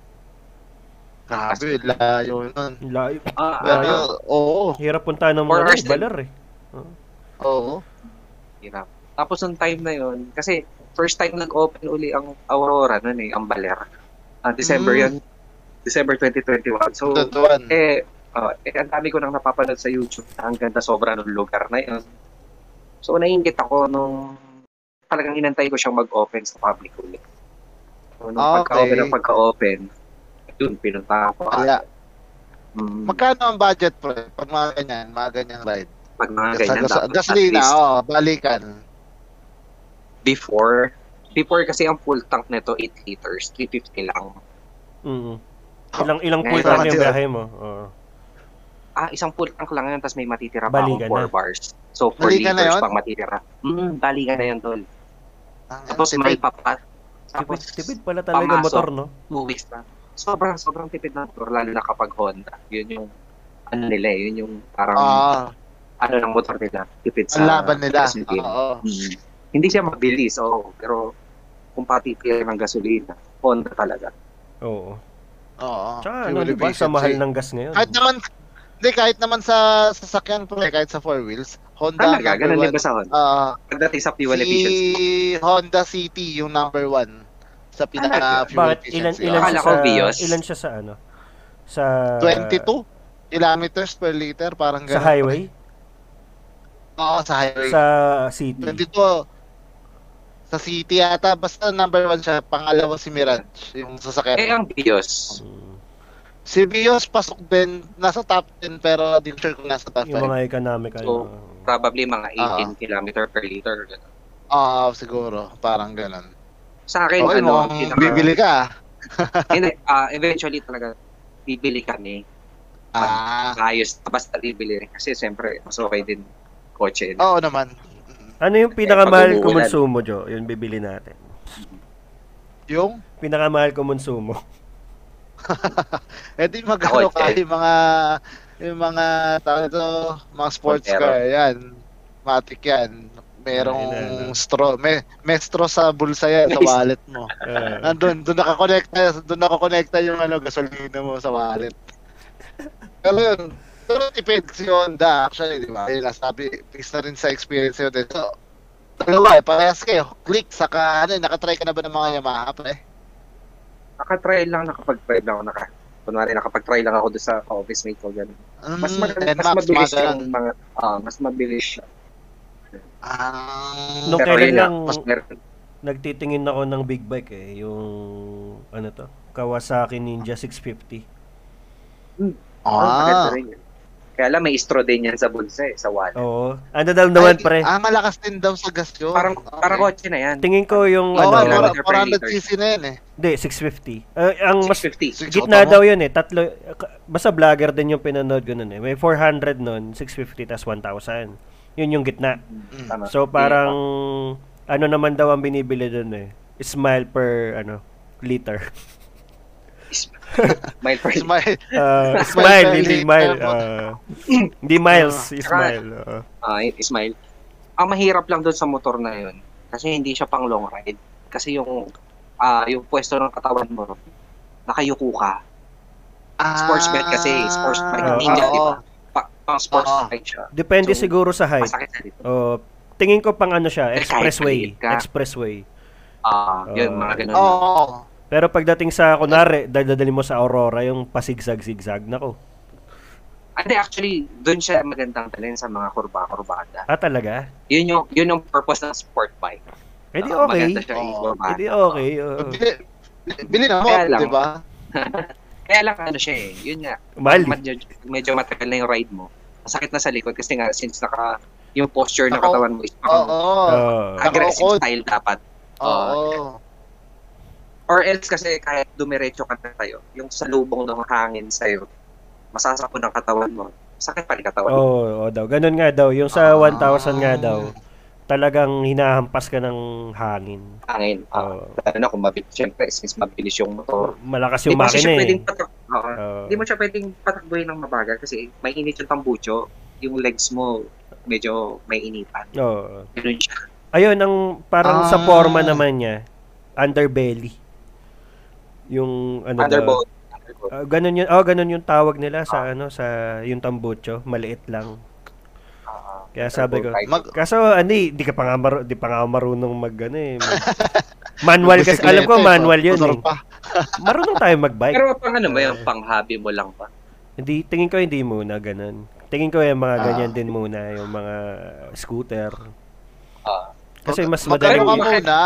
Speaker 1: grabe, layo nun.
Speaker 2: Layo.
Speaker 3: Ah,
Speaker 2: Layo.
Speaker 3: ah,
Speaker 1: Pero, oo,
Speaker 2: Hirap puntahan ng ano,
Speaker 3: Four
Speaker 2: mga
Speaker 3: hours
Speaker 2: baler eh.
Speaker 1: oo.
Speaker 3: hirap. Tapos nung time na yon kasi first time nag-open uli ang Aurora nun eh, ang Baler. Ah, December
Speaker 1: Mm.
Speaker 3: yun. December 2021. So,
Speaker 1: Tatuan.
Speaker 3: eh, ah, eh, ang dami ko nang napapanood sa YouTube na ang ganda sobra ng lugar na yun. So, naiingit ako nung talagang inantay ko siyang mag-open sa public ulit. So, nung
Speaker 1: Ah, Okay.
Speaker 3: pagka-open ng pagka-open, dun, pinunta ako.
Speaker 1: Kaya,
Speaker 3: Mm,
Speaker 1: magkano ang budget, pre? Pag mga ganyan, mga ganyan ride.
Speaker 3: pag mga
Speaker 1: Sa
Speaker 3: ganyan,
Speaker 1: gas-
Speaker 3: dapat at
Speaker 1: gasolina,
Speaker 3: least
Speaker 1: oh, balikan.
Speaker 3: before, before kasi ang full tank nito 8 liters, 350 lang.
Speaker 2: Mm. Ilang ilang full
Speaker 3: Ngayon,
Speaker 2: tank yung
Speaker 1: tama,
Speaker 2: biyahe mo. Oo.
Speaker 3: ah, isang full tank lang yun, tapos may matitira pa
Speaker 2: Balikan
Speaker 3: akong 4
Speaker 2: na.
Speaker 3: bars. So, 4
Speaker 1: Balikan na
Speaker 3: liters
Speaker 1: yun?
Speaker 3: pang matitira. Mm, balikan na yun, tol.
Speaker 1: Ang-
Speaker 3: Tapos
Speaker 1: ang
Speaker 3: may
Speaker 1: tipid.
Speaker 3: papat.
Speaker 2: Tipid,
Speaker 3: Tapos,
Speaker 2: tipid pala talaga
Speaker 3: pamasok.
Speaker 2: motor, no?
Speaker 3: two weeks na. Sobrang, sobrang tipid ng motor, lalo na kapag Honda. Yun yung, ano nila, eh, yun yung parang,
Speaker 1: Oo,
Speaker 3: ano ng motor nila, tipid sa
Speaker 1: Ah. ang laban nila.
Speaker 3: gasolina.
Speaker 1: Oo.
Speaker 3: Mm. Hindi siya mabilis, oo, pero kung pati pila ng gasolina, Honda talaga.
Speaker 2: Oo.
Speaker 1: Oo.
Speaker 2: Tsaka
Speaker 1: Fuel
Speaker 2: ano, di ba, sa
Speaker 1: efficiency.
Speaker 3: eh.
Speaker 2: mahal ng gas ngayon.
Speaker 1: Kahit naman, hindi, kahit naman sa sasakyan, pre, kahit sa four wheels, Honda
Speaker 3: Talaga,
Speaker 1: number
Speaker 3: ganun din
Speaker 1: one.
Speaker 3: ba sa Honda?
Speaker 1: Ah,
Speaker 3: Pagdating sa fuel efficiency.
Speaker 1: si Honda City yung number one sa pinaka
Speaker 3: Talaga?
Speaker 1: fuel
Speaker 2: Ano? Bakit ilan
Speaker 1: efficiency. Ah,
Speaker 2: ilan
Speaker 3: Akala
Speaker 2: siya
Speaker 3: ko
Speaker 2: sa
Speaker 3: Vios.
Speaker 2: ilan siya sa ano? Sa
Speaker 1: 22 kilometers per liter, parang
Speaker 2: sa
Speaker 1: ganun.
Speaker 2: highway,
Speaker 1: Oo, sa highway.
Speaker 2: sa city.
Speaker 1: 22 sa city yata, basta number one siya, pangalawa si Mirage, yung sasakyan.
Speaker 3: Eh, ang Vios.
Speaker 2: Mm.
Speaker 1: Si Vios pasok din, nasa top 10 pero di ko sure kung nasa top 5.
Speaker 2: Yung mga economical.
Speaker 3: So,
Speaker 2: ano.
Speaker 3: probably mga 18
Speaker 1: Ah.
Speaker 3: kilometer per liter. ganun.
Speaker 1: Oo, Ah, siguro, parang ganun.
Speaker 3: Sa akin,
Speaker 1: Okay,
Speaker 3: ano,
Speaker 1: mukhang
Speaker 3: pinaka-
Speaker 1: bibili ka.
Speaker 3: Hindi, ah, eventually talaga, bibili kami.
Speaker 1: Ah,
Speaker 3: Ayos, basta bibili rin. Kasi siyempre, mas okay din kotse.
Speaker 1: oo naman.
Speaker 2: ano yung pinakamahal
Speaker 3: pag umuulan.
Speaker 2: kumonsumo, Jo? Yun bibili natin.
Speaker 1: Yung,
Speaker 2: Pinakamahal kumonsumo.
Speaker 1: eh di magkano
Speaker 3: Ako,
Speaker 1: ka yung mga, yung mga, tawag ito, mga sports
Speaker 3: Montero.
Speaker 1: car, yan. Matik yan. Merong
Speaker 2: Ayun, ayun, ayun.
Speaker 1: straw, may, may straw sa bulsa yan, sa
Speaker 3: Nice.
Speaker 1: wallet mo.
Speaker 2: Ah.
Speaker 1: Nandun, doon nakakonekta, doon nakakonekta yung ano, gasolina mo sa wallet. Pero yun, pero tipid si Honda actually, di ba? Yun, nasabi, based na rin sa experience yun. din. So, dalawa eh, parehas kayo. Click, saka ano, eh, nakatry ka na ba ng mga Yamaha pre?
Speaker 3: Nakatry lang, nakapag-drive lang ako. Naka, kunwari, nakapag-try lang ako doon sa office mate ko. Ganun.
Speaker 1: Mm,
Speaker 3: Mas, mag- mas
Speaker 1: Denmark,
Speaker 3: mabilis
Speaker 1: mga
Speaker 3: yung
Speaker 1: ganun.
Speaker 3: mga, ah, mas mabilis siya.
Speaker 1: Ah,
Speaker 2: No. Nung
Speaker 3: Pero
Speaker 2: kailan
Speaker 3: yun lang,
Speaker 2: lang-
Speaker 3: mas meron.
Speaker 2: Nagtitingin ako ng big bike eh, yung ano to, Kawasaki Ninja 650.
Speaker 3: maganda
Speaker 1: ah,
Speaker 3: rin yun. Kaya lang, may istro din yan sa bulsa eh, sa wallet.
Speaker 2: Oo. Ano daw
Speaker 1: Ay,
Speaker 2: naman pre?
Speaker 1: Ah, malakas din daw sa gas yun.
Speaker 3: Parang,
Speaker 1: Oh, Okay.
Speaker 3: parang kotse na yan.
Speaker 2: Tingin ko yung
Speaker 1: Oo,
Speaker 3: Ano?
Speaker 1: parang
Speaker 2: ano,
Speaker 3: Kilometer per
Speaker 1: 400cc na yan eh.
Speaker 2: hindi 650. Ah, ang mas
Speaker 3: 650.
Speaker 1: Six-
Speaker 2: Gitna
Speaker 1: Tama.
Speaker 2: daw yun eh. Tatlo, basta vlogger din yung pinanood ko nun eh. May 400 nun, 650 tas 1,000. Yun yung gitna.
Speaker 1: Mm.
Speaker 3: Tama.
Speaker 2: So parang ano naman daw ang binibili dun eh. Smile per ano liter.
Speaker 3: Mile per
Speaker 1: It's my-
Speaker 2: Ah,
Speaker 1: Smile
Speaker 2: smile,
Speaker 1: per
Speaker 2: hindi
Speaker 1: liter
Speaker 2: mile.
Speaker 1: po.
Speaker 2: ah, hindi miles, smile. oo.
Speaker 3: Ah, Ismail. Ang mahirap lang doon sa motor na 'yon kasi hindi siya pang long ride. Kasi yung ah yung pwesto ng katawan mo nakayuko ka.
Speaker 1: Ah,
Speaker 3: Sports bike kasi, sports bike,
Speaker 1: oo,
Speaker 2: ninja,
Speaker 3: di ba?
Speaker 1: oo.
Speaker 3: Pa- pang sports
Speaker 1: Oo.
Speaker 3: bike siya.
Speaker 2: Depende
Speaker 3: So,
Speaker 2: siguro sa height.
Speaker 3: Masakit na dito.
Speaker 2: Oh, tingin ko pang ano siya,
Speaker 3: Eh, kahit
Speaker 2: expressway,
Speaker 3: maliit ka.
Speaker 2: expressway.
Speaker 3: Ah, yun
Speaker 2: Oo.
Speaker 3: mga ganun.
Speaker 1: Oo, oo.
Speaker 2: Pero pagdating sa kunari, dadadali mo sa Aurora yung pasigsag-sigsag nako.
Speaker 3: Ah, Hindi actually doon siya magandang dalhin sa mga kurba-kurbada.
Speaker 2: Ah, talaga?
Speaker 3: Yun yung yun yung purpose ng sport bike.
Speaker 2: Eh di
Speaker 3: Ah,
Speaker 2: okay.
Speaker 3: Maganda siya
Speaker 1: Oo.
Speaker 3: i-kurbada.
Speaker 2: Eh di okay. oo.
Speaker 1: Bili, bili na mo,
Speaker 3: Kaya lang.
Speaker 1: di ba?
Speaker 3: Kaya lang ano siya eh. Yun nga.
Speaker 2: Mahal. eh.
Speaker 3: medyo, medyo matagal na yung ride mo. Masakit na sa likod kasi nga since naka yung posture ng
Speaker 1: Ako-
Speaker 3: katawan mo is
Speaker 1: Oo.
Speaker 3: parang
Speaker 2: Oo.
Speaker 3: aggressive
Speaker 1: ako-
Speaker 3: style dapat.
Speaker 1: Oo.
Speaker 3: Or else kasi kahit dumiretso ka na tayo, yung salubong ng hangin sa'yo, masasakot ng katawan mo. Sakit pa rin katawan mo.
Speaker 2: Oo, oo daw. Ganun nga daw. Yung
Speaker 1: Ah.
Speaker 2: sa 1,000 nga daw, talagang hinahampas ka ng hangin.
Speaker 3: Hangin. Ah,
Speaker 2: Oo.
Speaker 3: lalo na kung mabilis. Siyempre, since mabilis yung motor.
Speaker 2: malakas
Speaker 3: Hindi
Speaker 2: yung
Speaker 3: mo kasi
Speaker 2: makina
Speaker 3: siya
Speaker 2: eh.
Speaker 3: pwedeng patak... Oo.
Speaker 2: Oo.
Speaker 3: Hindi mo siya pwedeng patakbuhin ng mabagal kasi mainit yung tambucho. Yung legs mo medyo may initan.
Speaker 2: Oo.
Speaker 3: Ganun siya.
Speaker 2: Ayun, ang parang sa
Speaker 1: Ah.
Speaker 2: forma naman niya, underbelly. Yung ano daw.
Speaker 3: Underbone. Underbone.
Speaker 2: Ah, ganun yun. Oh, ganun yung tawag nila sa ano sa yung tambucho, maliit lang.
Speaker 3: Ah,
Speaker 2: Kaya sabi ko,
Speaker 3: Turbo
Speaker 1: Mag,
Speaker 2: Kaso ano eh, di ka pa nga maru- di pa nga ako marunong mag ano eh. mag- manual kasi
Speaker 1: bisikleta,
Speaker 2: alam ko
Speaker 1: eh,
Speaker 2: manual 'yun
Speaker 1: motor
Speaker 2: eh.
Speaker 1: pa.
Speaker 2: Marunong tayo magbike.
Speaker 3: Pero pang ano ba yun?
Speaker 2: Uh.
Speaker 3: Pang hobby mo lang pa.
Speaker 2: Hindi tingin ko hindi muna ganun. Tingin ko yung mga
Speaker 1: Ah.
Speaker 2: ganyan din muna yung mga scooter.
Speaker 3: Ah.
Speaker 2: Kasi mas
Speaker 1: Mag- ano
Speaker 2: madaling
Speaker 1: ka
Speaker 3: Pero-
Speaker 1: muna?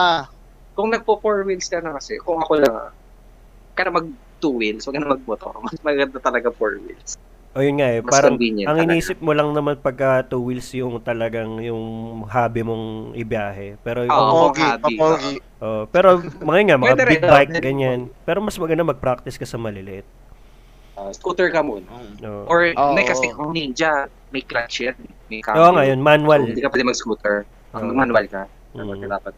Speaker 3: Kung nagpo four wheels ka na kasi, kung ako lang, ah, huwag ka na mag two wheels, huwag ka na magmotor. Mas maganda talaga four wheels.
Speaker 2: O yun nga eh,
Speaker 3: Mas
Speaker 2: parang
Speaker 3: convenient
Speaker 2: ang
Speaker 3: talaga.
Speaker 2: iniisip mo lang naman pagka two wheels yung talagang yung hobby mong ibiyahe. Pero yung,
Speaker 3: Oo.
Speaker 1: Pamogi,
Speaker 3: hobby.
Speaker 1: pamogi.
Speaker 2: oh, pero mga yun nga, mga
Speaker 3: Pwede rin,
Speaker 2: big
Speaker 3: oh,
Speaker 2: bike,
Speaker 3: pwede.
Speaker 2: ganyan. Pero mas maganda mag-practice ka sa maliliit.
Speaker 3: Ah, scooter ka muna.
Speaker 1: Mm.
Speaker 2: Oo.
Speaker 3: Or,
Speaker 1: Oo.
Speaker 3: hindi kasi kung ninja, may clutch yan. May cambio.
Speaker 2: Oo nga yun, manual.
Speaker 3: Hindi ka pwede mag-scooter. Ang
Speaker 2: Oo.
Speaker 3: manual ka.
Speaker 2: Mm.
Speaker 3: Dapat.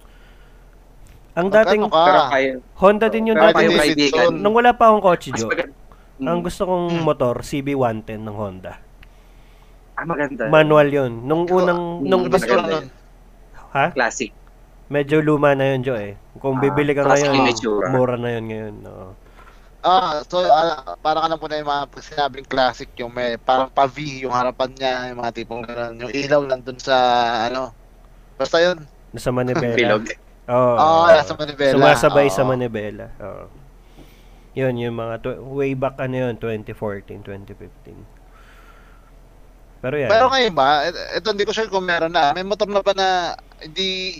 Speaker 2: Ang dating,
Speaker 1: Magkano ka?
Speaker 3: Pero kaya,
Speaker 2: Honda din yung
Speaker 3: Pero
Speaker 2: dati.
Speaker 1: Kahit hindi
Speaker 3: yung kaibigan.
Speaker 1: Sinson.
Speaker 2: Nung wala pa akong kotse,
Speaker 3: mas
Speaker 2: Jo,
Speaker 3: maganda. Mm.
Speaker 2: ang gusto kong motor, CB110 ng Honda.
Speaker 3: ah, maganda.
Speaker 2: Manual yun. Nung unang,
Speaker 3: Mm,
Speaker 2: nung
Speaker 1: Labas ko
Speaker 2: gusto,
Speaker 1: lang
Speaker 3: maganda
Speaker 1: nun.
Speaker 2: ha?
Speaker 3: Classic.
Speaker 2: Medyo luma na yun, Jo, eh. Kung
Speaker 3: Ah,
Speaker 2: bibili ka
Speaker 3: mas
Speaker 2: ngayon,
Speaker 3: immature.
Speaker 2: mura na yun ngayon. Oo.
Speaker 1: Ah, so ah, para ka na po na yung mga pag sinabing classic yung may parang pavi yung harapan niya, yung mga tipong ganun, yung ilaw nandun sa ano. Basta yun.
Speaker 2: Nasa Manibela.
Speaker 3: Bilog.
Speaker 1: Oo,
Speaker 2: Oo. Oo.
Speaker 1: Ah, nasa Manibela.
Speaker 2: Sumasabay sa
Speaker 1: Oo.
Speaker 2: Manibela. Oo. Yun, yung mga tw- way back ano yun, 2014, 2015. Pero yan.
Speaker 1: Pero ngayon ba, et- eto hindi ko sure kung meron na. May motor na ba na hindi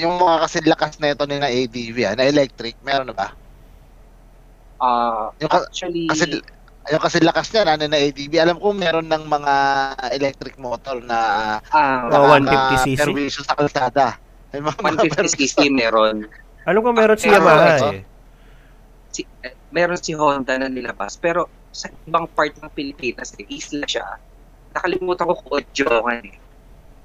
Speaker 1: yung mga kasi lakas na ito ni na ADV ah, na electric, meron na ba?
Speaker 3: Ah,
Speaker 1: Yung ka-
Speaker 3: actually,
Speaker 1: Kasi yung kasi lakas niya na na ADV. Alam ko meron ng mga electric motor na ah,
Speaker 3: ah,
Speaker 2: Oh,
Speaker 1: nakaka-
Speaker 2: 150cc?
Speaker 1: perwisyo sa kalsada. May mga-
Speaker 3: 150cc meron.
Speaker 2: Alam ko meron si
Speaker 3: Ah,
Speaker 2: Yamaha
Speaker 1: ah.
Speaker 2: eh.
Speaker 3: si, eh, meron si Honda na nilabas. Pero sa ibang part ng Pilipinas, eh, isla siya. Nakalimutan ko kung Odjongan eh.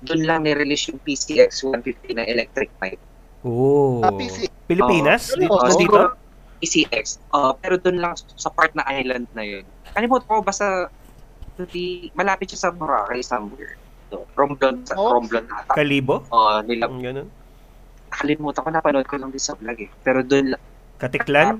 Speaker 3: Doon lang nirelease yung PCX 150 na electric bike.
Speaker 2: Oo.
Speaker 1: Ah, PC.
Speaker 2: Pilipinas?
Speaker 1: Oo.
Speaker 2: Dito,
Speaker 1: Oo,
Speaker 2: dito?
Speaker 3: Oh, siguro- PCX. ah pero doon lang sa part na island na yun. Kalimutan ko basta tuti, malapit siya sa Boracay somewhere. So, Romblon, sa
Speaker 1: Oh.
Speaker 3: Romblon ata.
Speaker 2: Kalibo?
Speaker 3: Oh, nilab-
Speaker 2: Ang ganun.
Speaker 3: nakalimutan ko, napanood ko lang din sa vlog eh. Pero doon
Speaker 2: Katiklan?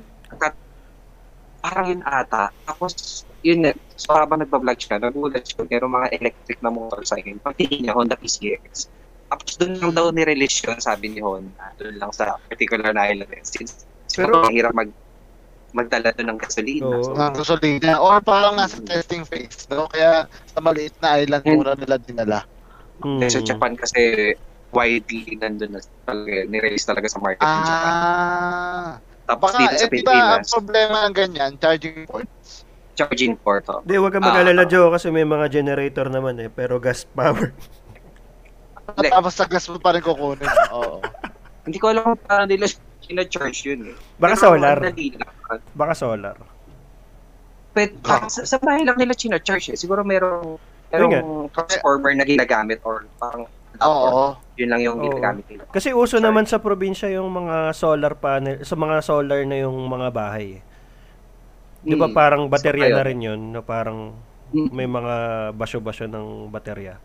Speaker 3: parang yun ata. Tapos, yun na. So, habang nagpa-vlog siya, nagulat siya. Meron mga electric na motorcycle. Pagtingin niya, Honda PCX. Tapos, doon lang daw nirelease yun, sabi ni Honda. Doon lang sa particular na island. eh. Since,
Speaker 2: Pero-
Speaker 3: siguro, mahirap mag, magdala doon ng gasolina.
Speaker 2: Oo.
Speaker 1: mga gasolina or parang nasa testing phase no kaya sa maliit na island
Speaker 3: And-
Speaker 1: mura nila dinala
Speaker 2: Hmm.
Speaker 3: Kasi sa Japan kasi, widely nandun na talaga, nirelease talaga sa market ng Japan.
Speaker 1: ah
Speaker 3: Tapos
Speaker 1: baka
Speaker 3: dito
Speaker 1: eh, di ba
Speaker 3: sa
Speaker 1: ang
Speaker 3: Pilipinas,
Speaker 1: problema ng ganyan charging port
Speaker 3: charging port. oh.
Speaker 2: Hindi, wag kang mag-alala, Joe, kasi may mga generator naman eh, pero gas power.
Speaker 3: Hindi.
Speaker 1: tapos sa gas mo pa rin kukunin oo
Speaker 3: Hindi ko alam kung paano nila sina-charge yun eh.
Speaker 2: Baka
Speaker 3: Pero,
Speaker 2: solar.
Speaker 3: ang dali lang.
Speaker 2: Baka solar.
Speaker 3: But
Speaker 1: Ah.
Speaker 3: sa, sa bahay lang nila charge eh. Siguro merong merong transformer na ginagamit or parang or
Speaker 1: oo
Speaker 3: yun lang yung
Speaker 2: Oo.
Speaker 3: ginagamit nila.
Speaker 2: Kasi uso
Speaker 3: Sorry.
Speaker 2: naman sa probinsya yung mga solar panel, sa mga solar na yung mga bahay. eh. 'Di ba
Speaker 3: Mm.
Speaker 2: parang baterya
Speaker 3: So,
Speaker 2: na
Speaker 3: ayun.
Speaker 2: rin 'yun, na parang
Speaker 3: Mm.
Speaker 2: may mga basyo-basyo ng baterya.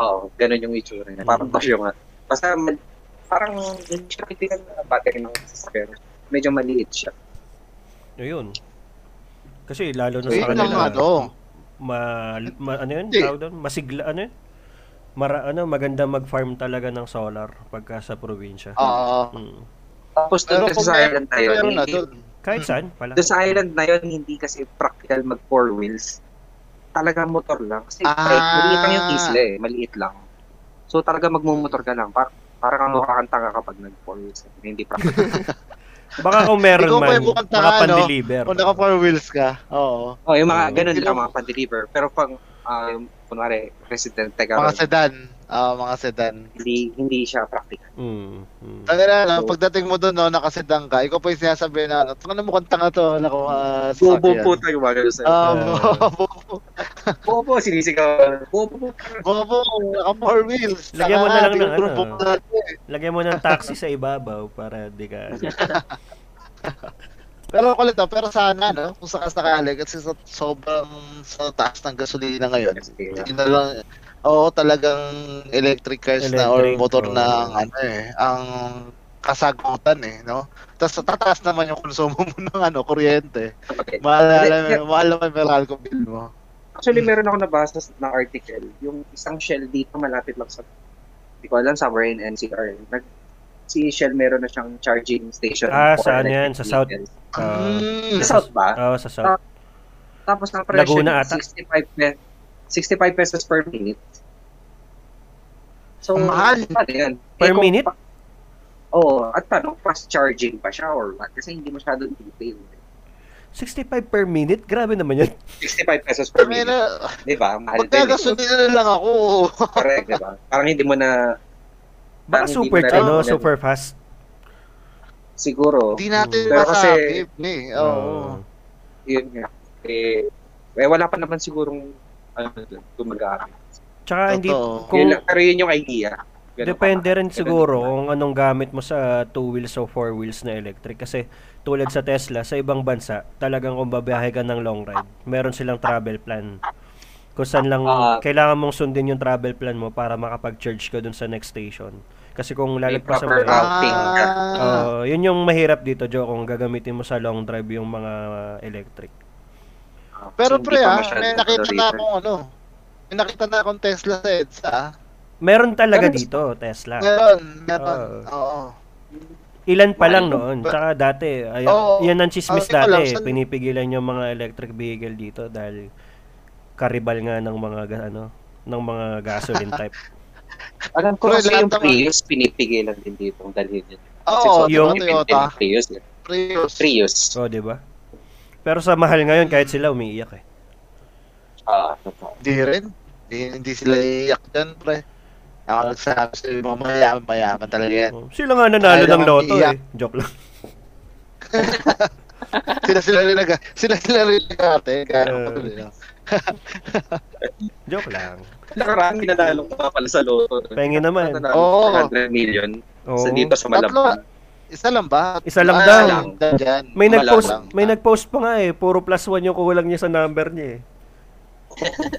Speaker 3: Oo, ganun yung itsura niya. Parang
Speaker 2: Mm.
Speaker 3: basyo nga. Basta mal- parang hindi siya kailangan na battery ng sasakyan. Medyo maliit siya.
Speaker 2: Ayun. Kasi lalo na
Speaker 1: so,
Speaker 2: sa
Speaker 1: yun lang
Speaker 2: kanila.
Speaker 1: ano
Speaker 2: ma, ma- ano yun?
Speaker 1: Hindi.
Speaker 2: Tawag doon? Masigla, ano yun? Mara, ano, maganda mag-farm talaga ng solar pagka sa probinsya.
Speaker 1: oo
Speaker 2: Mm.
Speaker 3: Tapos
Speaker 1: pero
Speaker 3: doon kasi
Speaker 1: kung
Speaker 3: sa
Speaker 1: meron
Speaker 3: island na yun,
Speaker 1: meron na
Speaker 3: hindi-
Speaker 1: doon
Speaker 2: Kahit
Speaker 1: Hmm.
Speaker 2: saan pala.
Speaker 3: doon sa island na yun, hindi kasi practical mag four wheels. Talaga motor lang. Kasi
Speaker 1: Ah.
Speaker 3: kahit maliit lang yung isla eh, maliit lang. So talaga magmumotor ka lang. Par parang ang mukha kang tanga kapag nag four wheels. Hindi practical.
Speaker 2: Baka kung meron
Speaker 1: Ikaw pa
Speaker 2: man,
Speaker 1: yung mukhang tanga, no?
Speaker 2: makapan-deliver.
Speaker 1: kung naka four wheels ka oo
Speaker 3: oh, yung mga
Speaker 2: Mm.
Speaker 3: ganun lang mga pan-deliver. Pero pang, ah, yung kunwari, resident taga
Speaker 1: mga
Speaker 3: ron,
Speaker 1: sedan ah mga sedan
Speaker 3: hindi, hindi siya practical.
Speaker 2: Mm, mm.
Speaker 1: Tangina na, pagdating mo doon, no, nakasedan ka, ikaw pa yung sinasabi na, ano, tangina mo kang tanga to, nako, uh,
Speaker 3: Bobo po tayo mga ganun sa'yo.
Speaker 1: Ah,
Speaker 2: Ah.
Speaker 1: bobo.
Speaker 3: Bobo, sinisigaw. Bobo po.
Speaker 1: Bobo, naka four wheels.
Speaker 2: Lagyan mo na lang ng ano.
Speaker 1: Grupo mo natin.
Speaker 2: Lagyan mo ng taxi sa ibabaw para di ka...
Speaker 1: Pero kulit ah, pero sana no, kung sakas nakali kasi sa sobrang sa taas ng gasolina ngayon. Hindi na lang oo talagang electric cars na or
Speaker 2: Electric,
Speaker 1: motor
Speaker 2: oo.
Speaker 1: na ang ano eh, ang kasagutan eh, no? Tapos tataas naman yung konsumo mo ng ano, kuryente.
Speaker 3: Okay.
Speaker 1: Maalala, maalala mo yung Meralco bill mo.
Speaker 3: Actually, meron ako nabasa s- ng article. Yung isang Shell dito malapit lang sa... Hindi ko alam, somewhere in NCR. Nag, si Shell meron na siyang charging station.
Speaker 2: Ah,
Speaker 3: for
Speaker 2: saan
Speaker 3: electric
Speaker 2: yan? Sa South-
Speaker 3: vehicles.
Speaker 2: Ah.
Speaker 1: Mm.
Speaker 3: Sa South ba?
Speaker 2: Oo, sa South.
Speaker 3: Tapos ang presyo
Speaker 2: Laguna
Speaker 3: niya,
Speaker 2: ata.
Speaker 3: 65 pe 65 pesos per minute. So,
Speaker 1: Ang mahal.
Speaker 3: Ano yan?
Speaker 2: Per
Speaker 3: kung
Speaker 2: minute?
Speaker 3: pa- Oo, at tanong fast charging pa siya or what? Kasi hindi masyado detail.
Speaker 2: 65 per minute? Grabe naman yun.
Speaker 3: 65 pesos per
Speaker 1: Kami
Speaker 3: minute.
Speaker 1: na,
Speaker 3: Di ba? Mahal din. eh.
Speaker 1: magkakasunin na lang ako.
Speaker 3: Correct, di ba? Parang hindi mo na
Speaker 2: Baka
Speaker 3: Parang hindi
Speaker 2: super,
Speaker 3: mo na rin
Speaker 2: ano,
Speaker 3: alam.
Speaker 2: super fast.
Speaker 3: siguro,
Speaker 1: Hindi natin
Speaker 3: Pero kasi-
Speaker 1: masabi. eh. Oo.
Speaker 2: Oo.
Speaker 3: yun nga. Eh, eh, wala pa naman sigurong ano, dun, gumagamit.
Speaker 2: Tsaka Ah. hindi,
Speaker 1: Totoo.
Speaker 2: kung,
Speaker 3: Yun lang, pero yun yung idea. Ganun
Speaker 2: Depende
Speaker 3: pa.
Speaker 2: rin
Speaker 3: Ganun
Speaker 2: siguro
Speaker 3: pa.
Speaker 2: kung anong gamit mo sa two wheels o four wheels na electric kasi tulad sa Tesla sa ibang bansa talagang kung babiyahe ka ng long ride meron silang travel plan kung saan lang
Speaker 3: Ah.
Speaker 2: kailangan mong sundin yung travel plan mo para makapag-charge ka dun sa next station kasi kung lalagpasan mo
Speaker 3: proper
Speaker 2: yun,
Speaker 3: route. Outing.
Speaker 1: Ah,
Speaker 2: Oo, oh, yun yung mahirap dito Joe kung gagamitin mo sa long drive yung mga electric
Speaker 3: Ah,
Speaker 1: pero
Speaker 3: hindi
Speaker 1: pre
Speaker 3: pa
Speaker 1: ah,
Speaker 3: masyado
Speaker 1: may nakita na
Speaker 3: tolerated.
Speaker 1: akong ano. May nakita na akong Tesla sa EDSA. ah.
Speaker 2: meron talaga
Speaker 3: Meron-
Speaker 2: dito Tesla
Speaker 1: Meron, meron.
Speaker 2: Ah.
Speaker 1: Oo.
Speaker 2: Ilan pa lang
Speaker 3: Ay,
Speaker 2: noon.
Speaker 1: ba-
Speaker 2: Tsaka dati, ay,
Speaker 1: Oo.
Speaker 2: yan ang
Speaker 1: Ay,
Speaker 2: chismis
Speaker 1: ko alam,
Speaker 2: dati.
Speaker 1: saan-
Speaker 2: Pinipigilan yung mga electric vehicle dito dahil karibal nga ng mga ga- ano, ng mga gasoline type.
Speaker 3: Alam ko
Speaker 1: Pre,
Speaker 3: kasi
Speaker 1: lahat
Speaker 3: yung
Speaker 1: naman.
Speaker 3: Prius, pinipigilan din dito ang dalhin yun. Kasi
Speaker 1: Oo,
Speaker 3: so,
Speaker 1: yung
Speaker 3: depende
Speaker 1: Toyota.
Speaker 3: ng Prius. eh.
Speaker 1: Prius.
Speaker 3: Prius.
Speaker 2: So, Oh, 'di ba? Pero sa mahal ngayon kahit sila umiiyak eh.
Speaker 3: Ah, totoo.
Speaker 1: Hindi rin. Hindi, hindi sila iiyak dyan, pre. Ako nagsabi sa iyo, mga mayaman, mayaman talaga yan.
Speaker 2: Oh, Sila nga nanalo
Speaker 1: Ayaw
Speaker 2: ng loto eh.
Speaker 1: umiiyak.
Speaker 2: Joke lang.
Speaker 1: Sila sila rin nag sila sila rin nag-ate. Kaya eh.
Speaker 2: Oo.
Speaker 1: tuloy lang.
Speaker 2: Joke lang.
Speaker 3: Nakaraan, pinanalo ko pa pala sa loto.
Speaker 2: Pengin naman.
Speaker 3: Nanalo
Speaker 1: Oo.
Speaker 3: ko 100 million.
Speaker 2: Oo.
Speaker 3: Sa dito sa Malabon.
Speaker 1: Isa lang ba?
Speaker 2: Isa lang
Speaker 1: Ah,
Speaker 2: daw.
Speaker 1: lang daw dyan.
Speaker 2: May
Speaker 3: Wala
Speaker 2: nag-post,
Speaker 1: lang.
Speaker 2: may nag-post pa nga eh. Puro plus one yung kulang niya sa number niya eh.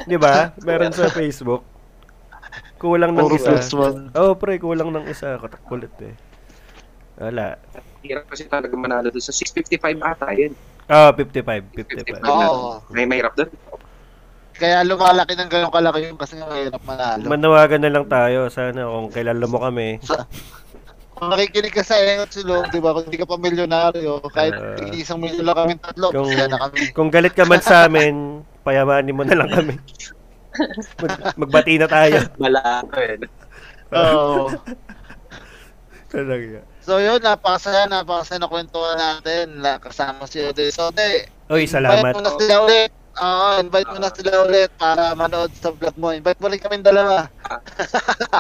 Speaker 2: 'Di ba? Meron sa Facebook. Kulang ng
Speaker 1: Puro
Speaker 2: isa.
Speaker 1: plus one.
Speaker 2: Oo, oh, pre, kulang ng isa. Katakulit eh. Wala.
Speaker 3: Hirap kasi talaga manalo doon sa 655 ata yun.
Speaker 2: Ah, 55, 55.
Speaker 1: Oo.
Speaker 3: May mahirap doon.
Speaker 1: Kaya lumalaki ng ganun kalaki yun kasi nga mahirap manalo.
Speaker 2: Manawagan na lang tayo. Sana kung kilala mo kami.
Speaker 1: Kung nakikinig ka sa Elliot Silo, di ba? Kung hindi ka pa milyonaryo, kahit
Speaker 2: Ah.
Speaker 1: uh, isang milyon lang kami tatlo,
Speaker 2: Kung-
Speaker 1: kaya na kami.
Speaker 2: Kung galit ka man sa amin, payamanin mo na lang kami. Mag- magbati na tayo.
Speaker 3: Wala ko yun.
Speaker 1: Oo.
Speaker 2: Talaga.
Speaker 1: so yun, napakasaya, napakasaya na kwentuhan natin. La- Kasama si Oday Sode.
Speaker 2: Oy,
Speaker 1: Invite
Speaker 2: salamat.
Speaker 1: mo na sila ulit. Oo, invite mo na sila ulit para manood sa vlog mo. Invite mo rin kami dalawa.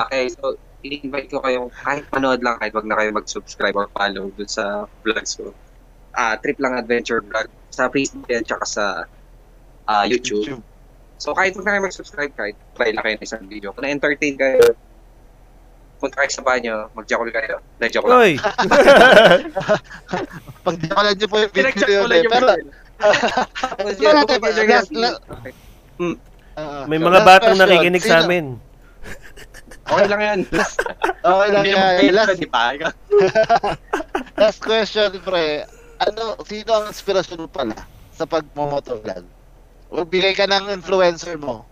Speaker 3: Okay, so i-invite ko kayong kahit panood lang, kahit wag na kayo mag-subscribe or follow doon sa vlogs ko. Ah, Trip Lang Adventure Vlog sa Facebook at saka sa ah, YouTube. So kahit huwag na kayo mag-subscribe, kahit try lang kayo ng isang video. Kung na-entertain kayo, punta kayo sa banyo, mag-jackal kayo. Na-jackal lang.
Speaker 2: Oy,
Speaker 1: Pag di pala niyo po yung video
Speaker 3: Pinag-jackal
Speaker 1: yun
Speaker 3: lang
Speaker 1: eh.
Speaker 3: yung
Speaker 1: Pero,
Speaker 3: video. eh. Tapos yun,
Speaker 1: Wala,
Speaker 3: bukod
Speaker 1: diba?
Speaker 3: yun, yun.
Speaker 1: Last- last-
Speaker 3: Okay.
Speaker 1: ah,
Speaker 2: may
Speaker 1: so,
Speaker 2: mga
Speaker 1: last
Speaker 2: batang
Speaker 1: question.
Speaker 2: nakikinig sa
Speaker 1: Sino?
Speaker 2: amin.
Speaker 3: Okay lang yan.
Speaker 1: Okay lang
Speaker 3: Hindi
Speaker 1: yan.
Speaker 3: naman kailan,
Speaker 1: Last,
Speaker 3: di ba?
Speaker 1: last question, pre. Ano, sino ang inspirasyon mo pala sa pagmomotovlog? O bigay ka ng influencer mo.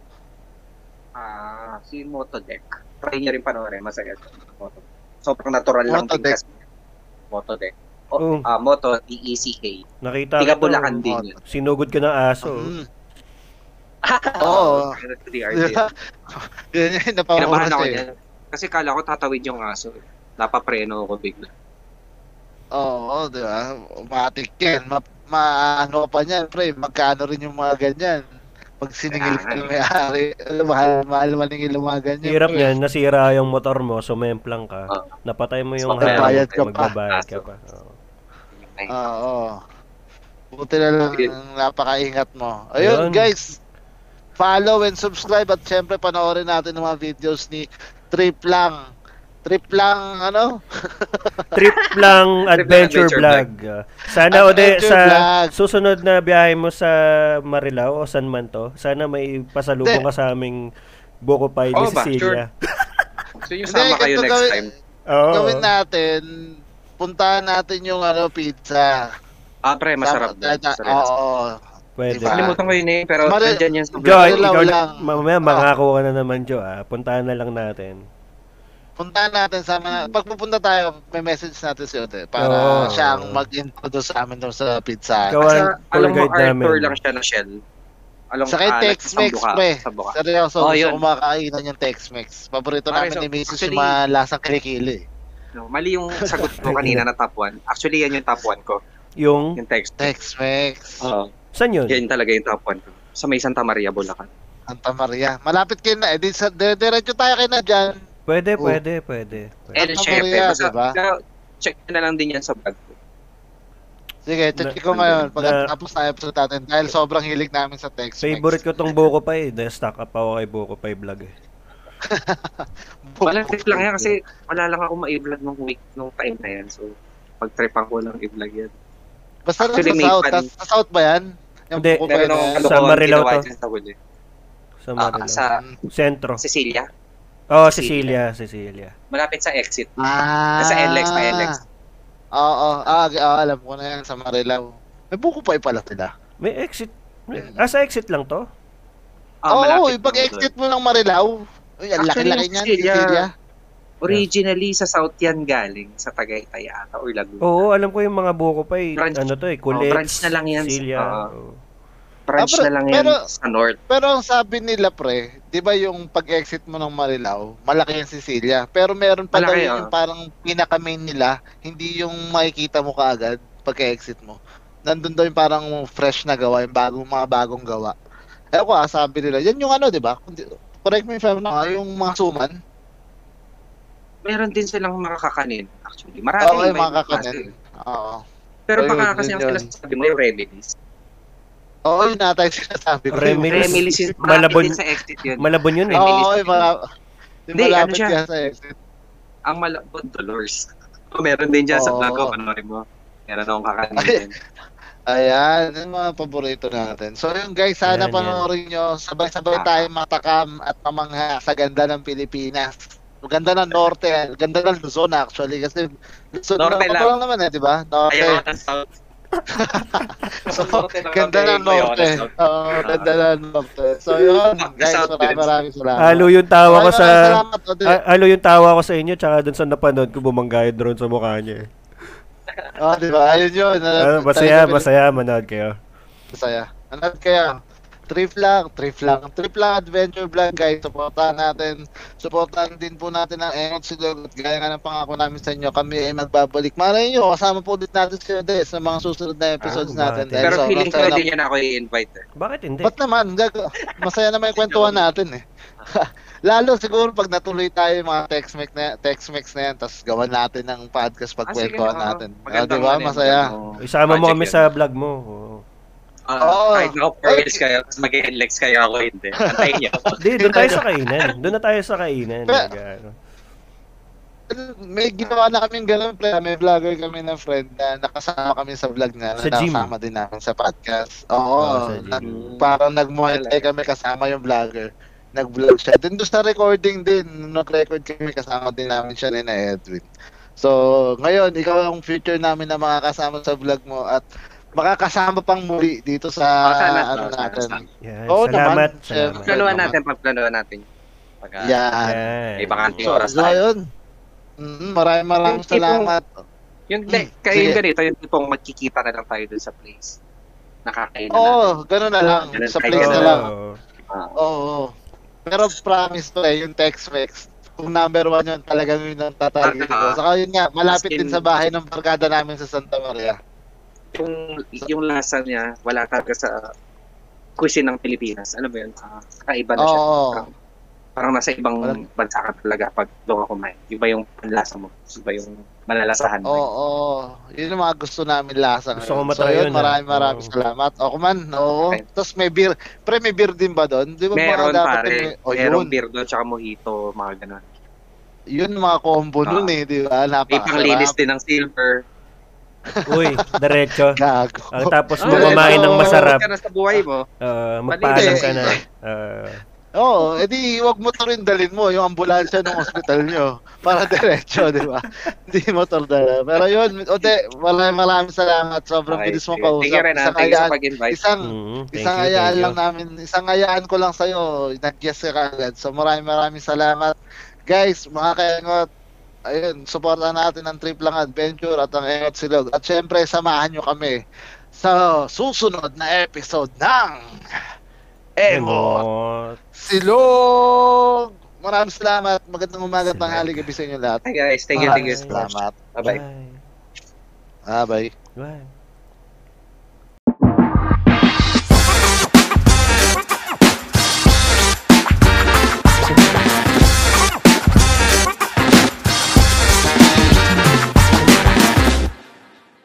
Speaker 3: Ah, si Motodeck. Try niya rin panoorin, masaya. siya. Moto. Sobrang natural lang din
Speaker 1: Motodeck.
Speaker 3: kasi. Motodeck.
Speaker 2: Oh.
Speaker 3: O, ah, Moto, D-E-C-K.
Speaker 2: Nakita
Speaker 3: Tiga
Speaker 2: ko.
Speaker 3: Bulacan Mm-hmm. din
Speaker 1: Moto.
Speaker 3: yun.
Speaker 2: Sinugod ka ng aso.
Speaker 1: Mm. Oo. Diba?
Speaker 3: Ganun to the art yun.
Speaker 1: Yun yun,
Speaker 3: Kinabahan
Speaker 1: napapaulit
Speaker 3: ako
Speaker 1: eh.
Speaker 3: niyan. Kasi kala ko tatawid yung aso. Napapreno ako bigla.
Speaker 1: Oo, oh, di ba? Matik yan. Ma, maano pa niyan, pre. Magkano rin yung mga ganyan. Pag siningil
Speaker 3: Ah.
Speaker 1: ka ng may-ari, mahal, mahal maningil ng mga ganyan.
Speaker 2: Hirap
Speaker 1: pre.
Speaker 2: yan, nasira yung motor mo, sumemplang ka.
Speaker 3: Ah.
Speaker 2: Napatay mo yung
Speaker 1: Magbabayad
Speaker 2: harap,
Speaker 1: ka pa.
Speaker 2: Magbabayad ka pa. Oh. Oo.
Speaker 3: Ay,
Speaker 1: Oo. Buti na lang napakaingat mo. Ayun,
Speaker 2: Ayun.
Speaker 1: guys. Follow and subscribe at syempre panoorin natin ang mga videos ni Trip lang. Trip lang ano?
Speaker 2: Trip lang adventure
Speaker 3: adventure
Speaker 2: vlog. Sana ode
Speaker 1: Adventure
Speaker 2: sa
Speaker 1: vlog.
Speaker 2: susunod na biyahe mo sa Marilao o San man to, sana may pasalubong
Speaker 1: Hindi.
Speaker 2: ka sa aming buko pie ni
Speaker 3: Oo ba?
Speaker 2: Cecilia.
Speaker 3: So yung sama
Speaker 1: ganito
Speaker 3: kayo next
Speaker 1: gawin-
Speaker 3: time.
Speaker 2: Oo.
Speaker 1: Gawin natin, puntahan natin yung ano pizza.
Speaker 3: Ah, pre, masarap
Speaker 1: Sama- na-
Speaker 3: din.
Speaker 1: na-
Speaker 3: Masarap.
Speaker 1: Oo.
Speaker 2: Pwede.
Speaker 1: Diba?
Speaker 3: Kalimutan ko yun eh, pero
Speaker 1: Mare-
Speaker 3: nandyan yan sa
Speaker 2: Jo,
Speaker 1: Wala,
Speaker 2: ikaw
Speaker 1: wala.
Speaker 2: na, mamaya mangako ka na naman, Jo, ah. Puntahan na lang natin.
Speaker 1: Puntahan natin sama na. Pagpupunta tayo, may message natin si Ote para
Speaker 2: Oo.
Speaker 1: siya ang mag-introduce sa amin doon sa pizza.
Speaker 2: Ikaw
Speaker 3: Basta,
Speaker 2: ang tour
Speaker 3: alam mo,
Speaker 2: guide namin.
Speaker 3: Arthur lang siya na Shell. Alam
Speaker 1: Saka yung Tex-Mex, pre.
Speaker 3: Sa buka.
Speaker 1: Seryoso,
Speaker 3: Oh,
Speaker 1: gusto
Speaker 3: yun.
Speaker 1: ko makakainan yung Tex-Mex. Paborito
Speaker 3: Pare,
Speaker 1: namin
Speaker 3: so,
Speaker 1: ni Mrs.
Speaker 3: actually-
Speaker 1: yung mga lasang kilikili.
Speaker 3: No, mali yung sagot ko kanina na top 1. Actually, yan yung top 1 ko.
Speaker 2: Yung,
Speaker 3: Yung text.
Speaker 1: Tex-Mex,
Speaker 2: Oh.
Speaker 3: Oo.
Speaker 2: saan yun?
Speaker 3: Yan talaga yung top 1 ko. Sa may Santa Maria, Bulacan.
Speaker 1: Santa Maria. Malapit kayo na. Eh, di, sa, dire- diretso tayo kayo na dyan.
Speaker 2: Pwede,
Speaker 1: Oh.
Speaker 2: pwede, pwede. pwede.
Speaker 3: El
Speaker 1: Santa
Speaker 3: Chefe.
Speaker 1: Maria,
Speaker 3: Basta,
Speaker 1: diba?
Speaker 3: na- check na lang din yan sa vlog ko.
Speaker 1: Sige, check ko ngayon. Pag
Speaker 2: na-
Speaker 1: tapos na episode natin. Dahil sobrang hilig namin sa Tex-Mex.
Speaker 2: Favorite ko tong Boko Pie. Na-stock up ako kay Boko Pie vlog. eh.
Speaker 3: Walang trip lang yan kasi wala lang ako ma-vlog nung week, nung time na yan. So, pag-tripan ko lang i-vlog yan.
Speaker 1: Basta nasa
Speaker 3: Actually, may
Speaker 1: South.
Speaker 3: pan-
Speaker 1: Tas- Sa South ba yan? Yung
Speaker 2: Hindi.
Speaker 1: buko
Speaker 3: Meron
Speaker 1: na
Speaker 3: akong
Speaker 1: yan?
Speaker 2: ano- Sa
Speaker 3: kalokohan
Speaker 2: Marilao
Speaker 3: ginawa
Speaker 2: to.
Speaker 3: dyan sa huli.
Speaker 2: Sa
Speaker 3: Ah,
Speaker 2: Marilao.
Speaker 3: sa
Speaker 2: Sentro.
Speaker 3: Cecilia.
Speaker 2: Oh, Cecilia, Cecilia.
Speaker 3: Malapit sa exit.
Speaker 1: Ah.
Speaker 3: Nasa NLEX, may NLEX.
Speaker 1: Oo, oo. ah, g- ah, alam ko na yan sa Marilao. May buko pa eh pala sila.
Speaker 2: May exit. May- Ah, sa exit lang to?
Speaker 1: Oo,
Speaker 3: Ah, malapit
Speaker 1: oh,
Speaker 3: lang doon.
Speaker 1: pag-exit mo ng Marilao. Uy, ang
Speaker 3: Actually,
Speaker 1: laki-laki
Speaker 3: yung
Speaker 1: niyan,
Speaker 3: Cecilia-
Speaker 1: Cecilia.
Speaker 3: Originally, sa South yan galing. Sa Tagaytay ata or Laguna.
Speaker 2: Oo, alam ko yung mga Boko Pie.
Speaker 3: Branch.
Speaker 2: Ano to eh, Kulets,
Speaker 3: Oh, branch na lang yan.
Speaker 2: Cecilia.
Speaker 3: Ah.
Speaker 2: oo.
Speaker 1: Ah,
Speaker 3: Branch
Speaker 1: pero-
Speaker 3: na lang yan
Speaker 1: pero-
Speaker 3: sa North.
Speaker 1: Pero ang sabi nila pre, 'di ba yung pag-exit mo ng Marilao, malaki yung Sicilia. Pero meron pa daw
Speaker 3: Malaki,
Speaker 1: yung
Speaker 3: ah.
Speaker 1: parang pinaka-main nila, hindi yung makikita mo kaagad pagka-exit mo. Nandun daw yung parang fresh na gawa, yung bagong mga bagong gawa. Eh ko ah, sabi nila, yan yung ano, 'di ba? Kundi- Correct me if I'm wrong, ah, yung mga suman.
Speaker 3: Meron din silang mga kakanin, actually. Marami
Speaker 1: Oo, yung
Speaker 3: iba-iba
Speaker 1: mga
Speaker 3: klase.
Speaker 1: kakanin. Oo.
Speaker 3: Pero
Speaker 1: Ayun,
Speaker 3: baka kasi
Speaker 1: yun,
Speaker 3: ang
Speaker 1: yun.
Speaker 3: sinasabi mo yung remedies.
Speaker 1: Oo, yun ata yung sinasabi ko.
Speaker 2: Remedies. Remil-
Speaker 3: Remedies is
Speaker 2: Malabon-
Speaker 3: malapit din sa exit yun.
Speaker 2: Malabon yun eh.
Speaker 3: Oh.
Speaker 1: Oo, yung mga... Yung
Speaker 3: Hindi, ano
Speaker 1: malapit
Speaker 3: siya?
Speaker 1: ano sa exit.
Speaker 3: ang malabon, Dolores. Oh, meron din dyan sa
Speaker 1: Oo.
Speaker 3: vlog ko, panoorin mo. Meron akong kakanin
Speaker 1: Ay.
Speaker 3: din.
Speaker 1: Ayan, yung mga paborito natin. So yun guys, sana
Speaker 2: Ayan,
Speaker 1: panoorin nyo. Sabay-sabay
Speaker 3: Ah.
Speaker 1: tayo matakam at mamangha sa ganda ng Pilipinas. Ang Ganda ng Norte, ang ganda ng Luzon actually. Kasi Luzon
Speaker 3: Norte
Speaker 1: norte na,
Speaker 3: lang.
Speaker 1: lang. naman eh, di ba? Norte.
Speaker 3: Ayoko na South.
Speaker 1: so,
Speaker 3: Norte lang
Speaker 1: ganda
Speaker 3: natin,
Speaker 1: ng
Speaker 3: ayoko na
Speaker 1: Norte.
Speaker 3: South.
Speaker 1: Oo, ganda ng Norte. So yun,
Speaker 3: Fuck the
Speaker 1: guys,
Speaker 3: South,
Speaker 1: maraming
Speaker 3: guys.
Speaker 1: maraming salamat.
Speaker 2: Halo yung Ah, tawa ko
Speaker 1: Maraming
Speaker 2: sa...
Speaker 1: Salamat, Ode.
Speaker 2: Ah, Halo yung tawa ko sa inyo, tsaka dun sa napanood ko bumangga yung drone sa mukha niya eh.
Speaker 1: Oh, di ba? Ayun yun.
Speaker 2: Ah, masaya, masaya, manood kayo.
Speaker 1: Masaya. Anad kaya? Trip lang, trip lang. Trip lang adventure vlog guys. Supportahan natin. Supportahan din po natin ang Engot Silog. At gaya nga ng pangako namin sa inyo, kami ay magbabalik. Malay nyo, kasama po din natin si Ode sa mga susunod na episodes
Speaker 2: Ah,
Speaker 1: natin.
Speaker 2: bakit?
Speaker 1: Dahil
Speaker 3: Pero
Speaker 1: sobrang
Speaker 3: feeling ko
Speaker 1: saya na-
Speaker 3: din yan ako i-invite. eh.
Speaker 2: Bakit hindi?
Speaker 1: Ba't naman? Gago. Masaya naman yung kwentuhan natin eh. Lalo siguro pag natuloy tayo yung mga Tex-Mex na, Tex-Mex na yan, tapos gawan natin ng podcast pag
Speaker 3: Ah, sige,
Speaker 1: kwentuhan
Speaker 3: oo.
Speaker 1: natin. Ah,
Speaker 3: Maganda
Speaker 1: di ba?
Speaker 3: naman yun.
Speaker 1: Masaya.
Speaker 3: Oo.
Speaker 2: Isama mo
Speaker 3: Project
Speaker 2: kami
Speaker 3: yun.
Speaker 2: sa vlog mo. oo.
Speaker 3: Ah,
Speaker 1: Oo.
Speaker 3: Kahit ako four wheels kayo, tapos mag-enlex kayo ako hindi. Antayin niyo.
Speaker 2: Hindi, doon tayo sa kainan. Doon na tayo sa kainan.
Speaker 1: Pero-
Speaker 2: Nag- ano.
Speaker 1: may ginawa na kaming ganun, pre. May vlogger kami ng friend na nakasama kami sa vlog niya.
Speaker 2: Sa
Speaker 1: na
Speaker 2: gym.
Speaker 1: Nakasama din namin sa podcast. Oo.
Speaker 2: Oo, sa gym.
Speaker 1: nag, parang nag-muay kami kasama yung vlogger. Nag-vlog siya. Then doon sa recording din, nung nag-record kami, kasama din namin siya ni na Edwin. So, ngayon, ikaw ang future namin na makakasama sa vlog mo at makakasama pang muli dito sa
Speaker 3: Ah, sana,
Speaker 1: ano
Speaker 3: sana,
Speaker 1: natin.
Speaker 3: sana.
Speaker 2: Yan.
Speaker 1: Oo
Speaker 2: salamat.
Speaker 1: naman,
Speaker 2: salamat.
Speaker 1: syempre.
Speaker 3: Pagplanuhan natin, pagplanuhan natin. Pag, ah,
Speaker 1: Yan.
Speaker 2: Yan.
Speaker 3: May bakante.
Speaker 1: So,
Speaker 3: Oras tayo.
Speaker 1: ngayon, mm, maraming maraming
Speaker 3: Yung tipong-
Speaker 1: salamat.
Speaker 3: Yung,
Speaker 1: Mm,
Speaker 3: kayo yung
Speaker 1: sige.
Speaker 3: ganito, yung tipong magkikita na lang tayo dun sa place. Nakakainan natin.
Speaker 1: Oo, ganun na lang.
Speaker 3: Ganun,
Speaker 1: Sa
Speaker 3: kahit
Speaker 1: place na
Speaker 3: ganun.
Speaker 1: lang.
Speaker 2: Oo.
Speaker 3: Ah.
Speaker 1: Oo. Pero promise pre, yung Tex-Mex, kung number one yun, talagang yun ang tatagin ko.
Speaker 3: Aha.
Speaker 1: Saka yun nga, malapit
Speaker 3: Ah. As in-
Speaker 1: din sa bahay ng barkada namin sa Santa Maria.
Speaker 3: yung yung lasa niya wala talaga sa cuisine ng Pilipinas. Alam mo yun, uh, kakaiba na siya. Ah.
Speaker 1: Oo.
Speaker 3: Parang nasa ibang
Speaker 1: Walang-
Speaker 3: bansa ka talaga pag doon ka kumain. Iba yung panlasa mo, iba yung malalasahan
Speaker 1: Oo,
Speaker 3: mo.
Speaker 1: oo. Yun yung mga gusto namin lasa
Speaker 2: Gusto ko
Speaker 1: ngayon. So
Speaker 2: matry
Speaker 1: yun,
Speaker 2: yun, ah.
Speaker 1: maraming maraming
Speaker 2: Oo.
Speaker 1: salamat. O kuman, oo.
Speaker 3: Okay.
Speaker 1: Tapos may beer. Pre, may beer din ba doon? Di ba
Speaker 3: Meron
Speaker 1: mga dapat
Speaker 3: pare,
Speaker 1: may- O
Speaker 3: merong
Speaker 1: yun,
Speaker 3: beer doon tsaka mojito, mga ganun.
Speaker 1: yun mga combo
Speaker 3: Ah.
Speaker 1: nun eh, di ba?
Speaker 3: May panglinis
Speaker 1: Napakasarap.
Speaker 3: din ng silver.
Speaker 2: Uy, diretso.
Speaker 1: Gago.
Speaker 2: Ang tapos
Speaker 3: Oh,
Speaker 1: Ah,
Speaker 2: mo kumain
Speaker 1: diretso.
Speaker 2: ng masarap,
Speaker 3: Ka na sa buhay mo.
Speaker 2: ah, magpaalam ka na.
Speaker 1: Malinis.
Speaker 2: Ah,
Speaker 1: Oo, edi wag mo to rin dalhin mo yung ambulansya ng ospital nyo para diretso, di ba? Hindi mo to dala. Pero yun, Ote, maraming maraming salamat. Sobrang
Speaker 3: Okay,
Speaker 1: bilis mo
Speaker 3: sige.
Speaker 1: kausap.
Speaker 3: Thank you rin ah.
Speaker 1: Isang
Speaker 3: Thank you sa
Speaker 1: ayaan-
Speaker 3: pag-invite.
Speaker 1: Isang,
Speaker 2: Mm, thank
Speaker 1: isang
Speaker 2: you,
Speaker 1: ayaan
Speaker 2: thank
Speaker 1: lang
Speaker 2: you.
Speaker 1: namin, isang ayaan ko lang sa'yo. Nag-guess ka kaagad. So maraming maraming salamat. Guys, mga kaengot, ayun, supportan natin ang Trip Lang Adventure at ang Engot Silog. At syempre, samahan nyo kami sa susunod na episode ng Engot
Speaker 2: Emot.
Speaker 1: Silog! Maraming salamat. Magandang umaga at tanghali gabi sa inyo lahat.
Speaker 3: Hi guys, thank you, thank
Speaker 1: Maraming
Speaker 2: Bye.
Speaker 3: you.
Speaker 1: Salamat.
Speaker 3: Bye-bye.
Speaker 1: Ah, bye.
Speaker 2: Bye. Bye.